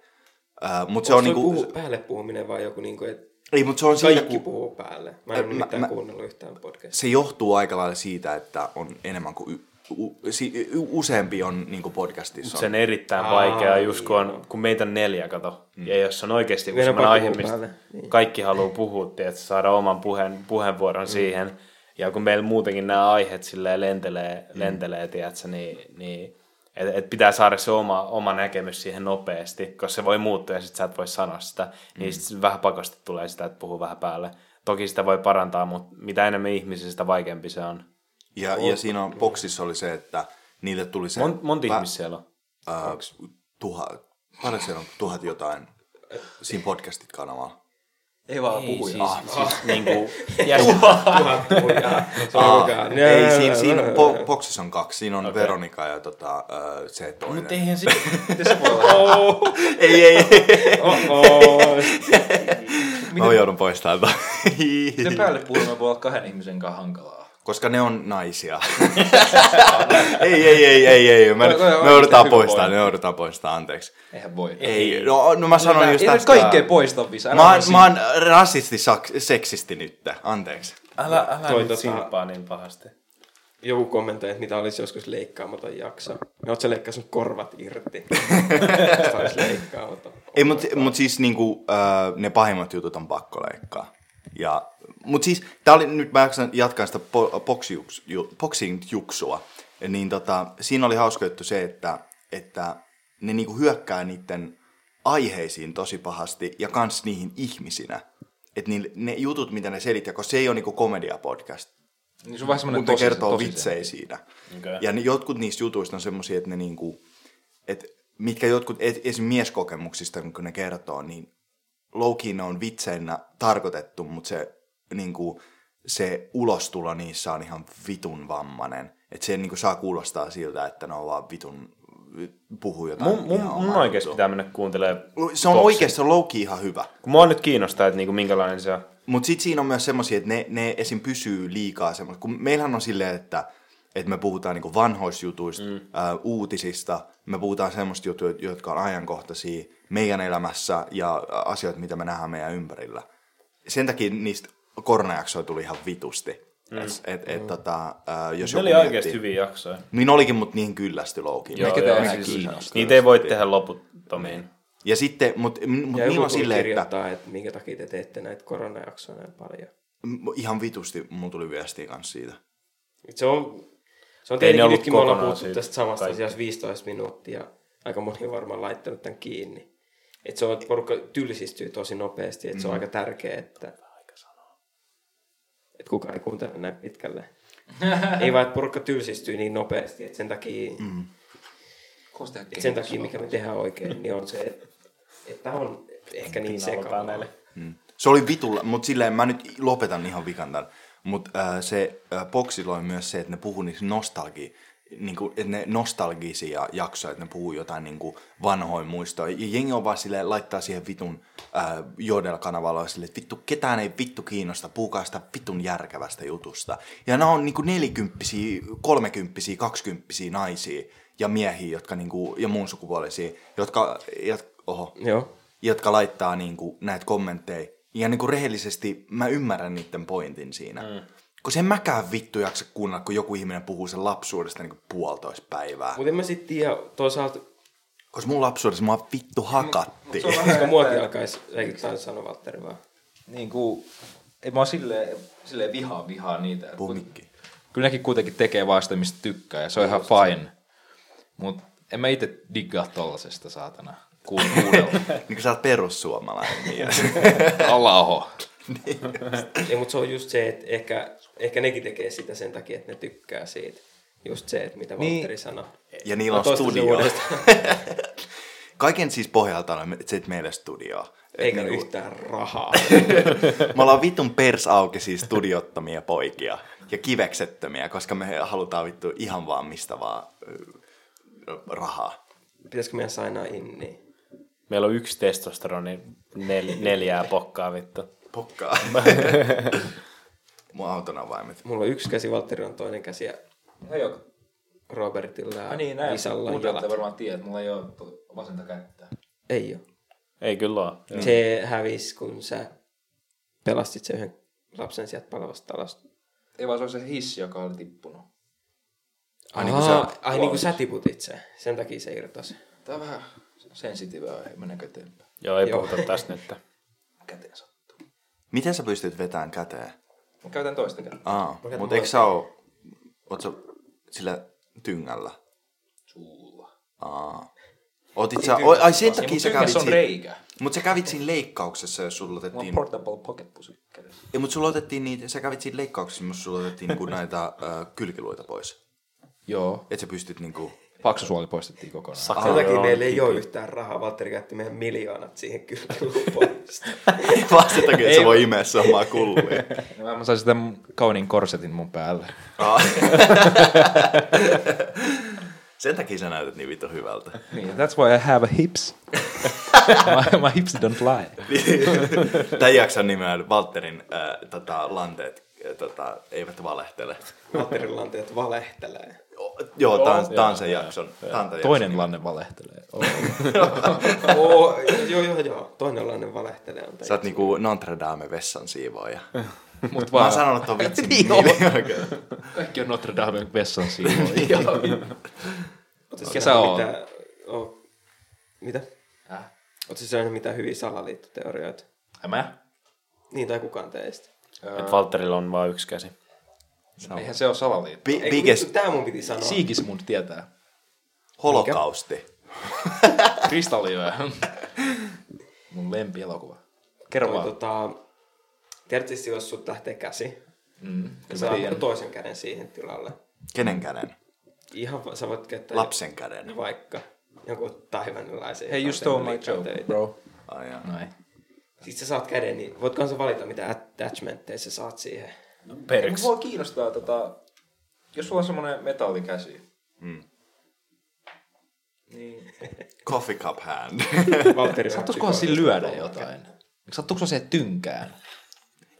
B: Äh, mutta se on, niinku,
A: puhu, päälle puhuminen vai joku, niinku, että
B: ei, mut se on siitä,
A: kaikki
B: kun
A: puhuu päälle? Mä en
B: Mä-
A: ole nimittäin
B: mä-
A: kuunnellut yhtään podcastia.
B: se johtuu aika lailla siitä, että on enemmän kuin y, u, si, y, useampi on niinku podcastissa.
D: Sen
B: on.
D: erittäin
A: Aa,
D: vaikeaa, just kun, on, kun meitä on neljä, kato. Ja jos on oikeasti joku
A: Meidän
D: sellainen
A: Mm. pakko
D: aihe,
A: puhua
D: mistä
A: päälle. Niin. Mm.
D: kaikki haluaa puhua, että saada oman puheen, puheenvuoron siihen. Ja kun meillä muutenkin nämä aiheet silleen lentelee,
A: Mm.
D: lentelee tiedätkö, niin, niin et, et pitää saada se oma, oma näkemys siihen nopeasti, koska se voi muuttua ja sit sä et voi sanoa sitä.
A: Mm.
D: Niin sit vähän pakosti tulee sitä, että puhuu vähän päälle. Toki sitä voi parantaa, mutta mitä enemmän ihmisiä, sitä vaikeampi se on.
B: Ja, ja siinä on, boksissa oli se, että niille tuli se...
D: Mont, monta
B: vä-
D: ihmistä siellä on?
B: ää, tuhat, paljon siellä on, tuhat jotain siinä Ah. podcastit kanavalla.
C: Ei vaan puhuja.
D: Siis, siis niin kuin,
A: Tuhat puhujaa. Sorkaa.
B: Ah. Ei, siinä, siinä bo, boksissa on kaksi. Siinä on okay. Veronika ja tota, ää, se toinen.
D: Mutta eihän se...
B: Ei, ei, ei.
A: Oho.
B: Mä joudun poistamaan tämän.
C: Miten päälle puhuminen voi olla kahden ihmisen kanssa hankalaa?
B: Koska ne on naisia. ei, ei, ei, ei, ei. Me,
C: Toi- toi on
B: me
C: oikeasti
B: joudutaan
C: hyvä
B: poistamaan,
C: pointti.
B: me joudutaan poistamaan, anteeksi.
C: Eihän voi.
B: Ei, no, no mä sanon just
C: ei
B: tästä.
C: nyt kaikkea poista visa.
B: Mä oon, mä oon rasisti-seksisti nyt, anteeksi.
D: Älä, älä
A: Toi
D: nyt
A: tota-
D: simppaa niin pahasti.
A: Joku kommentoi, että mitä olisi joskus leikkaamaton jakso. No oot sä leikkaa sun korvat irti. Sitä olisi leikkaamaton.
B: Ei, mut, mut siis niinku, äh, ne pahimmat jutut on pakko leikkaa. Ja, mut siis, tää oli, nyt mä jaksan- jatkan sitä po, boksijuks- ju- boxing-juksua. Niin tota, siinä oli hauska juttu se, että, että ne niinku hyökkää niiden aiheisiin tosi pahasti ja kans niihin ihmisinä. Että ne jutut, mitä ne selittää, kun se ei ole niinku komediapodcast,
C: Niin se on vähän semmoinen
B: mutta
C: tosi.
B: kertoo
C: tosi-
B: vitsejä siinä.
D: Okei.
B: Ja ne, jotkut niistä jutuista on semmoisia, että ne niinku, et, mitkä jotkut, et, esim. mieskokemuksista, kun ne kertoo, niin loukiin ne on vitseinä tarkoitettu, mutta se, niinku, se ulostulo niissä on ihan vitun vammanen. Että se niinku, saa kuulostaa siltä, että ne on vaan vitun puhuu jotain.
D: Mun, mun,
B: ihan
D: mun
B: omaa
D: oikeesti
B: juttua.
D: pitää mennä kuuntelemaan.
B: Se on
D: boxin.
B: oikeasti se louki ihan hyvä.
D: Kun mua nyt kiinnostaa, että niinku minkälainen se on.
B: Mutta sitten siinä on myös semmoisia, että ne, ne esim. pysyy liikaa semmoista. Kun meillähän on silleen, että, että me puhutaan niinku vanhoista jutuista, mm. ää, uutisista, me puhutaan semmoista jutuja, jotka on ajankohtaisia meidän elämässä ja ä, asioita, mitä me nähdään meidän ympärillä. Sen takia niistä koronajaksoja tuli ihan vitusti. Mm. Et, et, et, tota, ää, jos
D: Ne
B: joku
D: oli oikeasti
B: miettii-
D: hyviä jaksoja.
B: Niin olikin, mutta niihin kyllästy loukin.
D: Joo,
C: ketä
D: joo,
C: enää
D: siis-
C: kiinnostaa.
D: Niitä ei voi tehdä loputtomiin.
B: Ja sitten, mutta mut
A: Ja
B: niillä
A: joku
B: on
A: tuli
B: silleen, että
A: kirjoittaa, että minkä takia te teette näitä koronajaksoja näin paljon.
B: m- ihan vitusti mulla tuli viestiä kanssa siitä.
A: Se on, se on
D: Ei ne
A: tietenkin
D: ollut
A: nytkin me ollaan
D: kokonaan
A: puhuttu
D: siitä
A: tästä samasta
D: kaikki.
A: asiasta 15 minuuttia. Aika moni on varmaan laittanut tämän kiinni. Että se on, että porukka tylsistyy tosi nopeasti, että se on
D: Mm.
A: aika tärkeää, että, että kukaan ei kuuntele näin pitkälle. ei vaan, että porukka tylsistyy niin nopeasti, että sen takia, mm.
C: Kosta
A: että sen takia mikä me tehdään oikein, niin on se, että, että on ehkä niin sekavaa.
B: Mm. Se oli vitulla, mutta silleen mä nyt lopetan ihan vikan tämän. Mutta äh, se äh, boksilla oli myös se, että ne puhuu niistä nostalgia niin kuin, että ne nostalgisia jaksoja, että ne puhuu jotain niin kuin vanhoin muistoja. Ja jengi on vaan silleen, laittaa siihen vitun äh, Jodel-kanavalla silleen, että vittu, ketään ei vittu kiinnosta, puhukaa sitä vitun järkevästä jutusta. Ja nämä on niin kuin nelikymppisiä, kolmekymppisiä, kaksikymppisiä naisia ja miehiä, jotka niin kuin, ja muun sukupuolisia, jotka, jat, oho,
A: Joo.
B: jotka laittaa niin kuin, näitä kommentteja. Ja niin kuin rehellisesti mä ymmärrän niiden pointin siinä. Mm. Kun sen mäkään vittu jaksa kuunnella, kun joku ihminen puhuu sen lapsuudesta niin kuin puolitoista päivää.
A: Mutta en mä sitten tiedä, toisaalta,
B: Koska mun lapsuudessa mua vittu hakattiin.
A: koska muakin alkaisi, eikö tämä sano Valtteri vaan?
C: Niin kuin, ei mä oon silleen, silleen vihaa vihaa niitä.
B: Puhu mikkiin.
C: Kyllä nekin kuitenkin tekee vaan sitä, mistä tykkää ja se on ihan fine. Mut en mä itse diggaa tollasesta saatana. Kuun kuudella.
B: Niin kuin sä oot perussuomalainen niin- mies.
C: Alaho.
A: Ei, mutta se on just se, että ehkä, ehkä nekin tekee sitä sen takia, että ne tykkää siitä. Just se, että mitä
C: Niin.
A: Valtteri sanoi.
B: Ja niillä on
A: Mä toistan sen
B: studio.
A: uudestaan.
B: Kaiken siis pohjalta on se, että meillä on studio. Et
A: Eikä
B: niinku-
A: yhtään rahaa.
B: Me ollaan vitun pers auki siis studiottomia poikia ja kiveksettömiä, koska me halutaan vittu ihan vaan mistä vaan ö, rahaa.
A: Pitäisikö meidän sainaa inni?
D: Meillä on yksi testosteroni nel, neljää pokkaa vittu.
B: Pokkaa. Mun auton avaimet.
A: Mulla on yksi käsi, Valtteri on toinen käsi ja
C: No joo.
A: Robertilla ja
C: Ah niin, näin.
A: Isalla on jalat.
C: Kuudelta varmaan tiedät, mulla ei ole vasenta kättä.
A: Ei oo.
D: Ei kyllä ole.
A: Se hävisi, kun sä pelastit sen yhden lapsen sieltä palavasta talosta.
C: Ei vaan se on se hissi, joka oli tippunut.
A: Ai,
B: niin kuin sä-
A: ai niin kuin sä tiputit sen. Sen takia se irtosi.
C: Tää on vähän sensitiivä aihe, mennäänkö eteenpäin?
D: Joo, ei
A: Joo.
D: puhuta tästä nyt.
C: Käteen sattuu.
B: Miten sä pystyt vetämään käteen?
C: Mä käytän toista kättä.
B: Aa,
A: Mä
B: mutta eikö sä oo, oot sä sillä tyngällä?
C: Suulla.
B: Aa. Otit sä, oi, ai sen
C: Ei,
B: takia
C: mut
B: sä
C: tyngässä
B: kävit
C: on
B: siinä,
C: reikä.
B: mut sä kävit siinä leikkauksessa, jos sulla
C: Mulla on
B: otettiin,
C: portable pocket pussy kädessä.
B: ei, mut sulla otettiin niitä, sä kävit siinä leikkauksessa, missä sulla otettiin niinku näitä ö, kylkiluita pois.
C: Joo.
B: Et sä pystyt niinku,
C: Paksusuoli poistettiin kokonaan. Sa-
A: Sen takia meillä ei ole yhtään rahaa. Valtteri käytti meidän miljoonat siihen kyllä
B: vaan sen takia, että
C: Ei.
B: sä voi imeä samaa kullia.
C: No, mä sain sitä kaunin korsetin mun päälle.
B: Aa. Sen takia sä näytät niin vittu hyvältä.
C: Niin, that's why I have a hips. my, my hips don't lie.
B: Tämän jakson nimi on Valterin äh, tota, lanteet äh, tota, eivät valehtele.
A: Valtterin lanteet valehtelee.
B: O, joo, tämä on, tää on sen jakson. Tää on tän jakson.
C: Toinen lanne valehtelee. Oh.
A: Oo, joo, joo, joo. Toinenlainen valehtelee. on
B: Sä oot niinku Notre Dame vessan siivoaja.
C: Mut
B: Mä
C: vaan
B: oon sanonut ton vitsin.
C: Niin
B: niin,
C: kaikki on Notre Damen vessan siivoja.
A: Oletko
C: Kesä on.
A: siis Mitä? Oo. mitä?
C: Häh?
A: Oletko syönyt mitään hyviä salaliittoteorioita?
C: Mä?
A: Niin tai kukaan teistä.
D: Että Valtterilla on vain yksi käsi.
C: Eihän se ole salaliitto.
B: Bi-
A: Ei,
B: biggest
A: Biggest... Tämä mun piti sanoa. Si-
C: Siigismund tietää.
B: holokausti.
C: Kristallijoja. mun lempielokuva. Kerro
A: Toi,
C: vaan.
A: tota, tiedätkö, siis, jos sut lähtee käsi, mm, sä
C: tiedän.
A: laitat toisen käden siihen tilalle.
B: Kenen käden?
A: Ihan va- sä voit käyttää
B: Lapsen käden.
A: vaikka jonkun taivanilaisen.
C: Hey, you stole my joke, bro.
B: Ai jaa.
C: Noin.
A: Sitten sä saat käden, niin voit kanssa valita, mitä attachmentteja sä saat siihen.
D: Perks.
C: Mua kiinnostaa, tota, jos sulla on semmoinen metallikäsi,
B: Coffee cup hand.
A: Valtteri
C: sattuisikohan sillä lyödä jotain? Sattuuko se tynkään?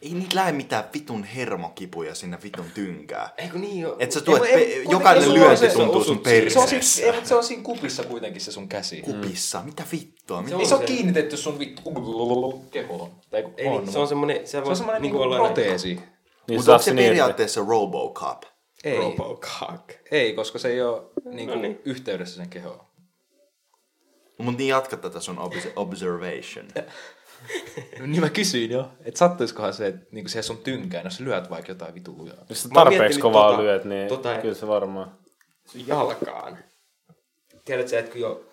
B: Ei niitä lähde mitään vitun hermokipuja sinne vitun tynkään.
A: Eikö niin jo?
B: Et sä
A: Ei,
B: tuet,
A: ei,
B: pe-
A: kuitenkin
B: jokainen
A: sulla on
B: lyönti
A: se-
B: tuntuu
A: osut
B: sun
A: siihen.
C: Se on
B: perseessä.
C: siis, ei, mutta se on siinä kupissa kuitenkin Niin. se sun käsi.
B: Kupissa, mitä vittua? Mitä?
C: Ei se ole kiinnitetty sun vittu kehoon. Tai kun
A: Ei, niin, se on semmonen, se,
C: se on semmoinen niinku proteesi.
D: Niin
B: Mutta
D: saa
B: onko se
D: se niin, että
B: periaatteessa Robocop?
C: Ei,
A: Robocock.
C: ei, koska se ei ole niinku,
A: No niin.
C: yhteydessä sen kehoon.
B: Mut niin jatka tätä sun obs- observation.
C: No niin mä kysyin jo, että sattuisikohan se, että niinku siihen sun tynkään, jos sä lyöt vaikka jotain vitu lujaa.
D: jos sä
A: Mä oon
D: tarpeeksi
A: miettinyt
D: kovaa
A: tota-
D: lyöt, niin
A: tota, että-
D: kyllä se varmaan.
A: sun jalkaan. Tiedätkö, sä, että kun jo,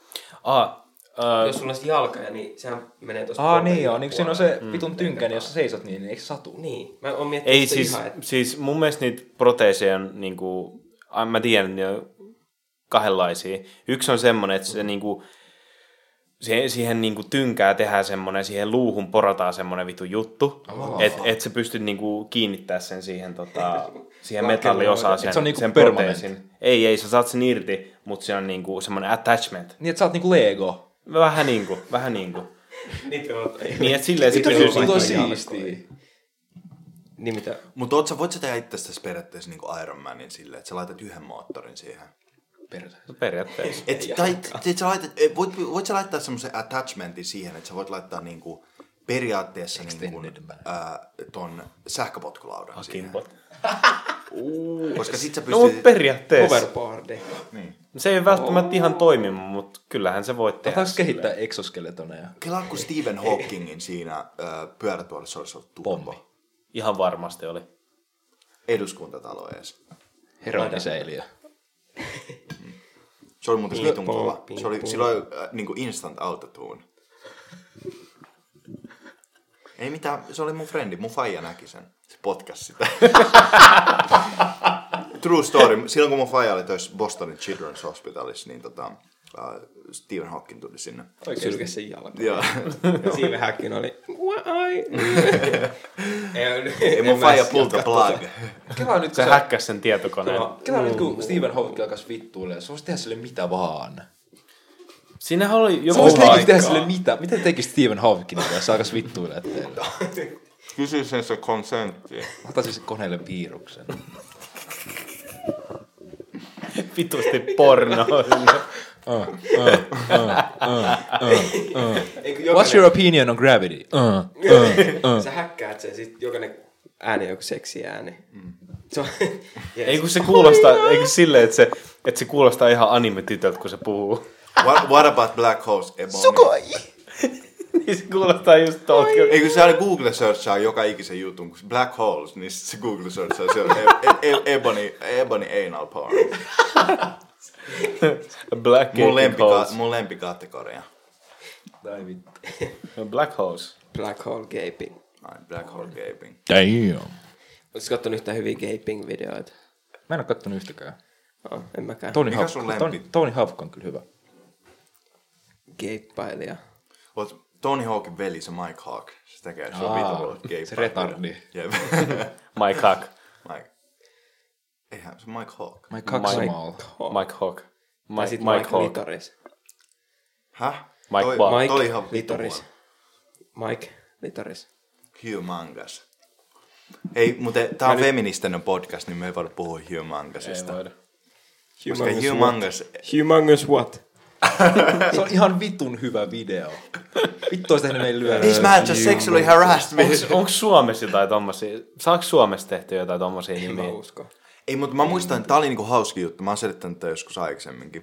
D: Ah, äh,
A: jos sulla olisi jalkoja, niin sehän menee tuossa
C: Aa, niin joo, niin kun siinä on se vitun tynkkä, niin jos sä seisot niin, niin eikö se satu?
A: Niin, mä oon miettinyt
D: ei
A: sitä
D: siis,
A: ihan, että
D: siis mun mielestä niitä proteeseja on niinku, ai,
C: Mm.
D: mä tiedän, että ne on kahdenlaisia. Yksi on semmoinen, että se niinku, siihen, siihen niinku tynkää tehdään semmoinen, siihen luuhun porataan semmoinen vitu juttu, oh. että et sä pystyt niinku kiinnittää sen siihen, tota, siihen metalliosaan, sen,
C: Et se on niinku
D: sen
C: permanent.
D: proteesin. Ei, ei, sä saat sen irti, mutta se on niinku semmoinen attachment.
C: Niin, että sä oot niinku Lego.
D: Vähän niinku, vähän niinku.
A: Niitä on...
D: Niin, että silleen se
C: Mitä
D: pysyy
C: se on
D: siinä.
C: siistiä?
A: Niin mitä?
B: Mutta oot sä, voit sä tehdä itsestäsi periaatteessa niinku Iron Manin silleen, että sä laitat yhden moottorin siihen.
C: Perse.
D: No, Periaatteessa.
B: Et, tai et sä laitat, et voit, voit sä laittaa semmoisen attachmentin siihen, että sä voit laittaa niinku periaatteessa niinku, ää, ton sähköpotkulaudan siihen.
D: Kimpot.
B: Koska sit sä
D: No, mut
B: pystyt...
D: periaatteessa.
A: Overboardi.
D: No Se ei välttämättä ihan toimi, mutta kyllähän se voit tehdä.
C: Taas kehittää exoskeletoneja.
B: Kelaa kun Stephen Hawkingin siinä ää, pyörätuolissa olisi ollut turbo.
D: Ihan varmasti oli.
B: Eduskuntatalo ees.
C: Heroiniseiliö.
B: Se oli muuten
A: Ping
B: vitun
A: pong,
B: kova.
A: ping
B: Se oli
A: pong.
B: silloin äh, niinku instant autotune. Ei mitään, se oli mun frendi, mun faija näki sen. Se potkas sitä. True story. Silloin kun mun faija oli töissä Bostonin Children's Hospitalissa, niin tota, äh, Stephen Hawking tuli sinne.
A: Sylke sen jalka.
B: Ja,
A: Siinä häkin oli. Why?
B: ei mun faija pull the plug.
C: Kela nyt,
D: Se
C: kun
D: häkkäsi sen tietokoneen.
A: Joo.
C: Kela nyt, kun Stephen Hawking alkaisi vittuilemaan. Se voisi tehdä sille mitä vaan.
D: Siinähän oli
C: Sä
D: joku...
C: voisit
D: Ai-
C: tekin tehdä sille mitä? Mitä tekisi Stephen Hawking, jos se alkaisi vittuilemaan teille?
B: Kysyisin se konsentti.
C: Ottaisin siis koneelle piiruksen.
D: vitusti porno.
A: Eikö
C: What's your opinion on gravity? Uh.
A: Sä häkkäät sen, sit jokainen ääni on joku seksiääni. Se on... Yes.
D: Ei kun se kuulostaa, ei kun silleen, että se, että se kuulostaa ihan anime-tytöltä, kun se puhuu.
B: What, what about black holes? Ebony? Sukoi!
D: Niin se kuulostaa just tuolta.
B: Ei kun se aina Google searchaa joka ikisen jutun, kun black holes, niin sit se Google searchaa siellä e- e- e- ebony, ebony anal porn.
D: Black
B: Mun,
D: Gaping
B: lempika-
D: Holes.
B: mun lempikategoria.
C: Tai vittu.
D: Black Holes.
A: Black hole gaping.
B: Ai, black hole gaping.
C: Damn.
A: Oletko kattonut yhtään hyviä gaping-videoita?
C: Mä en oo kattonut yhtäkään.
A: Oh, en mäkään. Ton...
C: Tony
B: Mikä sun
C: Hawk,
B: lempi?
C: Tony, Tony Hawk on kyllä hyvä.
A: Gapeilija.
B: Oot Tony Hawkin veli, se Mike Hawk. Se tekee, se on
C: Aa,
B: vitun gay
C: se
B: party.
C: retardi.
B: Jep.
D: Mike Hawk.
B: Mike. Eihän, se on Mike Hawk.
C: My cock
D: Mike-
C: small.
D: Mike Hawk.
A: Tai
D: Mike,
A: sit
D: Mike,
A: Mike, Mike
D: Hawk.
A: Litoris.
B: Häh?
D: Mike Ball.
B: toi,
A: Mike
B: toi ihan vitun
A: Litoris. Mike Litoris.
B: Humongous. Ei, mutta tää on feministinen podcast, niin me ei voida puhua humongousista.
D: Ei voida.
B: Koska humongous
A: Humongous what?
C: Se on ihan vitun hyvä video. Vittu olisi tehnyt meille lyödä.
B: This man just sexually harassed me.
D: Onko Suomessa jotain tommosia? Saako Suomessa tehty jotain tommosia
A: En mä
D: nimiä?
A: usko.
B: Ei, mutta mä muistan, että tää oli niinku hauska juttu. Mä oon selittänyt tätä joskus aikaisemminkin.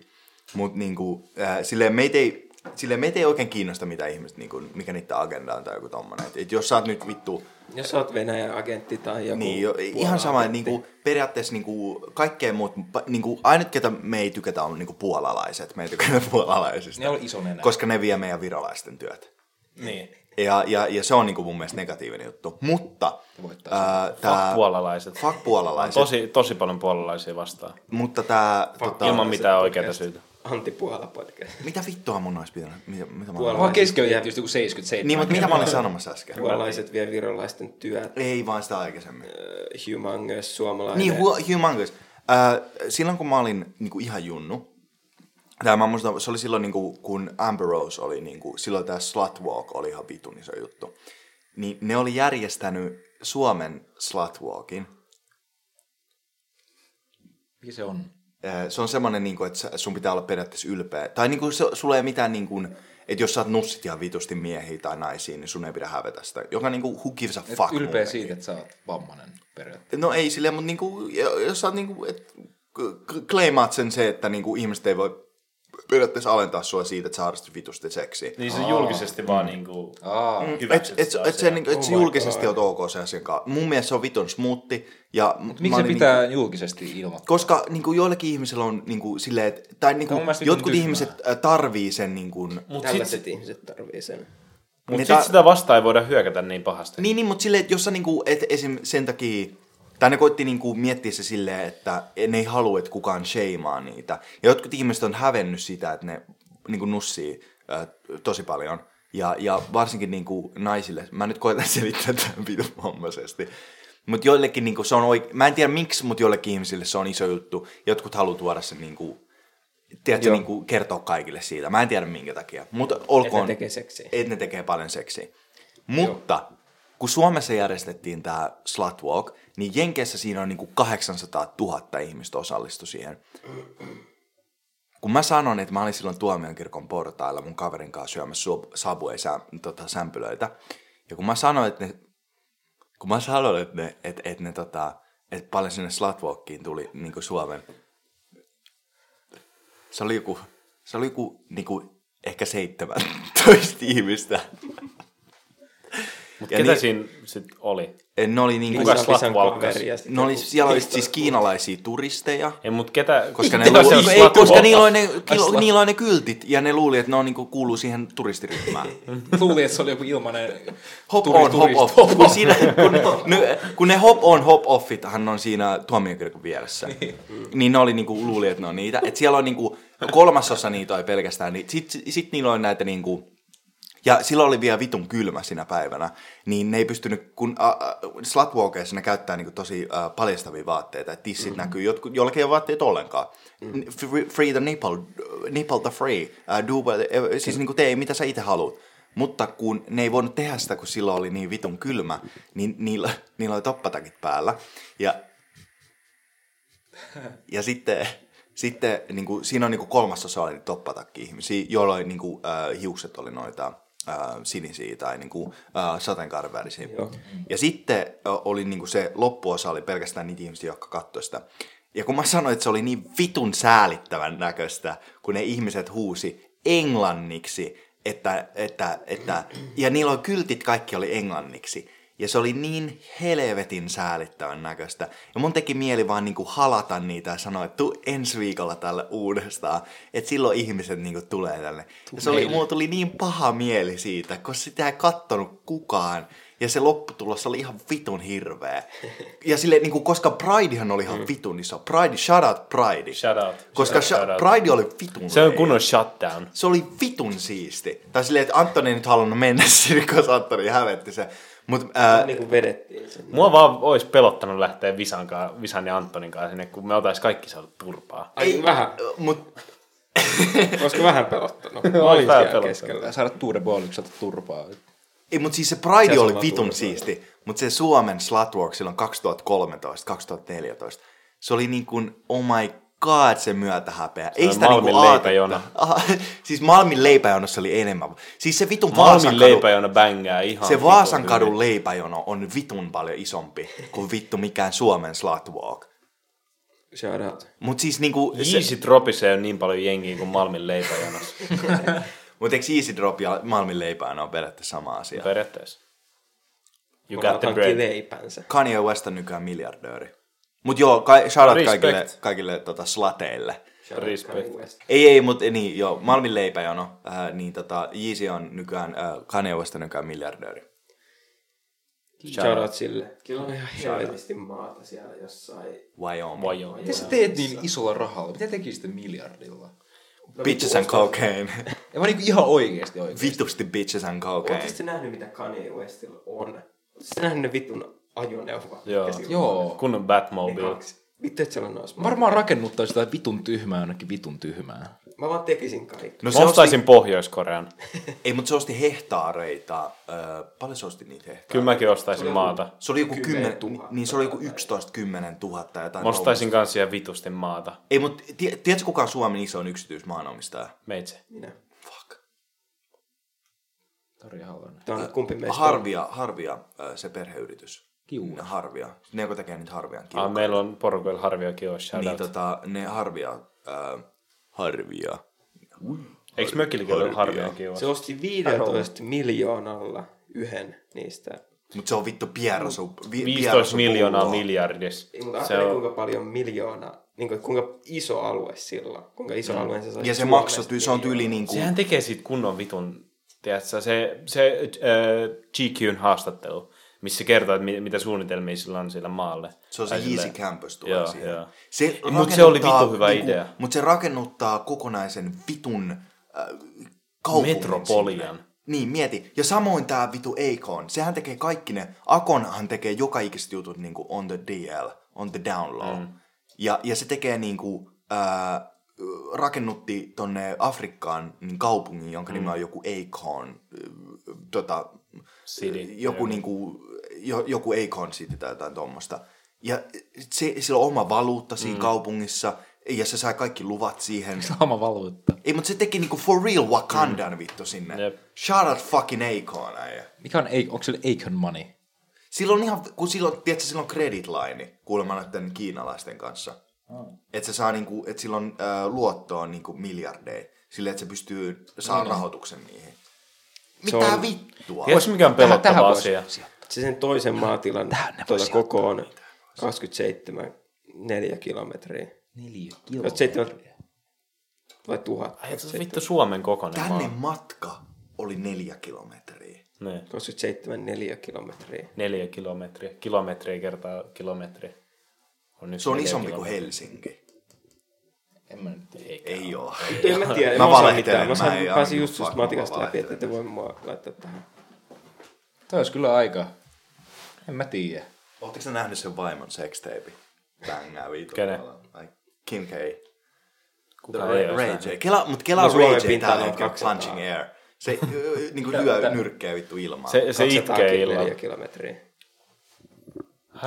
B: Mutta niinku, äh, silleen meitä ei, silleen meitä ei oikein kiinnosta, mitä ihmiset, niinku, mikä niiden agenda on tai joku tommonen. Et, et jos sä oot nyt vittu,
A: Jos sä oot Venäjän agentti tai joku...
B: niin jo,
A: Puolan
B: ihan sama, että
A: agentti.
B: niinku, periaatteessa niinku, kaikkea muut, pa- niinku, ainut ketä me ei tykätä on niinku puolalaiset. Me ei tykätä puolalaisista.
C: Ne on iso nenä.
B: Koska ne vie meidän virolaisten työt.
D: Niin.
B: Ja, ja, ja se on niinku mun mielestä negatiivinen juttu. Mutta
C: voittaa
B: äh, tää,
D: Puolalaiset.
B: fuck puolalaiset.
D: Tosi, tosi paljon puolalaisia vastaan.
B: Mutta tää... Tota,
D: Ilman mitään oikeaa syytä.
A: Antti Puola podcast.
B: Mitä vittua mun olisi pitänyt? Mitä, mitä mä
A: Puola-
B: olin?
C: Vaan keskeytetty just joku 77.
B: Niin, mutta mitä mä olin sanomassa äsken?
A: Puolalaiset vie virolaisten työt.
B: Ei vaan sitä aikaisemmin.
A: Äh, Humongous suomalainen.
B: Niin, hu- humongous. Äh, silloin kun mä olin niinku ihan junnu, tää mä muistan, se oli silloin niinku, kun Amber Rose oli, niinku, silloin tää Slutwalk oli ihan vitun iso juttu. Niin ne oli järjestänyt Suomen Slutwalkin.
C: Mikä se on?
B: Äh, Se on semmoinen, niin että sä- sun pitää olla periaatteessa ylpeä. Tai niin kuin, sulla ei mitään, niin kuin, että jos sä oot nussit ihan vitusti miehiä tai naisiin, niin sun ei pidä hävetä sitä. Joka niin kuin, who gives a
C: Et
B: fuck
C: ylpeä
B: muutenkin.
C: siitä, että sä oot vammanen periaatteessa.
B: No ei silleen, mutta niinku, jos sä oot niinku, et, k- k- kleimaat sen se, että niinku ihmiset ei voi periaatteessa alentaa sua siitä, että sä harrastat vitusti seksiä. Niin.
D: Niin se julkisesti vaan niinku
C: Aa,
B: Et,
D: hyväksyt
B: et,
D: sitä
B: et,
D: asiaa.
B: se, niinku, et
A: Oh
B: se
A: my
B: julkisesti
A: God.
B: on ok sen asian kanssa. Mun mielestä se on vitun smutti. Ja m- mä
C: miksi se
B: olin
C: pitää
B: niinku-
C: julkisesti ilmoittaa?
B: koska niinku, joillekin ihmisillä on niinku, silleen, että, tai niinku,
C: on mun mielestä vitun
B: jotkut
C: tyhmää. Mm.
B: ihmiset ä, tarvii sen niinku,
D: Mut sit,
A: Tällaiset ihmiset tarvii sen.
D: mut
B: Ne
D: sit
B: ta-
D: sitä vastaan ei voida hyökätä niin pahasti.
B: Niin, niin mutta silleen, että jos sä niinku, et esim. sen takia, tai ne koitti niinku miettiä se silleen, että ne ei halua, että kukaan shameaa niitä. Ja jotkut ihmiset on hävennyt sitä, että ne niinku nussii Ö, tosi paljon. Ja, ja varsinkin niin kuin naisille. Mä nyt koitan selittää tämän vitumammaisesti. Mutta joillekin niin kuin se on oike... Mä en tiedä miksi, mutta joillekin ihmisille se on iso juttu. Jotkut haluaa tuoda sen niin kuin, tiedätkö,
A: Joo.
B: niin kuin kertoa kaikille siitä. Mä en tiedä minkä takia. Mutta olkoon.
A: Että ne tekee seksiä.
B: Et ne tekee paljon seksiä. Mutta Joo. kun Suomessa järjestettiin tämä Slutwalk, niin Jenkeissä siinä on niinku 800 000 ihmistä osallistu siihen. Kun mä sanon, että mä olin silloin tuomiokirkon portailla mun kaverin kanssa syömässä sub- Subway sä- tota, sämpylöitä, ja kun mä sanoin, että ne, kun mä sanoin, että ne, että, että ne tota, että paljon sinne Slutwalkiin tuli niinku Suomen se oli joku, se oli joku niinku, ehkä 17 ihmistä.
D: Mutta
B: Ja
D: ketä
B: niin-
D: niin... siinä sitten oli?
B: En, Ne oli, niinku,
D: Kuka
A: Isan-
D: Slack
A: isan
D: Walkers?
A: kaveri ja sitten
B: ne oli,
A: joku-
B: No, siellä oli siis kiinalaisia turisteja.
D: Ei, mutta ketä...
B: Koska, ne
D: ketä
B: luuli,
D: siellä
B: ei,
D: Slut
B: koska
D: Walkissa-
B: niillä, oli ne, niillä,
A: Slut-
B: niillä oli ne kyltit ja ne luuli, että ne on, niinku, kuuluu siihen turistiryhmään.
C: Luulin, että se oli joku ilmainen
B: Hop
C: turi-
B: on, hop
C: turist-
B: off. Kun, siinä, kun, ne, kun ne hop on, hop offithan on siinä tuomiokirkon vieressä. niin ne oli niinku, luuli, että ne on niitä. Et siellä on niinku, kolmasosa niitä oli pelkästään. Niin, sit, sit, sit niillä on näitä niinku, ja silloin oli vielä vitun kylmä sinä päivänä, niin ne ei pystynyt, kun a, a, slutwalkeissa ne käyttää niinku tosi a, paljastavia vaatteita, että tissit mm-hmm. näkyy, jotkut, jollakin ei ole vaatteita ollenkaan. Mm. Free, free the nipple, nipple the free, uh, do what, eh, siis niinku tee mitä sä itse haluat. Mutta kun ne ei voinut tehdä sitä, kun silloin oli niin vitun kylmä, niin niillä, niillä oli toppatakit päällä. Ja ja sitten, sitten niin kuin, siinä on niin kuin kolmasosa oli toppatakki ihmisiä, jolloin niin kuin, äh, hiukset oli noita äh, sinisiä tai niin kuin, äh, sateenkaarivärisiä.
A: Joo.
B: Ja sitten äh, oli niin kuin se loppuosa oli pelkästään niitä ihmisiä, jotka katsoi sitä. Ja kun mä sanoin, että se oli niin vitun säälittävän näköistä, kun ne ihmiset huusi englanniksi, että, että, että, ja niillä oli kyltit, kaikki oli englanniksi. Ja se oli niin helvetin säälittävän näköistä. Ja mun teki mieli vaan niinku halata niitä ja sanoa, että tuu ensi viikolla tälle uudestaan. Että silloin ihmiset niinku tulee tänne. Ja se oli, mulla tuli niin paha mieli siitä, koska sitä ei kattonut kukaan. Ja se lopputulos oli ihan vitun hirveä. Ja sille, niinku, koska Pridehan oli ihan vitun iso. Pride, shout out Pride.
D: Mm. Shout out.
B: Koska
D: Shout
B: shout
D: out.
B: Pride oli vitun
D: Se on
B: leija.
D: kunnon shutdown.
B: Se oli vitun siisti. Tai silleen, että Antoni ei nyt halunnut mennä sinne, koska Antoni hävetti se. Mut, ää,
A: Niin kuin vedettiin sen.
D: Mua vaan olisi pelottanut lähteä Visan, kaa, Visan ja Antonin kanssa sinne, kun me oltais kaikki saatu turpaa.
A: Ai, vähän,
B: mut,
A: olisiko vähän pelottanut? Mä olin
D: vähän
A: siellä
D: pelottanut.
A: keskellä.
C: Pitää saada Tuure Bolikselta turpaa.
B: ei, mut siis se Pride
A: Se
B: oli
A: sama
B: vitun
A: tunnelma.
B: siisti. Mutta se Suomen Slutwalk silloin 2013-2014, se oli niin kuin, oh my god, se myötä häpeä.
D: oli Malmin leipäjono.
B: Aha, niinku siis Malmin leipäjonossa oli enemmän. Siis se vitun Vaasan
D: Malmin
B: kadu.
D: leipäjona bängää ihan.
B: Se
D: vitun
B: Vaasan
D: hyvin.
B: kadun leipäjono on vitun paljon isompi kuin vittu mikään Suomen slutwalk.
A: Shout out.
B: Mut siis niinku... se-
D: Easy Dropissa ei ole niin paljon jengiä kuin Malmin leipäjonossa.
B: Mutta eikö Easy Drop ja Malmin leipään on periaatteessa sama asia?
D: Periaatteessa. You
A: Mulla
D: got the
A: hankki
D: bread.
A: leipänsä.
B: Kanye West on nykyään miljardööri. Mutta joo, ka- shout out
D: No Respect.
B: kaikille, kaikille tota, slateille.
D: Respect.
B: Ei, ei, mutta niin, joo, Malmin leipäjono, äh, niin tota, Yeezy on nykyään, äh, Kanye West on nykyään miljardööri.
A: Shout out sille. Kyllä on ihan helvetisti maata siellä jossain.
B: Wyoming.
D: Voi joo.
C: Mitä sä teet niin isolla rahalla? Mitä tekisitte miljardilla?
B: No, Bitches and cocaine.
C: Ja mä niinku ihan oikeesti oikeesti.
B: Vitusti bitches and cocaine.
A: Ootte sitten nähnyt, mitä Kanye Westillä on? Ootte sitten nähnyt ne vitun ajoneuvoa?
D: Joo.
A: mitkä sillä
C: Joo.
D: Kunnon
A: on? Ne
B: Niin
D: Batmobile.
A: kaksi. Vittu, että siellä on noissa.
C: Varmaan rakennuttaa sitä vitun tyhmää jonnekin vitun tyhmää.
A: Mä vaan tekisin kaikki.
B: No
D: Mä
B: se osti,
D: ostaisin Pohjois-Korean.
B: ei, mutta se osti hehtaareita. Äh, paljon se osti niitä hehtaareita?
D: Kyllä mäkin ostaisin maata.
B: Se oli joku 10
A: Kymmenen
B: 000.
A: tuhatta.
B: Niin se oli joku 11 10 000 tai jotain.
D: Mä ostaisin kanssa siellä vitusti maata.
B: Ei, mutta tiedätkö kuka on Suomen isoin yksityismaanomistaja?
D: Meitse.
A: Minä.
C: Tarja Halonen.
A: Tämä on kumpi meistä on.
B: Harvia, harvia ö, se perheyritys. Ne harvia. Ne, jotka tekee niitä harvian kiukaan.
D: Ah, meillä on porukoilla harvia kios. Shout
B: niin
D: out.
B: tota, ne harvia. Äh, harvia.
D: Eikö mökilläkin ole
B: Harvia.
D: harvia kios?
A: Se osti 15 miljoonalla yhden niistä.
B: Mutta se on vittu pierosu. Vi,
D: 15
B: pierosu
D: miljoonaa
B: pulloa.
D: miljardis.
A: Ei, Mutta
D: Se
A: se
D: on
A: kuinka paljon miljoona, niin kuin, kuinka iso alue sillä on, kuinka iso alue se saa.
B: Ja se maksoi, ty- se on tyyli niin kuin...
D: Sehän tekee siitä kunnon vitun, tiedätkö, se, se äh, GQn haastattelu, missä se kertoo, että mi- mitä suunnitelmia sillä on sillä maalle.
B: Se on se
D: Tai
B: Yeezy
D: silleen-
B: Campus tulee
D: Joo,
B: siihen.
D: joo.
B: Se niinku-
D: Mut se oli vittu hyvä idea.
B: Mutta se rakennuttaa kokonaisen vitun äh, kaupungin
D: Metropolian.
B: sinne. Niin, mieti. Ja samoin tää vitu Akon. Sehän tekee kaikki ne. Akonhan tekee joka ikiset jutut niinku on the DL, on the down low. Mm. Ja, ja se tekee niinku, ää, rakennutti tonne Afrikkaan niin kaupungin, jonka mm. nimi on joku Akon. äh, Tota,
D: City.
B: joku, niinku, jo, joku Akon City tai jotain tuommoista. Ja se, sillä on oma valuutta siinä mm. kaupungissa, ja se sai kaikki luvat siihen.
C: Sama valuutta.
B: Ei, mutta se teki niinku for real Wakandan mm. vittu sinne.
D: Jep.
B: Shout out fucking Akon äijä.
C: Mikä on, ei, onko sillä Aikon money?
B: Sillä on ihan, kun silloin, tiedätkö, sillä on credit line kuulemma näiden kiinalaisten kanssa. Mm. Että se saa niinku, että sillä on äh, luottoa niinku miljardeja. Silleen, että se pystyy saamaan mm. rahoituksen niihin. Mitä
A: on-
B: vittua?
D: Ties mikä on
C: Tähän- tähän
D: pelottava
C: voisi-
D: asia.
A: Se sen toisen maatilan
C: ne
A: tuota kokoon 27 neljä kilometriä.
C: Neljä kiloa.
A: 27 vai tuhat.
D: Ai, se on vittu Suomen kokoinen
B: Tänne
D: maa.
B: matka oli neljä kilometriä.
D: Niin.
A: 27 neljä kilometriä.
D: Neljä kilometriä. Kilometriä kertaa kilometriä. On yksi
B: Se on
D: neljä
B: isompi kuin
D: kilometriä.
B: Helsinki.
C: En mä nyt eikä.
B: Ei oo.
A: En mä tiedä, en
B: Mä
A: mä osaa mitään.
B: valehtelen,
A: Mä,
B: mä
A: sain,
B: en
A: mä
B: ainakaan
A: pääsin just
B: vaan-
A: just matikasta
B: mä
A: läpi, että te
B: valehtelen.
A: voi mua laittaa tähän.
C: Tämä olisi kyllä aika. En mä tiedä.
B: Oletteko sä nähnyt sen vaimon sextape? Bängää vitu.
D: Kenen?
B: Ai, Kim K.
D: Kuka ei ois
B: Ray
D: nähnyt?
B: J. Kela, mut Kela
A: No,
B: on Ray
A: Suomen
B: J
A: pinta-ala
B: täällä
A: on
B: hetkellä
A: 200.
B: punching air. Se ö, niinku lyö nyrkkeä vittu ilmaan.
D: Se, se itkee illalla.
A: 204 kilometriä.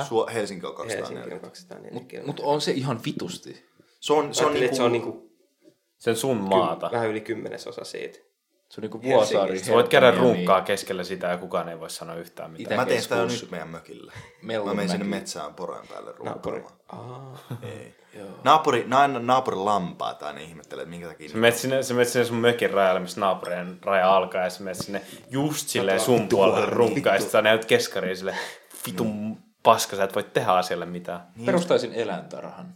B: Suo, Helsinki on
A: Helsinki
B: 240.
A: on 204 kilometriä.
C: Mutta on se ihan vitusti.
B: Se on, se on,
A: Ajattelin, että
B: niinku,
A: se on niinku
D: Sen sun maata.
A: vähän yli kymmenesosa siitä.
C: Se on niinku Vuosaari.
A: Helsingistä.
D: Sä voit käydä
C: Helsinki,
D: runkkaa keskellä sitä ja kukaan ei voi sanoa yhtään mitään.
C: Itä-
B: Mä teen sitä jo
C: keskus.
B: nyt meidän mökillä.
C: Mellun
B: Mä menen sinne
C: mäki.
B: metsään poron päälle
A: Naapuri.
B: ruokaamaan.
A: Aa.
B: Ei. Naapuri, na, aina naapuri lampaat aina ihmettelee, että minkä takia...
D: Sä menet, sinne, sä menet sinne sun mökin rajalle, missä naapurien raja alkaa, ja sä menet sinne just silleen sun
B: niin
D: puolelle runkkaan, ja sit sä näyt keskariin silleen,
B: Mm.
D: vitun paska, sä et voi tehdä asialle mitään.
C: Perustaisin eläintarhan.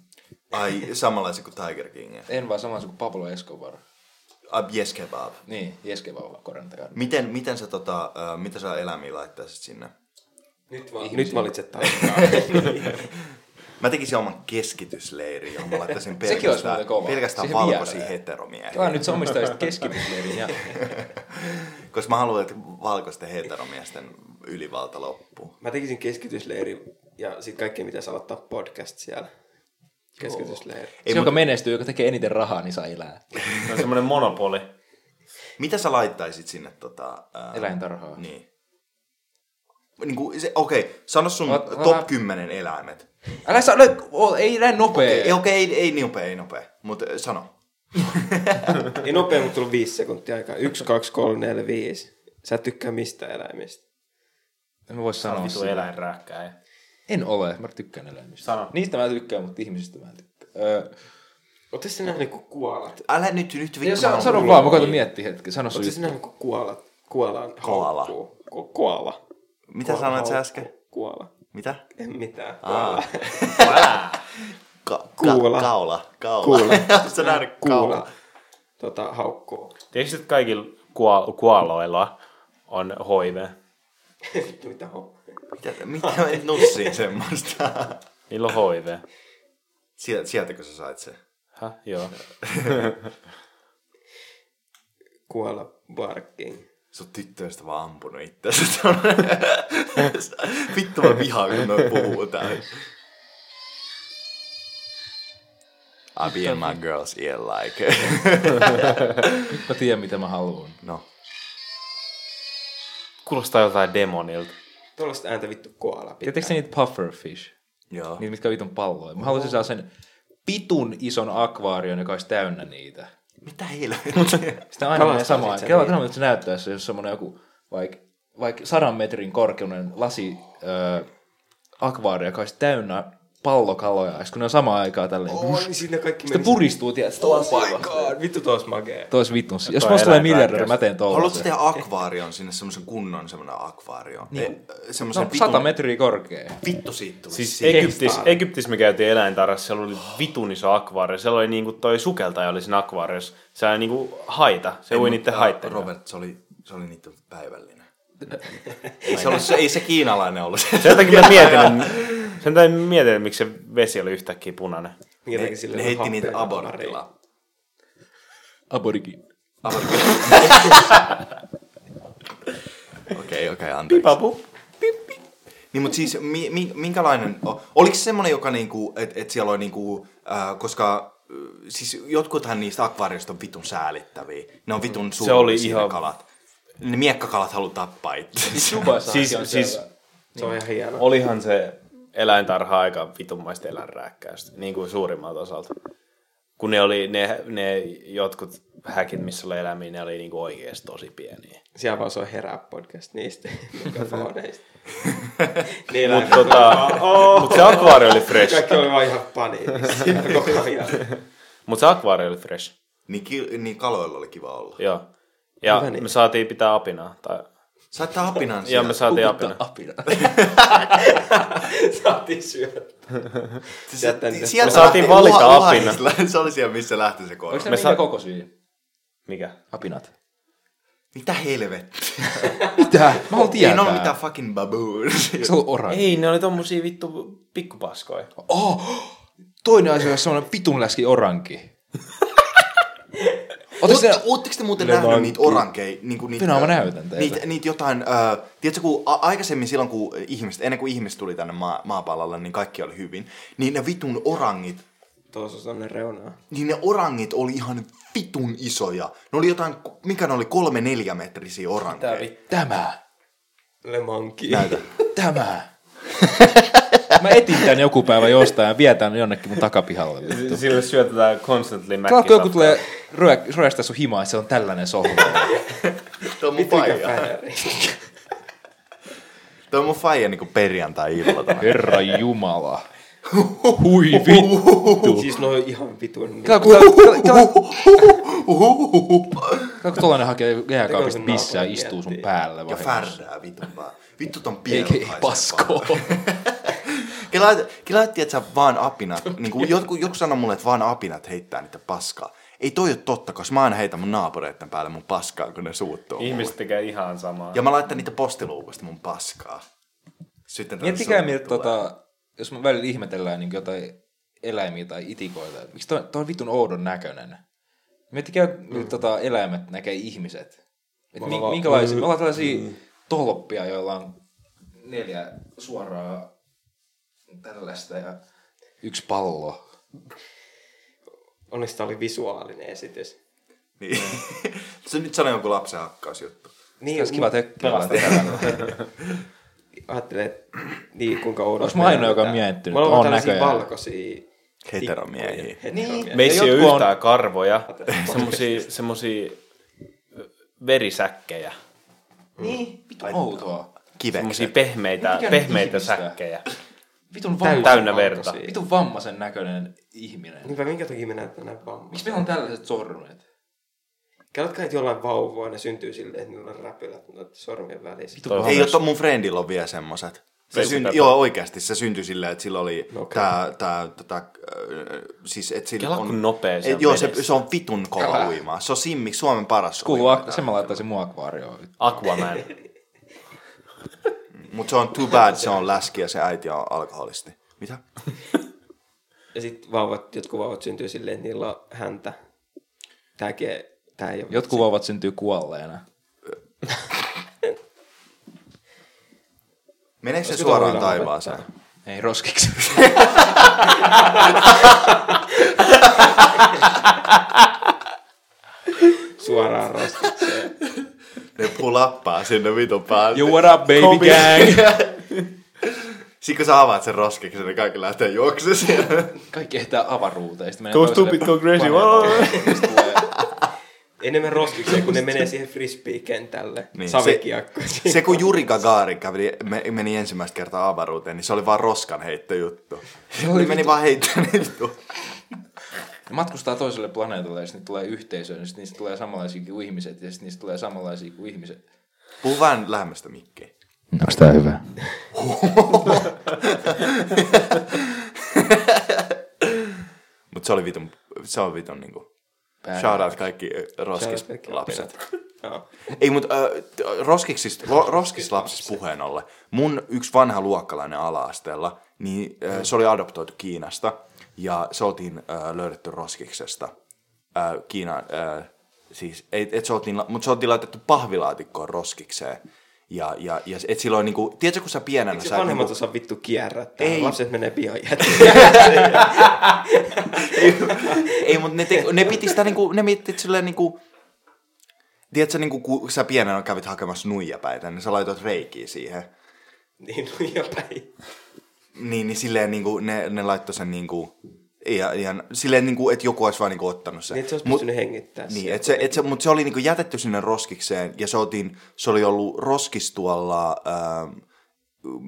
B: Ai, samanlaisia kuin Tiger King.
C: En vaan samanlaisen kuin Pablo Escobar.
B: Ah, Yes kebab.
C: Niin, Jeske vaan korjantaja.
B: Miten, miten sä, tota, ö, mitä sä eläimiä laittaisit sinne?
A: Nyt, val- nyt valitset taas.
B: Mä tekisin oman keskitysleirin, johon mä laittaisin
C: Sekin olisi
B: pelkästään,
C: muuten kova.
B: pelkästään
C: Siihen
B: valkoisia
C: viereen.
B: heteromiehiä.
C: Tämä nyt sä omistaisit keskitysleirin ja
B: Koska mä haluan, että valkoisten heteromiesten ylivalta loppuu.
A: Mä tekisin keskitysleiri ja sit kaikki mitä saa ottaa podcast siellä. Keskitysleiri.
C: se, joka menestyy, joka tekee eniten rahaa, niin saa elää.
D: Se on semmonen monopoli.
B: No, Mitä sä laittaisit sinne tota... Ää,
C: Eläintarhaa.
B: Niin. Niin kuin se, okei, okay, sano sun
C: Ot- ota-
B: top 10 eläimet.
C: Älä saa, ole, oo- ei näin nopea.
B: Ei, okei, okay, ei, ei niin nopea, ei nopea, mutta sano.
A: Ei Niin nopea, mutta tullut viisi sekuntia aikaa. Yksi, kaksi, kolme, neljä, viisi. Sä et tykkää mistä eläimistä.
C: En mä voi sanoa
D: Vitu
C: sitä.
D: eläinrääkkäjä.
C: En ole, mä tykkään eläimistä.
D: Sano.
C: Niistä mä tykkään, mutta ihmisistä mä en tykkää. Öö,
A: Oletko sä nähnyt, kun kuolat?
B: Älä nyt, nyt
C: ja
B: vittu. mä
C: sa-
B: oon
C: sano
B: kuullut.
C: vaan, mä koitan miettiä hetki. Sano sun
A: Oletko sä
C: juttu.
A: nähnyt, kun kuolat? Kuolaan
B: Koala.
A: haukkuu. Ko- koala.
B: Mitä
A: Koala
B: sanoit sä
A: haukkuu.
B: äsken? Ah,
A: Kuola.
B: Mitä?
A: En mitään.
B: Ka- ka-
A: Kuula.
B: Kaula. Kaula.
A: Kuula.
B: Oot sä nähnyt kaula?
A: Kuola. Tota, haukkuu.
D: Tiedätkö, että kaikilla kuol- kuoloilla on HIV?
A: Vittu, mitä hommaa?
B: Mitä, mitä mä nyt nussiin semmoista?
D: Niillä on HIV.
B: Sieltä, sieltäkö sä sait sen?
D: Häh? Joo.
A: Kuola barking.
B: Sun tyttöistä vaan ampunut itsensä. Vittu mä vihaan, kun noi puhuu täällä. I be in my girl's ear like.
C: Mä tiedän, mitä mä haluan.
B: No.
D: Kuulostaa jotain demonilta.
A: Tuollaista ääntä vittu koala pitää.
C: Tiedättekö te niitä pufferfish?
B: Joo.
C: Niitä, mitkä on vitun palloja. Mä haluaisin saada sen pitun ison akvaarion, joka olisi täynnä niitä.
B: Mitä helvettiä?
C: Sitä aina menee
A: Kalastaa
C: samaan.
A: sit sä
C: Kela,
A: niitä.
C: kela, se näyttää, jos se on semmoinen joku vaikka vaik sadan metrin korkeuden lasi öö, akvaario, joka olisi täynnä pallokaloja. Ja sit kun ne on samaan aikaan tälleen, oh,
A: Oi, niin siinä kaikki
C: sitten puristuu, tiedätkö,
A: Oh
C: oh
A: my god, vittu tuossa magee.
C: Tois vitun. Jos
D: Toi
C: musta tulee
D: eläinrääkkäys.
C: miljardööri, mä teen
B: Haluatko
C: tollasen.
B: tehdä akvaarion sinne semmoisen kunnon semmoinen akvaarion? Niin. Semmoisen
C: No, sata metriä korkea.
B: Vittu siitä tuli.
D: Siis Egyptis, Egyptis me käytiin eläintarhassa, siellä oli vitun iso akvaario. Siellä oli niinku toi sukeltaja oli siinä akvaariossa. Se oli niinku haita, se ui niiden haitteen. kanssa.
B: Robert, se oli, se oli niiden päivällinen. ei, se ollut, se, ei se kiinalainen ollut.
D: Sen takia mä mietin, sen takia mä mietin, että miksi se vesi oli yhtäkkiä punainen.
A: Minkä takia sillä
B: ne
A: on
B: heitti
A: happea
B: niitä
A: kamaria.
B: abortilla.
C: Aborigin.
B: Okei, okei, anteeksi.
D: Papu.
B: Niin, mutta siis mi, mi, minkälainen, o- oliko se semmoinen, joka niinku, että et siellä on niinku, äh, koska äh, siis jotkuthan niistä akvaarioista on vitun säälittäviä. Ne on vitun
D: Mm. oli
B: suuria
D: ihan-
B: kalat. Ne miekkakalat haluaa tappaa itse.
C: Subasa
D: Siis-
C: on
D: siis-
C: siellä.
A: Se on ihan hieno.
D: Olihan se eläintarha aika vitunmaista eläinrääkkäystä, niin kuin suurimmalta osalta. Kun ne oli ne, ne jotkut häkit, missä oli eläimiä, ne oli niin kuin oikeasti tosi pieniä.
A: Siellä vaan se on herää podcast niistä mikrofoneista. Niin,
D: Mutta tota,
A: Oh,
D: mut se akvaario oli fresh.
A: Kaikki oli vaan ihan paniikissa koko ajan.
D: Mutta se akvaario oli fresh.
B: niin, ki, niin kaloilla oli kiva olla.
D: Joo. Ja
A: Hyvä niin.
D: me saatiin pitää apinaa. Tai...
B: Sait apinan
D: Ja
B: siellä.
D: me saatiin apinaa.
C: Apina.
A: Saatiin syödä.
B: sieltä,
A: Me
D: saatiin
B: lähti-
D: valita
B: Uha-
D: apina.
B: Uhaisla- Se oli siellä, missä lähti se koira.
C: Onko se
D: Me
C: minkä
D: saa-
C: koko syy?
D: Mikä?
C: Apinat.
B: Mitä helvettiä?
C: Mitä? Mä haluan
B: Ei ne
C: tietää.
B: ole mitään fucking baboon.
C: Se on oravi.
D: Ei, ne oli tommosia vittu pikkupaskoja.
C: Toinen asia on semmoinen vitun läski oranki. Ootte
B: Ootte-
C: sinä-
B: Ootteko te muuten nähnyt niitä orankeja? Niinku niitä,
C: Minä mä näytän teille.
B: Niitä, niitä jotain, äh, tiedätkö, kun a- aikaisemmin silloin, kun ihmiset, ennen kuin ihmiset tuli tänne maa, maapallolle, niin kaikki oli hyvin. Niin ne vitun orangit,
A: Tuossa on sellainen reunaa.
B: niin ne orangit oli ihan vitun isoja. Ne oli jotain, mikä ne oli, kolme neljä metrisiä orankeja.
C: Tämä.
A: Le Monkey.
B: Näytä.
C: Tämä. Mä etin tän joku päivä jostain ja vietän jonnekin mun takapihalle. vittu.
D: Sille syötetään constantly
C: Kato, kun joku
D: mäkkisafkaa.
C: tulee ryö- ryöstää sun himaa, että se on tällainen sohva.
B: Tuo on mun
A: Mikä
B: faija.
A: päiväri?
B: Tuo on mun faija niinku perjantai-iltana.
C: Herra Jumala. Hui vittu.
A: Siis no ihan vitun.
C: Kato, kun tää- kato- Kato, kun tollanen hakee jääkaapista bisseä ja istuu sun päälle.
B: Ja
C: vahingossa.
B: färdää vitun vaan. Vittu ton
C: Ei,
B: pienen
C: ei, paskoo.
B: Kelaatti, että sä vaan apinat. Niin kuin joku, joku sanoi mulle, että vaan apinat heittää niitä paskaa. Ei toi ole totta, koska mä aina heitän mun naapureiden päälle mun paskaa, kun ne suuttuu.
D: Ihmiset tekee ihan samaa.
B: Ja mä laitan niitä postiluukusta mun paskaa. Sitten tänne
C: Miettikää
B: sulle
C: miltä,
B: tulee.
C: tota, jos me välillä ihmetellään niin jotain eläimiä tai itikoita, että miksi toi, toi on vitun oudon näköinen. Miettikää, miltä tota, eläimet näkee ihmiset. Et mi,
A: ollaan-
C: minkälaisia, me ollaan tällaisia tolppia, joilla on neljä suoraa tällaista ja yksi pallo.
A: Onneksi tää oli visuaalinen esitys.
B: Niin. Se nyt sanoi joku lapsen hakkausjuttu.
A: Niin,
C: Olisi kiva tökkää.
A: Ajattelin, että niin, kuinka oudolta.
C: Onks mä ainoa, joka on
A: näyttää.
C: miettinyt?
A: Mulla on
C: On
A: tällaisia
C: näköjään.
A: valkoisia...
B: Heteromiehiä.
A: tikkuja.
C: Niin.
A: Heteromiehiä.
D: Me ei
C: Ja
D: ole
C: jotkut on-
D: yhtään karvoja, semmosia, semmosia verisäkkejä,
C: Niin, vitun outoa.
B: Kiveksi.
D: semmosia pehmeitä,
C: Mikä on
D: pehmeitä
C: ihmistä?
D: säkkejä.
C: Vitun
A: Täysin
C: vammaisen,
D: Täynnä verta.
A: valkoisia.
C: vitun vammaisen näköinen ihminen.
A: Niinpä minkä takia me näyttää näin vammaa?
C: Miksi meillä on tällaiset sormet?
A: Kerrotkaa, että jollain vauvoa ne syntyy silleen, että niillä on räpylät noiden sormien välissä.
D: Toi on
B: Hei,
D: myös-
B: jotta mun friendillä on vielä semmoset. Se
D: Vesi
B: syntyi,
D: Pepe.
B: joo, oikeasti se syntyi silleen, että sillä oli
A: No
B: no,
A: okei.
B: tää, tää, tota, äh, siis et sillä
D: Kela, kun nopea se
B: et, Joo, se,
D: vedessä.
B: se on vitun kova
C: Kala.
B: uima. Se on Simmi, Suomen paras
C: Kuuluu,
B: uima.
C: ak- sen mä laittaisin mun akvaarioon.
D: Aquaman.
B: Mutta se on too bad, se on läski ja se äiti on alkoholisti. Mitä?
A: Ja sitten vauvat, jotkut vauvat syntyy silleen, että niillä on häntä. Tääkin, tää ei ole.
C: Jotkut vauvat syntyy kuolleena.
B: Meneekö se
A: Olisiko
B: suoraan
A: tuo hyvä
B: taivaaseen?
C: Ei roskiksi.
A: Suoraan roskikseen.
B: Ne pulappaa sinne vitun päälle.
C: Yo, what up, baby
B: Kobe.
C: gang?
B: Sitten kun sä avaat sen roskiksen, niin kaikki lähtee juoksemaan siellä.
C: Kaikki ehtää avaruuteen. Sitten menee
D: Go
C: toiselle
D: stupid, go crazy.
C: planeetalle. Sitten tulee-
A: Enemmän roskikseen, kun ne menee siihen frisbee-kentälle. Niin,
B: Niin,
A: Savikiakko.
B: Se, se kun Juri Gagarin kävi, me- meni ensimmäistä kertaa avaruuteen, niin se oli vaan roskan heittojuttu. Se oli meni vaan heittämään vittu.
C: Ne matkustaa toiselle planeetalle ja sitten niistä tulee yhteisöön. Ja sitten niistä tulee samanlaisia kuin ihmiset. Ja sitten niistä tulee samanlaisia kuin ihmiset.
B: Puhu vähän lähemmästä mikkiä.
C: Onks tää hyvä?
B: Mut se oli vitun, se on vitun niinku.
C: Päin.
B: Shout out kaikki eh, roskislapset.
A: roskislapset. Joo.
B: Ei, mutta äh, roskiksista, lo, roskislapsista puheen ollen. Mun yksi vanha luokkalainen ala-asteella, niin äh, se oli adoptoitu Kiinasta. Ja se oltiin äh, löydetty roskiksesta. Äh, Kiinan, äh, Siis, et, et se oltiin, la- mut se oltiin laitettu pahvilaatikkoon roskikseen. Ja, ja, ja et silloin niinku, tiedätkö kun sä pienenä...
A: Miksi
B: sä et
A: vanhemmat
B: niinku-
A: osaa vittu kierrättää?
B: Ei.
A: Lapset menee pian jättiin.
B: Ei, mutta ne, te, ne piti sitä niinku, ne mitti silleen niinku... Tiedätkö, niinku, kun sä pienenä kävit hakemassa nuijapäitä, niin sä laitoit reikiä siihen.
A: niin, no jopäin.
B: Niin, niin silleen niinku, ne, ne laittoi sen niinku... Ja, ja silleen niinku, että joku olisi vaan niinku ottanut sen.
A: Niin, että se olisi
B: Mut-
A: pystynyt hengittää
B: Niin,
A: sen.
B: et se, et se, mutta se oli niinku jätetty sinne roskikseen ja se, otin, se oli ollut roskistuolla, ähm,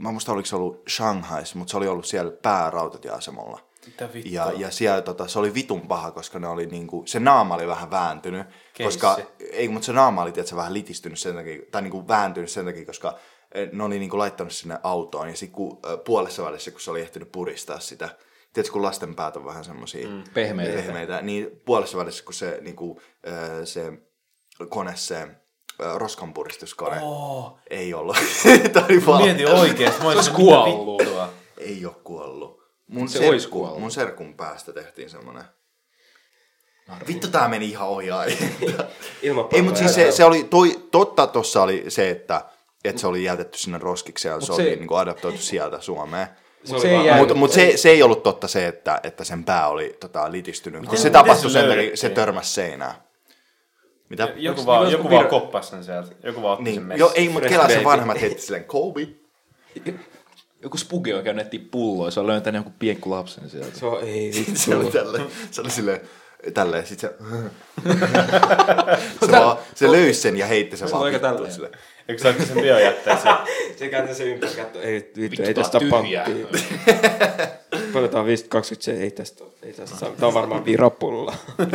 B: mä muista oliko se ollut Shanghais, mutta se oli ollut siellä päärautatieasemalla.
D: Mitä vittua?
B: Ja, ja siellä tota, se oli vitun paha, koska ne oli niinku, se naama oli vähän vääntynyt.
D: Keissi.
B: Koska, ei, mutta se naama oli tiedätkö, vähän litistynyt sen takia, tai niinku vääntynyt sen takia, koska eh, ne oli niinku laittanut sinne autoon. Ja sitten puolessa välissä, kun se oli ehtinyt puristaa sitä, tiedätkö, kun lasten päät on vähän semmoisia mm,
C: pehmeitä.
B: pehmeitä, niin puolessa välissä, kun se, niinku, ö, se kone, se ö, roskanpuristuskone, oh. ei ollut. Tämä oli vaan,
D: Mieti oikeesti. Mä
C: Se olisi
D: olisin, niinku
C: kuollut.
B: ei ole kuollut. Mun
C: Se
B: serkku-
C: ois kuollut.
B: Mun serkun päästä tehtiin semmonen. Vittu, tää meni ihan ohi aiheelta.
A: Ilman
B: Ei, mutta siis se, se oli, toi, totta tossa oli se, että, että se oli jätettä sinne roskiksi ja se,
C: se-
B: oli niinku adaptoitu sieltä Suomeen.
A: se oli
C: se ei
A: vaan-
C: jää-
B: Mutta mut se, se ei ollut totta se, että, että sen pää oli tota, litistynyt, kun se
D: miten
B: tapahtui
D: se
B: sen takia,
D: löydettiin?
B: se törmäsi seinään. Mitä?
D: Joku vaan,
C: Olis-
D: joku
C: olis-
D: vaan koppasi sen sieltä. Joku vaan otti sen
B: niin.
D: messiin.
B: Jo, ei, mutta
A: Fresh
B: Kela sen
A: baby.
B: vanhemmat heitti silleen, Kobe.
C: Joku spugi on käynyt etsiä pulloa, se on löytänyt jonkun pienku lapsen sieltä.
A: Se on, ei vittu.
B: Niin Se oli tälleen, se oli silleen, tälleen, sit se... se, vaan, se löysi sen ja heitti sen vaan.
C: aika
B: vittuun
C: tälleen.
B: silleen.
D: Eikö sä sen biojätteeseen?
A: Se kääntää se ympäri katsoa, ei vittu, ei
C: tää
A: tästä
C: on tyhjää.
A: pankkiin. Paljon tää on 527, ei tästä, ei tästä saa. Tää on varmaan virapulla.
D: Tää on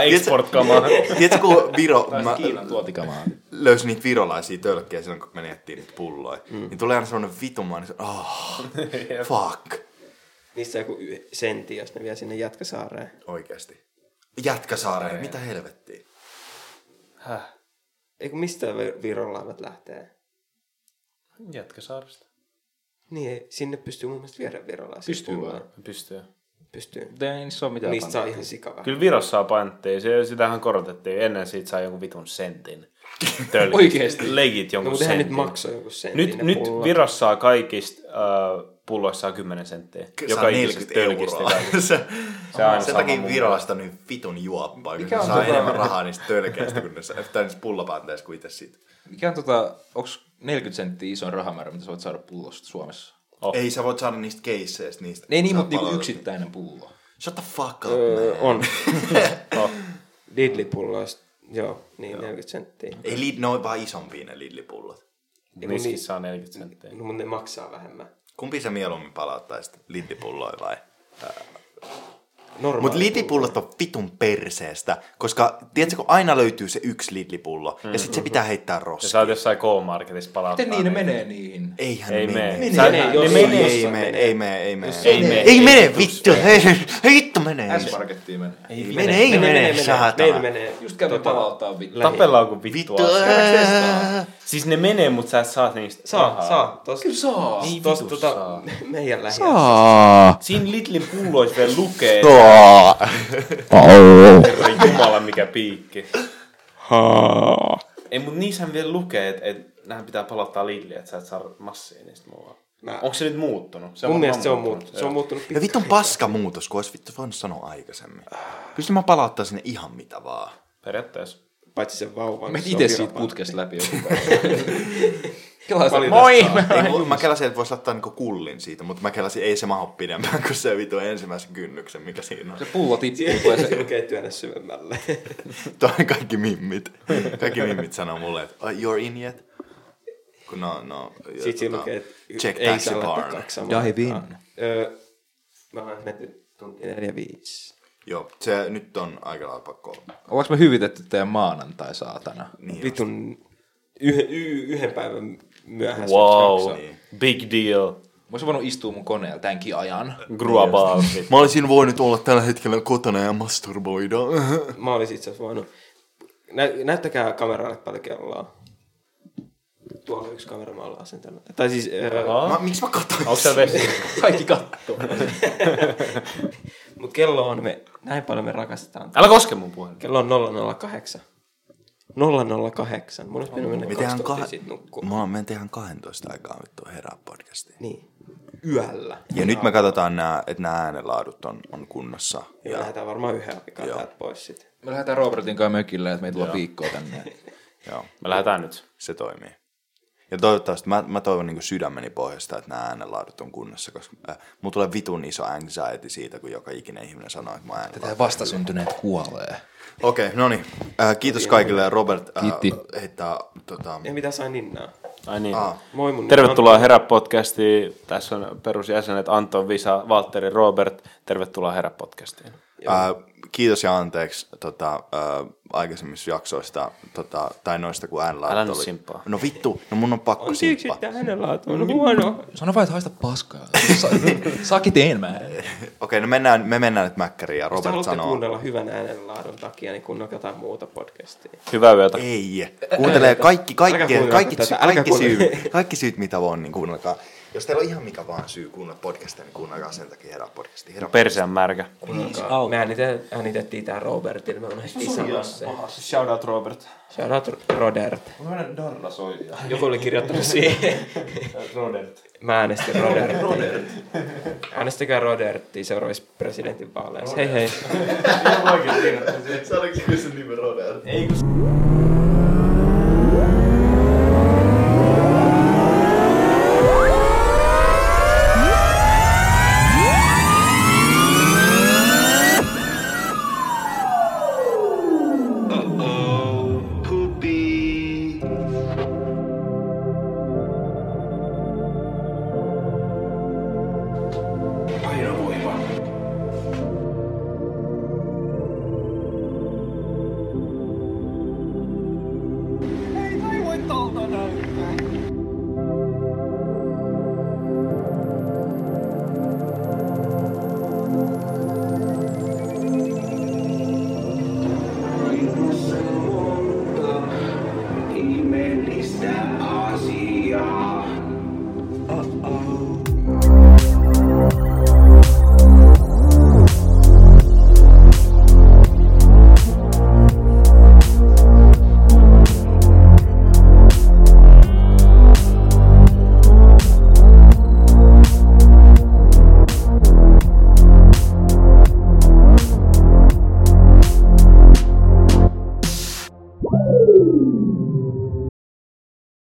B: Tiedätkö-
D: export-kamaa.
B: Tiedätkö, kun Viro, mä
C: Kiinan tuotikamaa.
B: löysin niitä virolaisia tölkkejä silloin, kun me ettiin niitä pulloja, mm. niin tulee aina semmoinen vitumaan, niin se, oh, fuck,
A: Niissä joku y- sentti, jos ne vie sinne Jätkäsaareen.
B: oikeasti. Jätkäsaareen, mitä helvettiä?
D: Häh?
A: Eikö mistä vi- Viron laivat lähtee?
D: Jätkäsaarista.
A: Niin, ei- sinne pystyy mun mielestä viedä virolaisia.
C: Pystyy
A: pulloja.
C: vaan.
D: Pystyy.
A: Pystyy.
C: Mutta ei niissä ole mitään
A: Niistä saa
C: panttia.
A: ihan sikava.
D: Kyllä Virossa saa panttia. Se, sitähän korotettiin. Ennen siitä sai jonkun vitun sentin. Tölkistä.
C: Oikeesti?
D: Legit
A: No,
D: jonkun
A: mutta hän nyt
D: sentin.
A: maksoi joku sentin.
D: Nyt,
A: ne
D: nyt
A: pullat.
D: Virossa saa kaikista äh, pulloissa saa 10 senttiä.
B: Saa 40
D: ikisestä tölkistä
B: euroa.
D: kaikista.
B: se,
D: Se on aina
B: sen
D: sama
B: takia
D: mun
B: virolaiset on niin vitun juoppaa, kun ne
C: on
B: saa
C: tota-
B: enemmän rahaa niistä tölkeistä kuin ne saa, tai niistä pullopanteista kuin itse siitä.
C: Mikä on tota, onks 40 senttiä isoin rahamäärä, mitä sä voit saada pullosta Suomessa?
D: Oh.
B: Ei sä voit saada niistä keisseistä, niistä.
C: Ei niin,
B: saa
C: mutta niinku
B: palautetta.
C: yksittäinen pullo.
B: Shut the fuck up,
A: Öö,
B: man.
A: on. Lidli-pulloista. Oh. Joo, niin 40 senttiä.
B: Ei lid, ne on vaan isompia ne lidlipullot.
D: Riskissä on 40 senttiä.
A: No, mutta ne maksaa vähemmän.
B: Kumpi sä mieluummin palauttaisit, lidlipulloja vai?
A: Normaali.
B: Mutta lidlipullot on vitun perseestä, koska tiedätkö, kun aina löytyy se yksi lidlipullo, ja sit se pitää heittää
D: Ja
B: roskiin.
D: sä oot jossain K-Marketissa palauttaa.
C: Miten niin ne menee niihin?
B: Eihän
D: Ei
B: mene.
D: mene.
B: Sä-
D: Sä-
A: menee,
B: Ei
A: jos-
B: mene,
A: jos-
B: ei
A: jos-
B: mene,
A: menee.
B: ei mene, ei mene.
D: ei mene.
B: Ei mene, vittu, hei, hei, vittu menee.
C: S-Markettiin menee. Ei.
B: Ei mene, ei mene,
A: Meillä
B: saatana.
A: menee.
C: Just käydä palauttaa vittu.
D: Tapellaan kuin vittu,
B: Vittu,
D: asiaa.
B: ää.
D: Siis ne menee, mut sä et saa niistä
A: Saa,
D: rahaa.
A: saa. Tos,
C: Kyllä saa.
D: Ei
A: tos,
D: vitu
A: tota,
D: saa.
A: me- meidän lähiössä.
D: Siinä Lidlin pulloissa vielä lukee,
B: Tuo.
D: Herra jumala mikä piikki. Ei, mut niissähän vielä lukee, että et, nähän pitää palauttaa Lidliä, että sä et saa massia niistä muualla.
A: Mä-
D: Onko se nyt muuttunut? Se
A: Mun mielestä se on
D: muuttunut.
A: muuttunut. Se on muuttunut
B: Ja vittu on paska muutos, kun olisi vittu voinut sanoa aikaisemmin. Pystyn mä palauttaa sinne ihan mitä vaan.
D: Periaatteessa.
A: paitsi sen vauvan.
C: Me
A: kun se on
C: itse siitä
A: viropankki.
C: putkesta läpi joku päivä. Kelaa sitä,
A: Valitettavasti.
C: moi!
B: Ei, mu- mä kelasin, että voisi laittaa niinku kullin siitä, mutta mä kelasin, ei se maho pidempään kuin se vitu ensimmäisen kynnyksen, mikä siinä on.
C: Se pullo tippuu, tulee
A: Tulee
C: se
A: se lukee työnnä syvemmälle.
B: Toi kaikki mimmit. Kaikki mimmit sanoo mulle, että oh, you're in yet. Kun no, no. ja
A: Sitten siinä
B: tota,
A: lukee, että
B: Check
A: ei
B: taxi
A: saa
B: barn.
A: laittaa kaksi samaa.
C: Dive in.
A: kertaa. Öö, Mä oon mennyt tunti neljä
B: Niin
A: viisi.
B: Joo, se nyt on aika lailla pakko.
C: Ollaanko me hyvitetty teidän maanantai, saatana?
B: Niin
A: Vitun yhden, y- yhden päivän myöhässä.
D: Wow.
B: Niin.
D: Big deal.
C: Mä olisin voinut istua mun koneella tämänkin ajan.
D: Gruabaa.
B: Mä olisin voinut olla tällä hetkellä kotona ja masturboida.
A: Mä olisin itse asiassa voinut. Nä, näyttäkää kameralle paljon kelloa. Tuolla on yksi kamera mä ollaan sen tällä. Tai siis
D: Aha.
B: Mä, No, miksi mä katsoin?
D: Onko siellä vesi?
C: Kaikki kattoo.
A: Mutta kello on me, näin paljon me rakastetaan.
D: Älä koske mun puhelinta.
A: Kello on 008. 008. Mun olisi pitänyt mennä
B: Me
A: kaksi
B: tehdään,
A: tuntia
B: kah...
A: sitten nukkumaan.
B: Mulla, me tehdään 12 aikaa vittu herää podcastiin.
A: Niin. Yöllä.
B: Ja nyt me katsotaan, nää, että nämä äänenlaadut on, on kunnossa.
A: Ja lähdetään varmaan yhden aikaa täältä pois sitten.
C: Me lähdetään Robertin kanssa mökille, että me ei tulla viikkoa tänne.
B: Joo,
D: Me lähdetään nyt.
B: se toimii. Ja toivottavasti, mä, mä toivon niin sydämeni pohjasta, että nämä äänenlaadut on kunnossa, koska äh, mulla tulee vitun iso anxiety siitä, kun joka ikinen ihminen sanoo, että mä äänenlaadut.
C: vastasyntyneet kuolee.
B: Okei, okay, no niin. Äh, kiitos kaikille. Robert äh,
C: Kiitti.
B: heittää tota,
A: Ja mitä sai ninnaa?
D: Ai niin.
B: Aa.
A: Moi mun
D: Tervetuloa Herä podcastiin. Tässä on perusjäsenet Anton, Visa, Valtteri, Robert. Tervetuloa Herä podcastiin.
B: Äh, kiitos ja anteeksi tota, äh, aikaisemmissa jaksoista, tota, tai noista kun äänenlaadut
D: Älä nyt simppaa.
B: No vittu, no mun on pakko
A: On siksi,
B: simppaa.
A: että äänenlaatu on huono.
C: Sano vaan, että haista paskaa. Sa- Saki teen mä.
B: Okei, no mennään, me mennään nyt mäkkäriin ja
A: Jos te
B: Robert
A: haluatte
B: sanoo...
A: kuunnella hyvän äänenlaadun takia, niin kuunnelkaa jotain muuta podcastia.
D: Hyvää yötä.
B: Ei. Kuuntelee kaikki, kaikki,
A: Älkää kuunnelko
B: kaikki,
A: tätä,
B: sy-
A: älkää
B: kaikki,
A: kuunnelko.
B: syy, kaikki syyt, mitä vaan, niin kuunnelkaa. Jos teillä on ihan mikä vaan syy kuunnella podcastia, niin kuunnelkaa sen takia herää podcastia. Herää
D: Perseän märkä.
B: Niin,
A: Kuunnelkaa. Me äänite- Niin, äänitettiin tää Robertille, me unohdettiin sanoa se.
D: Shoutout Siis Robert.
A: Shout out Rodert.
D: Mä Darla soi.
A: Joku oli kirjoittanut siihen.
D: Robert.
A: Mä äänestin Rodertia. Äänestäkää Rodertia seuraavissa presidentinvaaleissa. Hei hei.
B: Sä oliko kysynyt nimen Robert?
D: Ei kun